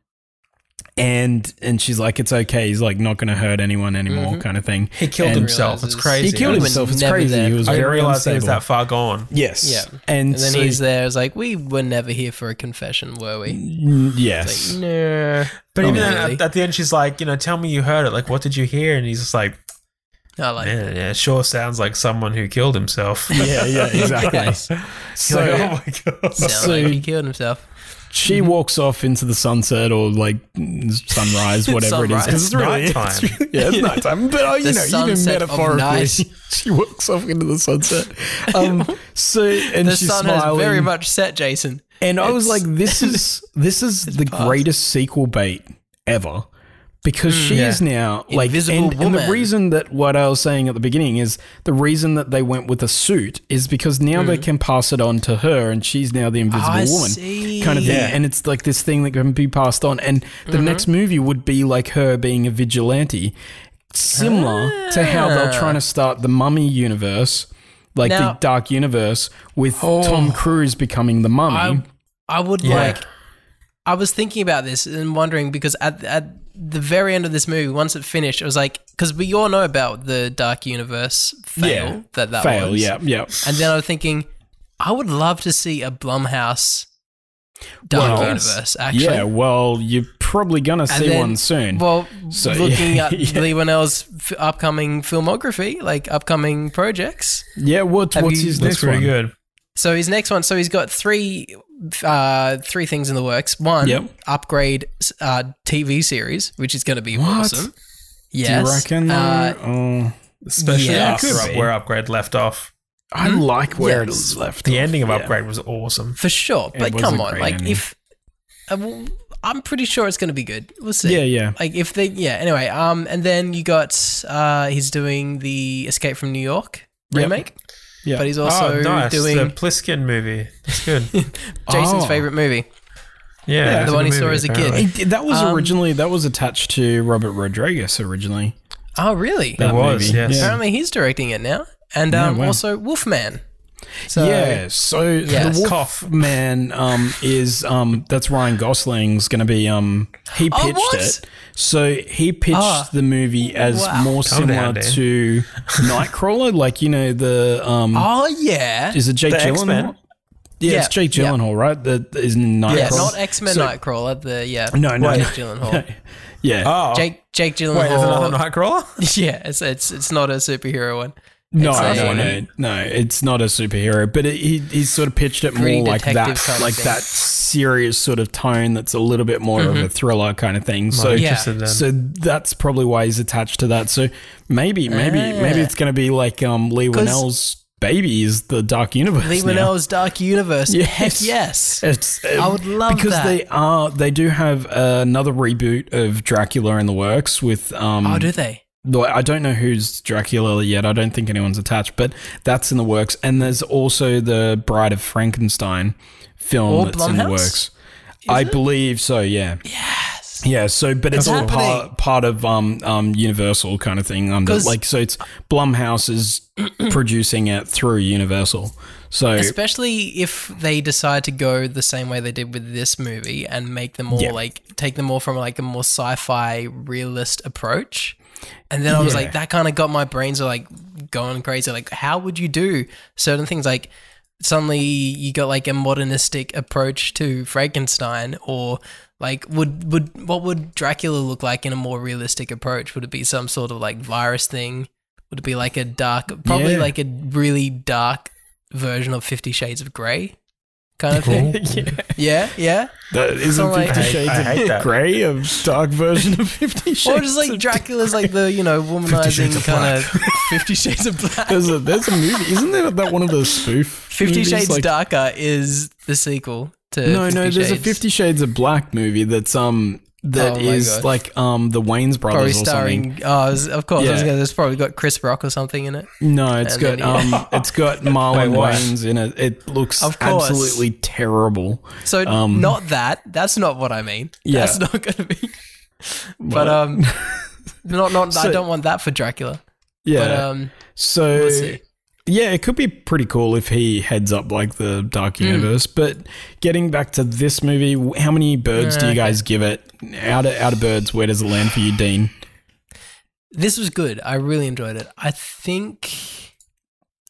Speaker 1: and and she's like it's okay. He's like not going to hurt anyone anymore
Speaker 5: Mm-hmm.
Speaker 1: kind of thing.
Speaker 4: He killed
Speaker 1: And-
Speaker 4: himself. It's
Speaker 5: realizes-
Speaker 4: crazy.
Speaker 1: He killed
Speaker 5: We were
Speaker 1: himself. It's
Speaker 5: never
Speaker 1: crazy.
Speaker 5: there.
Speaker 1: He was
Speaker 4: I didn't
Speaker 1: very
Speaker 4: realize he was
Speaker 1: unstable.
Speaker 4: that far gone.
Speaker 1: Yes.
Speaker 5: Yeah.
Speaker 1: And,
Speaker 5: and then
Speaker 1: so-
Speaker 5: he's there. It's like, we were never here for a confession, were we?
Speaker 1: Mm, Yes. [LAUGHS]
Speaker 5: No.
Speaker 4: But
Speaker 5: Not
Speaker 4: even then,
Speaker 5: really.
Speaker 4: at, at the end, she's like, you know, tell me you heard it. Like, what did you hear? And he's just like,
Speaker 5: I like [LAUGHS]
Speaker 4: man, yeah, it sure sounds like someone who killed himself.
Speaker 1: [LAUGHS]
Speaker 4: [LAUGHS]
Speaker 1: yeah,
Speaker 5: [LAUGHS]
Speaker 1: yeah, exactly. [LAUGHS]
Speaker 4: You're like,
Speaker 1: so
Speaker 4: oh my god.
Speaker 5: Sound like he killed himself.
Speaker 1: she walks off into the sunset or like
Speaker 5: [LAUGHS]
Speaker 1: sunrise, whatever it is. 'cause
Speaker 4: It's nighttime.
Speaker 1: it's really- yeah, it's nighttime. But oh, you
Speaker 5: The
Speaker 1: know, even
Speaker 5: sunset of
Speaker 1: metaphorically,
Speaker 5: night.
Speaker 1: [LAUGHS] she walks off into the
Speaker 5: [LAUGHS]
Speaker 1: sunset. Um, so and
Speaker 5: The
Speaker 1: she's
Speaker 5: sun
Speaker 1: smiling.
Speaker 5: has very much set, Jason.
Speaker 1: And I was like,
Speaker 5: [LAUGHS] It's-
Speaker 1: this is this is the greatest sequel bait ever. Because she is now like
Speaker 5: Mm. Invisible
Speaker 1: and, and the
Speaker 5: woman.
Speaker 1: reason that what I was saying at the beginning is the reason that they went with a suit is because now they can pass it on to her and she's now the invisible
Speaker 5: Mm. I
Speaker 1: woman
Speaker 5: see.
Speaker 1: kind of thing. And it's like this thing that can be passed on. And the
Speaker 5: Mm-hmm.
Speaker 1: next movie would be like her being a vigilante. Similar to how they're trying to start the mummy universe, like
Speaker 5: Ah. Now- Oh.
Speaker 1: the dark universe, with Tom Cruise becoming the mummy.
Speaker 5: I I would like. I was thinking about this and wondering because at at the very end of this movie, once it finished, it was like because we all know about the Dark Universe fail
Speaker 1: Yeah.
Speaker 5: that that
Speaker 1: fail.
Speaker 5: was.
Speaker 1: Yeah, yeah.
Speaker 5: And then I was thinking, I would love to see a Blumhouse Dark
Speaker 1: Well,
Speaker 5: Universe. Actually,
Speaker 1: Yeah, well, you're probably gonna
Speaker 5: And
Speaker 1: see
Speaker 5: then-
Speaker 1: one soon.
Speaker 5: Well,
Speaker 1: So, [LAUGHS]
Speaker 5: looking at
Speaker 1: yeah.
Speaker 5: Lee Winnell's f- upcoming filmography, like upcoming projects.
Speaker 1: yeah, what,
Speaker 5: Have
Speaker 1: what's
Speaker 5: you-
Speaker 1: his next
Speaker 5: Looks
Speaker 4: Looks pretty
Speaker 1: one?
Speaker 4: good.
Speaker 5: So his next one. So he's got three, uh, three things in the works. One,
Speaker 1: Yep.
Speaker 5: upgrade uh, TV series, which is going to be
Speaker 1: What?
Speaker 5: awesome.
Speaker 1: Do you
Speaker 5: Yes,
Speaker 1: reckon?
Speaker 5: Uh,
Speaker 1: though? Oh,
Speaker 4: Especially
Speaker 5: Yeah,
Speaker 4: after
Speaker 1: could
Speaker 4: Up-
Speaker 1: be.
Speaker 4: where Upgrade left off.
Speaker 1: I like where it
Speaker 5: hmm? Yes.
Speaker 1: is left.
Speaker 4: The
Speaker 1: off,
Speaker 4: ending of
Speaker 1: yeah.
Speaker 4: Upgrade was awesome.
Speaker 5: for sure.
Speaker 1: It
Speaker 5: But
Speaker 1: was
Speaker 5: come
Speaker 1: a
Speaker 5: on,
Speaker 1: great
Speaker 5: like
Speaker 1: ending.
Speaker 5: if uh, well, I'm pretty sure it's going to be good. We'll see.
Speaker 1: Yeah, yeah.
Speaker 5: Like if they, yeah. Anyway, um, and then you got uh, he's doing the Escape from New York
Speaker 1: Yep.
Speaker 5: remake.
Speaker 1: Yeah.
Speaker 5: But he's also
Speaker 4: oh, nice.
Speaker 5: doing
Speaker 4: the Pliskin movie. That's good.
Speaker 1: [LAUGHS]
Speaker 5: Jason's
Speaker 1: Oh.
Speaker 5: favorite movie.
Speaker 4: Yeah,
Speaker 5: the one he saw as a kid.
Speaker 1: It- that was
Speaker 5: Um,
Speaker 1: originally that was attached to Robert Rodriguez originally.
Speaker 5: Oh, really?
Speaker 1: That
Speaker 4: It was,
Speaker 1: movie.
Speaker 4: yes.
Speaker 1: Yeah.
Speaker 5: Apparently, he's directing it now, and
Speaker 1: Yeah,
Speaker 5: um,
Speaker 1: wow.
Speaker 5: also Wolfman. So,
Speaker 1: yeah, so
Speaker 5: Yes.
Speaker 1: the Wolf
Speaker 4: Cough.
Speaker 1: Man um, is um, that's Ryan Gosling's going to be. Um, he
Speaker 5: Oh,
Speaker 1: pitched
Speaker 5: what?
Speaker 1: it, so he pitched
Speaker 5: Ah.
Speaker 1: the movie as
Speaker 5: Wow.
Speaker 1: more
Speaker 4: Calm
Speaker 1: similar
Speaker 4: down, Dan.
Speaker 1: to
Speaker 4: [LAUGHS]
Speaker 1: Nightcrawler, like you know the um,
Speaker 5: Oh yeah.
Speaker 1: is it Jake
Speaker 4: The
Speaker 1: Gyllenhaal?
Speaker 4: X-Men?
Speaker 1: Yeah,
Speaker 5: Yeah.
Speaker 1: it's Jake
Speaker 5: Yeah.
Speaker 1: Gyllenhaal, right? That is Nightcrawler.
Speaker 5: Yeah, not X Men
Speaker 1: So-
Speaker 5: Nightcrawler. The yeah.
Speaker 1: No, no,
Speaker 5: Jake
Speaker 1: no. [LAUGHS]
Speaker 5: Gyllenhaal.
Speaker 1: yeah.
Speaker 4: Oh,
Speaker 5: Jake Jake Gyllenhaal. [LAUGHS]
Speaker 4: wait, there's another Nightcrawler.
Speaker 5: yeah, it's it's it's not a superhero one.
Speaker 1: No,
Speaker 5: It's like
Speaker 1: no,
Speaker 5: a-
Speaker 1: no, no. It's not a superhero, but it, he he's sort of pitched it
Speaker 5: Gritty
Speaker 1: more like
Speaker 5: detective
Speaker 1: that,
Speaker 5: kind of
Speaker 1: like
Speaker 5: thing.
Speaker 1: that serious sort of tone. That's a little bit more of a thriller kind of thing. So,
Speaker 5: Mm-hmm. Yeah.
Speaker 1: so that's probably why he's attached to that. So maybe, maybe, maybe it's going to be like um Lee
Speaker 5: 'Cause-
Speaker 1: Winnell's baby is the Dark Universe.
Speaker 5: Lee
Speaker 1: now.
Speaker 5: Winnell's Dark Universe.
Speaker 1: Yes.
Speaker 5: Heck yes.
Speaker 1: It's, uh,
Speaker 5: I would love
Speaker 1: because
Speaker 5: that.
Speaker 1: they are they do have another reboot of Dracula in the works with um
Speaker 5: Oh, do they?
Speaker 1: Though I don't know who's Dracula yet. I don't think anyone's attached, but that's in the works. And there's also the Bride of Frankenstein film
Speaker 5: Or
Speaker 1: that's in the
Speaker 5: Blumhouse?
Speaker 1: works. I believe so. Yeah. Yes. Yeah. So, but it's all
Speaker 5: That's happening.
Speaker 1: part part of um um Universal kind of thing. Under
Speaker 5: 'Cause-
Speaker 1: like so, it's Blumhouse is producing it through Universal. So
Speaker 5: Especially if they decide to go the same way they did with this movie and make them more
Speaker 1: Yeah.
Speaker 5: like take them more from like a more sci-fi realist approach. And then I was
Speaker 1: Yeah.
Speaker 5: like, that kind of got my brains are like going crazy. Like, how would you do certain things? Like, suddenly you got like a modernistic approach to Frankenstein, or like, would would what would Dracula look like in a more realistic approach? Would it be some sort of like virus thing? Would it be like a dark, probably
Speaker 1: Yeah.
Speaker 5: like a really dark version of Fifty Shades of Grey kind of thing?
Speaker 1: yeah.
Speaker 5: [LAUGHS] yeah, yeah.
Speaker 1: That isn't
Speaker 5: like-
Speaker 1: Fifty
Speaker 5: I-
Speaker 1: Shades
Speaker 4: I hate
Speaker 1: of
Speaker 4: that.
Speaker 1: Grey, a dark version of Fifty Shades.
Speaker 5: Or just like
Speaker 1: of-
Speaker 5: Dracula's like the you know
Speaker 1: Shades of
Speaker 5: womanizing kind
Speaker 1: Black.
Speaker 5: of [LAUGHS] Fifty Shades of Black.
Speaker 1: There's a there's a movie, isn't there? That one of the spoof.
Speaker 5: Fifty
Speaker 1: movies?
Speaker 5: Shades
Speaker 1: Like-
Speaker 5: Darker is the sequel to
Speaker 1: No, no.
Speaker 5: 50
Speaker 1: There's a
Speaker 5: Shades.
Speaker 1: Fifty Shades of Black movie that's um that
Speaker 5: Oh my
Speaker 1: is
Speaker 5: God.
Speaker 1: like um the Wayne's
Speaker 5: probably
Speaker 1: brothers or something.
Speaker 5: starring. Oh, it was- of course, I was
Speaker 1: Yeah.
Speaker 5: gonna, it's probably got Chris Rock or something in it.
Speaker 1: No, it's
Speaker 5: And
Speaker 1: got
Speaker 5: then, yeah.
Speaker 1: um it's
Speaker 5: [LAUGHS]
Speaker 1: got Marlon
Speaker 4: Wait, what?
Speaker 1: Wayans in it. It looks
Speaker 5: Of course.
Speaker 1: absolutely terrible.
Speaker 5: So
Speaker 1: Um,
Speaker 5: not that. That's not what I mean.
Speaker 1: Yeah.
Speaker 5: that's not gonna
Speaker 1: [LAUGHS]
Speaker 5: be. But um, not not. I
Speaker 1: So-
Speaker 5: don't want that for Dracula.
Speaker 1: Yeah.
Speaker 5: But um,
Speaker 1: so
Speaker 5: we'll see.
Speaker 1: Yeah, it could be pretty cool if he heads up like the Dark
Speaker 5: Hmm.
Speaker 1: Universe. But getting back to this movie, w- how many birds do you guys give it? Out of out of birds, where does it land for you, Dean?
Speaker 5: This was good. I really enjoyed it. I think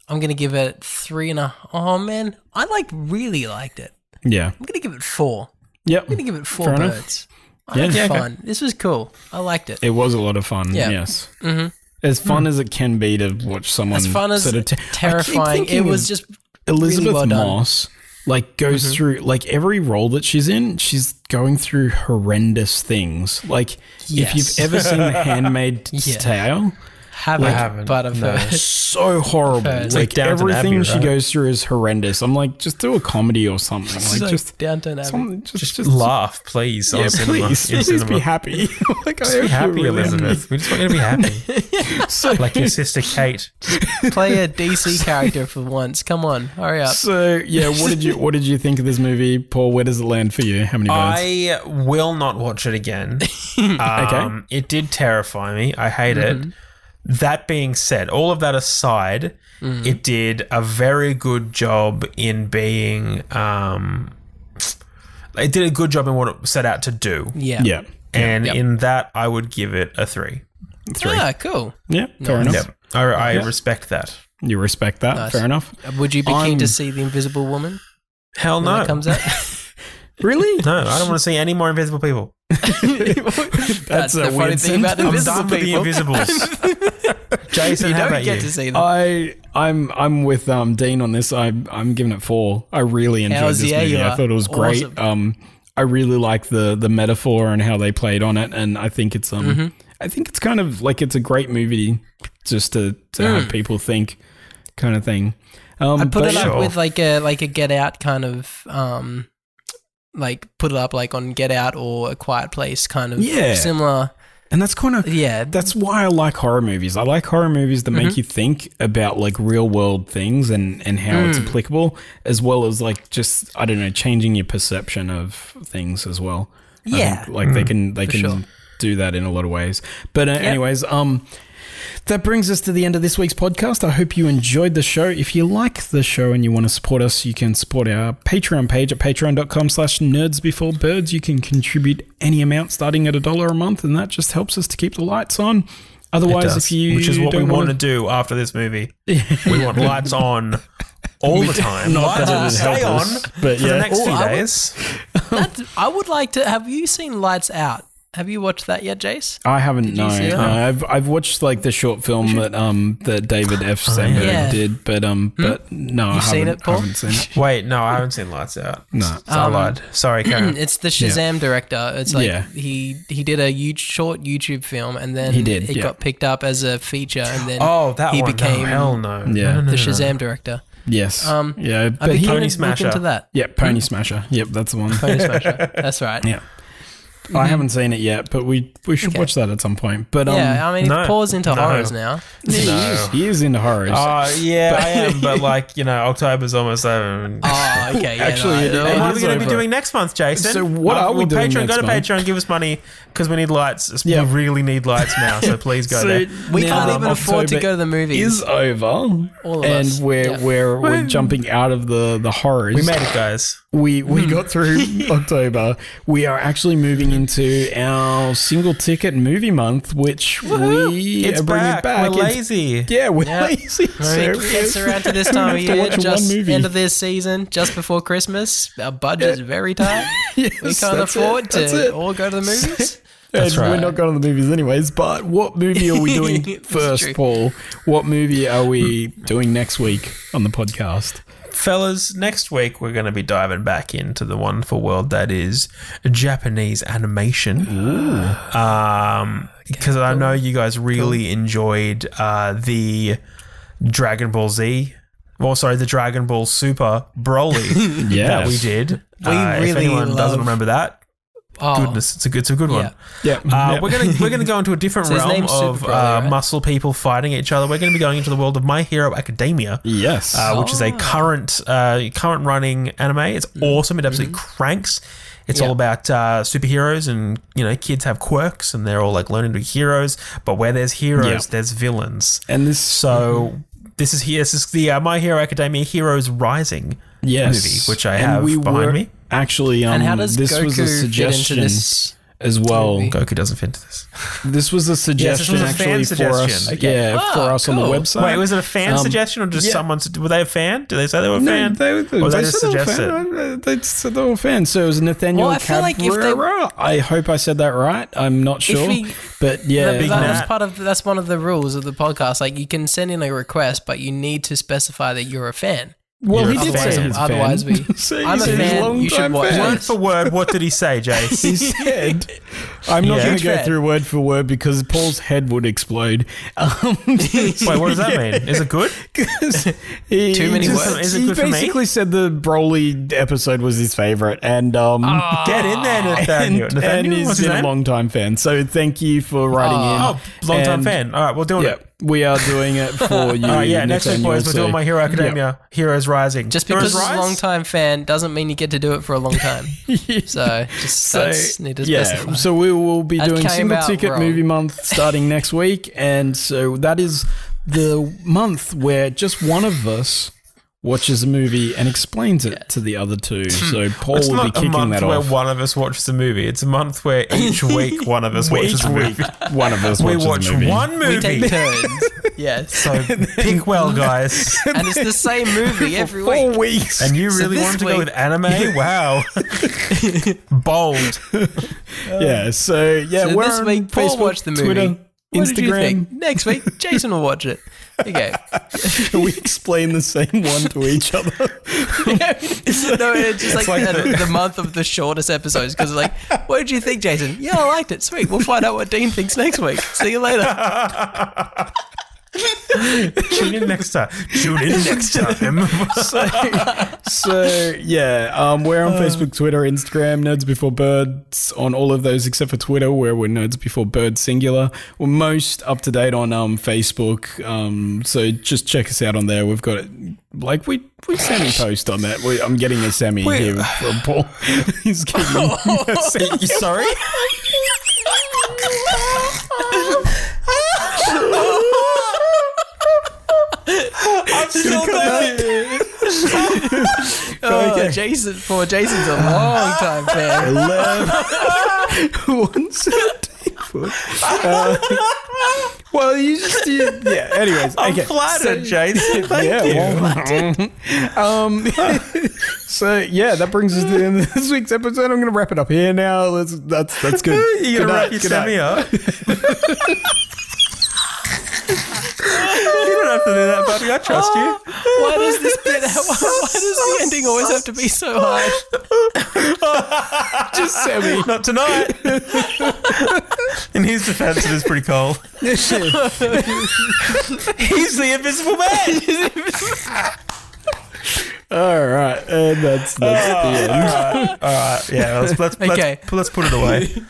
Speaker 5: I'm gonna give it three and a. Oh man, I like really liked it.
Speaker 1: Yeah.
Speaker 5: I'm gonna give it four.
Speaker 1: Yep.
Speaker 5: I'm gonna give it four
Speaker 1: Fair enough.
Speaker 5: birds. I
Speaker 1: Yeah.
Speaker 5: had
Speaker 1: Yeah, okay.
Speaker 5: fun. This was cool. I liked it.
Speaker 1: It was a lot of fun.
Speaker 5: Yeah.
Speaker 1: Yes.
Speaker 5: Mhm.
Speaker 1: As fun as it can be to watch someone.
Speaker 5: As fun as
Speaker 1: sort of te- I keep
Speaker 5: terrifying.
Speaker 1: thinking
Speaker 5: It
Speaker 1: of
Speaker 5: was just
Speaker 1: Elizabeth
Speaker 5: really well done. Mm-hmm.
Speaker 1: Moss. Like goes through like every role that she's in, she's going through horrendous things. Like if
Speaker 5: Yes.
Speaker 1: you've ever
Speaker 5: [LAUGHS]
Speaker 1: seen The Handmaid's
Speaker 5: Yeah.
Speaker 1: Tale,
Speaker 5: haven't,
Speaker 4: haven't,
Speaker 5: but I've [LAUGHS]
Speaker 4: no.
Speaker 5: heard.
Speaker 1: so horrible.
Speaker 5: It's
Speaker 1: like
Speaker 4: like Downton
Speaker 1: everything
Speaker 4: Abbey,
Speaker 1: she
Speaker 4: right?
Speaker 1: goes through is horrendous. I'm like, just do a comedy or something. Like
Speaker 5: Like
Speaker 1: just,
Speaker 5: downtown Abbey.
Speaker 1: something, just, just,
Speaker 4: Laugh, please. on
Speaker 1: Yeah,
Speaker 4: cinema.
Speaker 1: please,
Speaker 4: In
Speaker 1: please
Speaker 4: cinema.
Speaker 1: be happy. [LAUGHS] like I
Speaker 4: Just be
Speaker 1: hope
Speaker 4: happy,
Speaker 1: you're really
Speaker 4: Elizabeth. We just want you to
Speaker 1: [LAUGHS]
Speaker 4: be happy,
Speaker 1: happy. So-
Speaker 4: like your sister Kate.
Speaker 5: Play a [LAUGHS] DC character for once. Come on, hurry up.
Speaker 1: So yeah, what did you what did you think of this movie, Paul? Where does it land for you? How many birds?
Speaker 4: I will not watch
Speaker 5: [LAUGHS]
Speaker 4: it again. um, It did terrify me. I hate
Speaker 5: Mm-hmm.
Speaker 4: it. That being said, all of that aside,
Speaker 5: Mm-hmm.
Speaker 4: it did a very good job in being. Um, it did a good job in what it set out to do.
Speaker 5: Yeah.
Speaker 1: yeah,
Speaker 4: And in that, I would give it a three.
Speaker 5: Ah, cool.
Speaker 1: yeah, fair enough.
Speaker 4: Yep. I, I respect that.
Speaker 1: You respect that. Fair enough.
Speaker 5: Would you be keen
Speaker 1: I'm-
Speaker 5: to see the Invisible Woman
Speaker 4: Hell
Speaker 5: when
Speaker 4: no.
Speaker 5: it comes out?
Speaker 1: Really? [LAUGHS]
Speaker 4: no, I don't want to see any more invisible people.
Speaker 5: [LAUGHS] That's
Speaker 1: a
Speaker 5: the funny
Speaker 1: weird
Speaker 5: thing
Speaker 1: sentence.
Speaker 5: about [LAUGHS] Invisible
Speaker 4: I'm done with the
Speaker 5: People.
Speaker 4: invisibles.
Speaker 5: [LAUGHS]
Speaker 4: Jason,
Speaker 5: you
Speaker 4: how
Speaker 5: don't
Speaker 4: about
Speaker 5: get
Speaker 4: you?
Speaker 5: to see them.
Speaker 1: I I'm I'm with um, Dean on this. I'm I'm giving it four. I really enjoyed
Speaker 5: Hells
Speaker 1: this
Speaker 5: yeah,
Speaker 1: movie.
Speaker 5: you
Speaker 1: I
Speaker 5: are.
Speaker 1: thought it was great.
Speaker 5: Awesome.
Speaker 1: Um, I really like the the metaphor and how they played on it, and I think it's um
Speaker 5: Mm-hmm.
Speaker 1: I think it's kind of like it's a great movie just to to have people think kind of thing. Um,
Speaker 5: I'd Mm. put
Speaker 1: but
Speaker 5: it up
Speaker 4: Sure.
Speaker 5: with like a like a Get Out kind of um, like put it up like on Get Out or A Quiet Place kind of
Speaker 1: Yeah.
Speaker 5: similar.
Speaker 1: and that's kind of
Speaker 5: Yeah,
Speaker 1: That's why I like horror movies. I like horror movies that
Speaker 5: Mm-hmm.
Speaker 1: make you think about like real world things and and how
Speaker 5: Mm.
Speaker 1: it's applicable, as well as like just I don't know, changing your perception of things as well. I
Speaker 5: Yeah.
Speaker 1: think, like they can they can
Speaker 5: sure.
Speaker 1: do that in a lot of ways. But uh, anyways, um, That brings us to the end of this week's podcast. I hope you enjoyed the show. If you like the show and you want to support us, you can support our Patreon page at patreon.com slash nerds before birds. You can contribute any amount starting at a dollar a month, and that just helps us to keep the lights on. Otherwise, if you
Speaker 4: which is what we
Speaker 1: don't
Speaker 4: want
Speaker 1: want
Speaker 4: to do after
Speaker 1: [LAUGHS]
Speaker 4: this movie, we want lights on all
Speaker 1: [LAUGHS]
Speaker 4: the time. lights
Speaker 1: that it would
Speaker 4: stay
Speaker 1: help
Speaker 4: on
Speaker 1: us,
Speaker 4: for
Speaker 1: but
Speaker 4: the
Speaker 1: yeah.
Speaker 4: next few
Speaker 5: I would-
Speaker 4: days.
Speaker 5: That, I would like to. Have you seen Lights Out? Have you watched that yet, Jace?
Speaker 1: I haven't. No,
Speaker 5: see
Speaker 1: no,
Speaker 5: that?
Speaker 1: I've I've watched like the short film that um that David F.
Speaker 4: Oh,
Speaker 1: Sandberg
Speaker 5: yeah.
Speaker 1: did, but um
Speaker 4: Hmm?
Speaker 1: but no, I
Speaker 5: You've seen
Speaker 1: haven't-
Speaker 5: it, Paul?
Speaker 1: haven't seen it.
Speaker 4: Wait, no, I haven't seen Lights Out.
Speaker 1: [LAUGHS] No.
Speaker 4: So I
Speaker 5: Um,
Speaker 4: lied. Sorry,
Speaker 5: [CLEARS THROAT]
Speaker 4: Karen.
Speaker 5: It's the Shazam director. It's like
Speaker 1: Yeah.
Speaker 5: he he did a huge, short YouTube film, and then
Speaker 1: He did,
Speaker 5: It
Speaker 1: yeah.
Speaker 5: got picked up as a feature, and then
Speaker 4: [CLEARS THROAT] Oh, that
Speaker 5: he
Speaker 4: one.
Speaker 5: became
Speaker 4: no, hell
Speaker 1: Yeah.
Speaker 4: no. No, no,
Speaker 5: the
Speaker 4: no, no.
Speaker 5: Shazam director.
Speaker 1: Yes.
Speaker 5: Um,
Speaker 1: yeah,
Speaker 5: I
Speaker 1: but
Speaker 5: became
Speaker 1: he,
Speaker 4: Pony
Speaker 5: Pony
Speaker 4: Smasher.
Speaker 5: into that.
Speaker 1: yeah, Pony Smasher. Yep, that's the one.
Speaker 5: Mm. Pony Smasher. That's right.
Speaker 1: Yeah. [LAUGHS] I haven't seen it yet, but we we should watch that at some point. But um,
Speaker 5: yeah, I mean,
Speaker 4: no,
Speaker 5: it pours into
Speaker 4: no.
Speaker 5: horrors
Speaker 1: [LAUGHS]
Speaker 5: now.
Speaker 1: he, is, he is into horrors.
Speaker 4: Uh, yeah, I
Speaker 5: [LAUGHS]
Speaker 4: am, but like you know, October's almost over.
Speaker 5: Oh, okay. Yeah,
Speaker 1: Actually,
Speaker 5: no,
Speaker 1: it is.
Speaker 5: no, no.
Speaker 4: And what are we
Speaker 1: it's
Speaker 4: going to be
Speaker 1: over.
Speaker 4: doing next month, Jason? Uh,
Speaker 1: So what are we
Speaker 4: well,
Speaker 1: doing
Speaker 4: Patreon,
Speaker 1: next
Speaker 4: go to
Speaker 1: month?
Speaker 4: Patreon, give us money because we need lights.
Speaker 1: [LAUGHS]
Speaker 4: It's-
Speaker 1: Yeah.
Speaker 4: We really need lights now, so please
Speaker 1: [LAUGHS]
Speaker 4: go
Speaker 1: So
Speaker 4: there.
Speaker 5: we
Speaker 1: now
Speaker 5: can't
Speaker 1: that
Speaker 5: even afford to
Speaker 1: October
Speaker 5: go to the movies.
Speaker 1: Is over,
Speaker 5: All of
Speaker 1: and
Speaker 5: us.
Speaker 1: we're
Speaker 5: Yeah.
Speaker 1: we're we're jumping out of the the horrors.
Speaker 4: We made it, guys.
Speaker 1: we
Speaker 5: Hmm.
Speaker 1: we got
Speaker 5: [LAUGHS]
Speaker 1: through October. We are actually moving into our single ticket movie month, which we
Speaker 4: It's
Speaker 1: are bringing
Speaker 4: back.
Speaker 1: back.
Speaker 4: We're
Speaker 1: It's-
Speaker 4: lazy.
Speaker 1: Yeah, we're
Speaker 5: Yeah.
Speaker 1: lazy.
Speaker 5: When
Speaker 1: [LAUGHS] so
Speaker 5: it gets around to
Speaker 1: [LAUGHS]
Speaker 5: this time of
Speaker 1: to
Speaker 5: year,
Speaker 1: watch one
Speaker 5: just
Speaker 1: movie.
Speaker 5: end of this season, just before Christmas, our budget's very tight.
Speaker 1: [LAUGHS]
Speaker 5: we
Speaker 1: Yes,
Speaker 5: can't
Speaker 1: that's
Speaker 5: afford
Speaker 1: it, that's
Speaker 5: to
Speaker 1: it.
Speaker 5: all go to
Speaker 1: [LAUGHS]
Speaker 5: the movies.
Speaker 1: and We're not going to the movies anyways, but what movie
Speaker 4: [LAUGHS]
Speaker 1: are we doing
Speaker 5: That's
Speaker 1: first,
Speaker 5: true.
Speaker 1: Paul? What movie are we doing next week on the podcast?
Speaker 4: Fellas, next week we're going to be diving back into the wonderful world that is Japanese animation. Um, because I know you guys really enjoyed uh, the Dragon Ball Z. Well, sorry, the Dragon Ball Super
Speaker 5: [LAUGHS]
Speaker 4: Broly
Speaker 1: Yes.
Speaker 4: that we did. We if
Speaker 5: really
Speaker 4: anyone
Speaker 5: love-
Speaker 4: doesn't remember that,
Speaker 5: Oh,
Speaker 4: goodness, it's a good, it's a good one.
Speaker 1: Yeah.
Speaker 4: Uh,
Speaker 1: yeah.
Speaker 4: We're gonna we're gonna go
Speaker 5: [LAUGHS]
Speaker 4: into a different
Speaker 5: So his
Speaker 4: realm
Speaker 5: name's Super
Speaker 4: of
Speaker 5: Broly,
Speaker 4: uh,
Speaker 5: right?
Speaker 4: muscle people fighting each other. We're gonna be going into the world of My Hero Academia
Speaker 1: yes.
Speaker 4: uh, which is
Speaker 1: Oh.
Speaker 4: a current uh, current running anime. It's
Speaker 1: Mm-hmm.
Speaker 4: awesome. It absolutely cranks. It's all about uh, superheroes, and you know, kids have quirks, and they're all like learning to be heroes. But where there's heroes,
Speaker 1: Yeah.
Speaker 4: there's villains.
Speaker 1: and Mm-hmm. this
Speaker 4: So this is here. This is the uh, My Hero Academia Heroes Rising.
Speaker 1: yes,
Speaker 4: movie, which I
Speaker 1: And
Speaker 4: have behind
Speaker 1: were
Speaker 4: me.
Speaker 1: Actually, um,
Speaker 5: and how does
Speaker 1: this
Speaker 5: Goku
Speaker 1: was a
Speaker 5: fit
Speaker 1: suggestion
Speaker 5: into this?
Speaker 1: as well.
Speaker 5: movie?
Speaker 4: Goku doesn't fit into this.
Speaker 1: This was a suggestion
Speaker 4: was a fan
Speaker 1: actually for us.
Speaker 4: suggestion. Okay.
Speaker 1: Yeah,
Speaker 5: Ah,
Speaker 1: for us on the
Speaker 5: cool.
Speaker 1: website.
Speaker 4: Wait, was it a fan
Speaker 1: Um,
Speaker 4: suggestion or just
Speaker 1: yeah.
Speaker 4: someone? Were they a fan? Did they say they were a
Speaker 1: No,
Speaker 4: fan?
Speaker 1: They, they,
Speaker 4: or was
Speaker 1: they
Speaker 4: that just
Speaker 1: said they were
Speaker 4: suggested?
Speaker 1: fan. I- They said they were fan. So it was Nathaniel
Speaker 5: Well, I feel like if they-
Speaker 1: Cabrera. I hope I said that right. I'm not sure,
Speaker 5: we-
Speaker 1: but yeah,
Speaker 5: That-
Speaker 4: Big
Speaker 5: that's
Speaker 4: Nat.
Speaker 5: part of that's one of the rules of the podcast. Like you can send in a request, but you need to specify that you're a fan.
Speaker 1: well, he
Speaker 4: You're a
Speaker 1: did
Speaker 4: fan.
Speaker 1: say he's a
Speaker 5: Otherwise [LAUGHS]
Speaker 1: fan.
Speaker 5: we-
Speaker 1: So he
Speaker 5: I'm a
Speaker 1: said he's
Speaker 5: fan, you should
Speaker 1: long-time
Speaker 5: watch
Speaker 1: fan.
Speaker 5: it.
Speaker 4: Word for word, what did he say,
Speaker 1: [LAUGHS]
Speaker 4: Jace?
Speaker 1: He said, "I'm not
Speaker 4: Yeah.
Speaker 1: going
Speaker 4: Huge
Speaker 1: to go
Speaker 5: fan.
Speaker 1: through word for word because Paul's head would explode." [LAUGHS] Um, Wait,
Speaker 4: Wait, what
Speaker 1: [LAUGHS]
Speaker 4: does that mean? Is it good?
Speaker 1: He,
Speaker 5: Too many
Speaker 1: he
Speaker 4: words. Is it
Speaker 1: he
Speaker 4: good for me?
Speaker 1: basically said the Broly episode was his favorite, and um,
Speaker 4: Get in there,
Speaker 1: [LAUGHS] and,
Speaker 4: Nathaniel.
Speaker 1: and
Speaker 4: Nathaniel,
Speaker 1: he's
Speaker 4: what's his
Speaker 1: been a
Speaker 4: name?
Speaker 1: long time fan. So thank you for writing in.
Speaker 4: oh, long time
Speaker 1: And-
Speaker 4: fan. All right, we'll do
Speaker 1: Yeah,
Speaker 4: it.
Speaker 1: we are doing it for you.
Speaker 4: [LAUGHS] All right, yeah. Next week,
Speaker 1: Nathaniel,
Speaker 4: boys, we're
Speaker 1: so-
Speaker 4: doing My Hero Academia, Heroes Rising.
Speaker 5: Just because
Speaker 4: Heroes
Speaker 5: it's a
Speaker 4: Rise?
Speaker 5: long time fan doesn't mean you get to do it for a long time.
Speaker 1: [LAUGHS]
Speaker 5: so just
Speaker 1: So,
Speaker 5: that's, need to specify.
Speaker 1: yeah, so we will be
Speaker 5: That
Speaker 1: doing
Speaker 5: came
Speaker 1: single
Speaker 5: out
Speaker 1: ticket
Speaker 5: wrong.
Speaker 1: movie month starting next week. And so that is the month where just one of us watches a movie and explains it to the other two. So Paul
Speaker 4: It's
Speaker 1: will be
Speaker 4: not a
Speaker 1: kicking
Speaker 4: month
Speaker 1: that
Speaker 4: where
Speaker 1: off.
Speaker 4: one of us watches the movie. It's a month where each week one of us watches the movie.
Speaker 1: One of us
Speaker 4: [LAUGHS] We
Speaker 1: watches
Speaker 4: watch
Speaker 1: a movie.
Speaker 4: one
Speaker 5: we take
Speaker 4: movie.
Speaker 1: [LAUGHS]
Speaker 5: turns. yes.
Speaker 4: [LAUGHS] So pick well, guys.
Speaker 5: and it's
Speaker 1: [LAUGHS]
Speaker 5: the same movie every
Speaker 1: Four
Speaker 4: [LAUGHS]
Speaker 5: week.
Speaker 1: weeks.
Speaker 4: And you
Speaker 5: So
Speaker 4: really
Speaker 5: this
Speaker 4: wanted to go
Speaker 5: week-
Speaker 4: with anime? Wow. Bold.
Speaker 1: yeah, so yeah,
Speaker 5: So
Speaker 1: we're
Speaker 5: this
Speaker 1: on
Speaker 5: week,
Speaker 1: Paul
Speaker 5: please watch the movie.
Speaker 1: Twitter,
Speaker 5: What did you
Speaker 1: Instagram. [LAUGHS]
Speaker 5: think? Next week, Jason will watch it. Okay.
Speaker 1: we explain the same one to
Speaker 5: [LAUGHS]
Speaker 1: each other.
Speaker 5: no, it's just like,
Speaker 4: like
Speaker 5: the, the month of the shortest episodes because like, what did you think, Jason? Yeah, I liked it. Sweet. We'll find out what Dean thinks next week. See you later.
Speaker 4: Tune in next time. Tune in next time. [LAUGHS]
Speaker 1: so, so yeah, um, we're on Facebook, Twitter, Instagram, Nerds Before Birds on all of those except for Twitter, where we're Nerds Before Birds singular. We're most up to date on um, Facebook, um, so just check us out on there. We've got it. Like we we semi post on that. We, I'm getting a semi here from Paul. [LAUGHS] He's getting a semi. [LAUGHS]
Speaker 4: Sorry?
Speaker 1: cut that.
Speaker 5: [LAUGHS] Oh,
Speaker 1: Okay.
Speaker 5: Jason. For Jason's a long time fan.
Speaker 1: Once [LAUGHS] uh, Well, you just you, yeah. Anyways,
Speaker 4: I'm
Speaker 1: okay.
Speaker 4: flattered, Jason. Thank
Speaker 1: yeah.
Speaker 4: you. uh-huh.
Speaker 1: well, um, [LAUGHS] so yeah, that brings us to the end of this week's episode. I'm going to wrap it up here now. Let's, that's that's good.
Speaker 4: [LAUGHS] You're
Speaker 1: Good night,
Speaker 4: gonna wrap your
Speaker 1: good
Speaker 4: semi
Speaker 1: night. [LAUGHS]
Speaker 4: up. you don't have to do that, buddy. I trust you.
Speaker 5: Why does this bit? [LAUGHS] Why, why does
Speaker 4: [LAUGHS]
Speaker 5: the ending always have to be so hard?
Speaker 1: Just semi.
Speaker 4: Not tonight. In his defense, it is pretty cold. He's the invisible man.
Speaker 1: [LAUGHS] All right, and that's
Speaker 4: [LAUGHS] Oh,
Speaker 1: that's the end.
Speaker 4: All right, yeah. Let's let's,
Speaker 5: Okay.
Speaker 4: let's, let's put it away.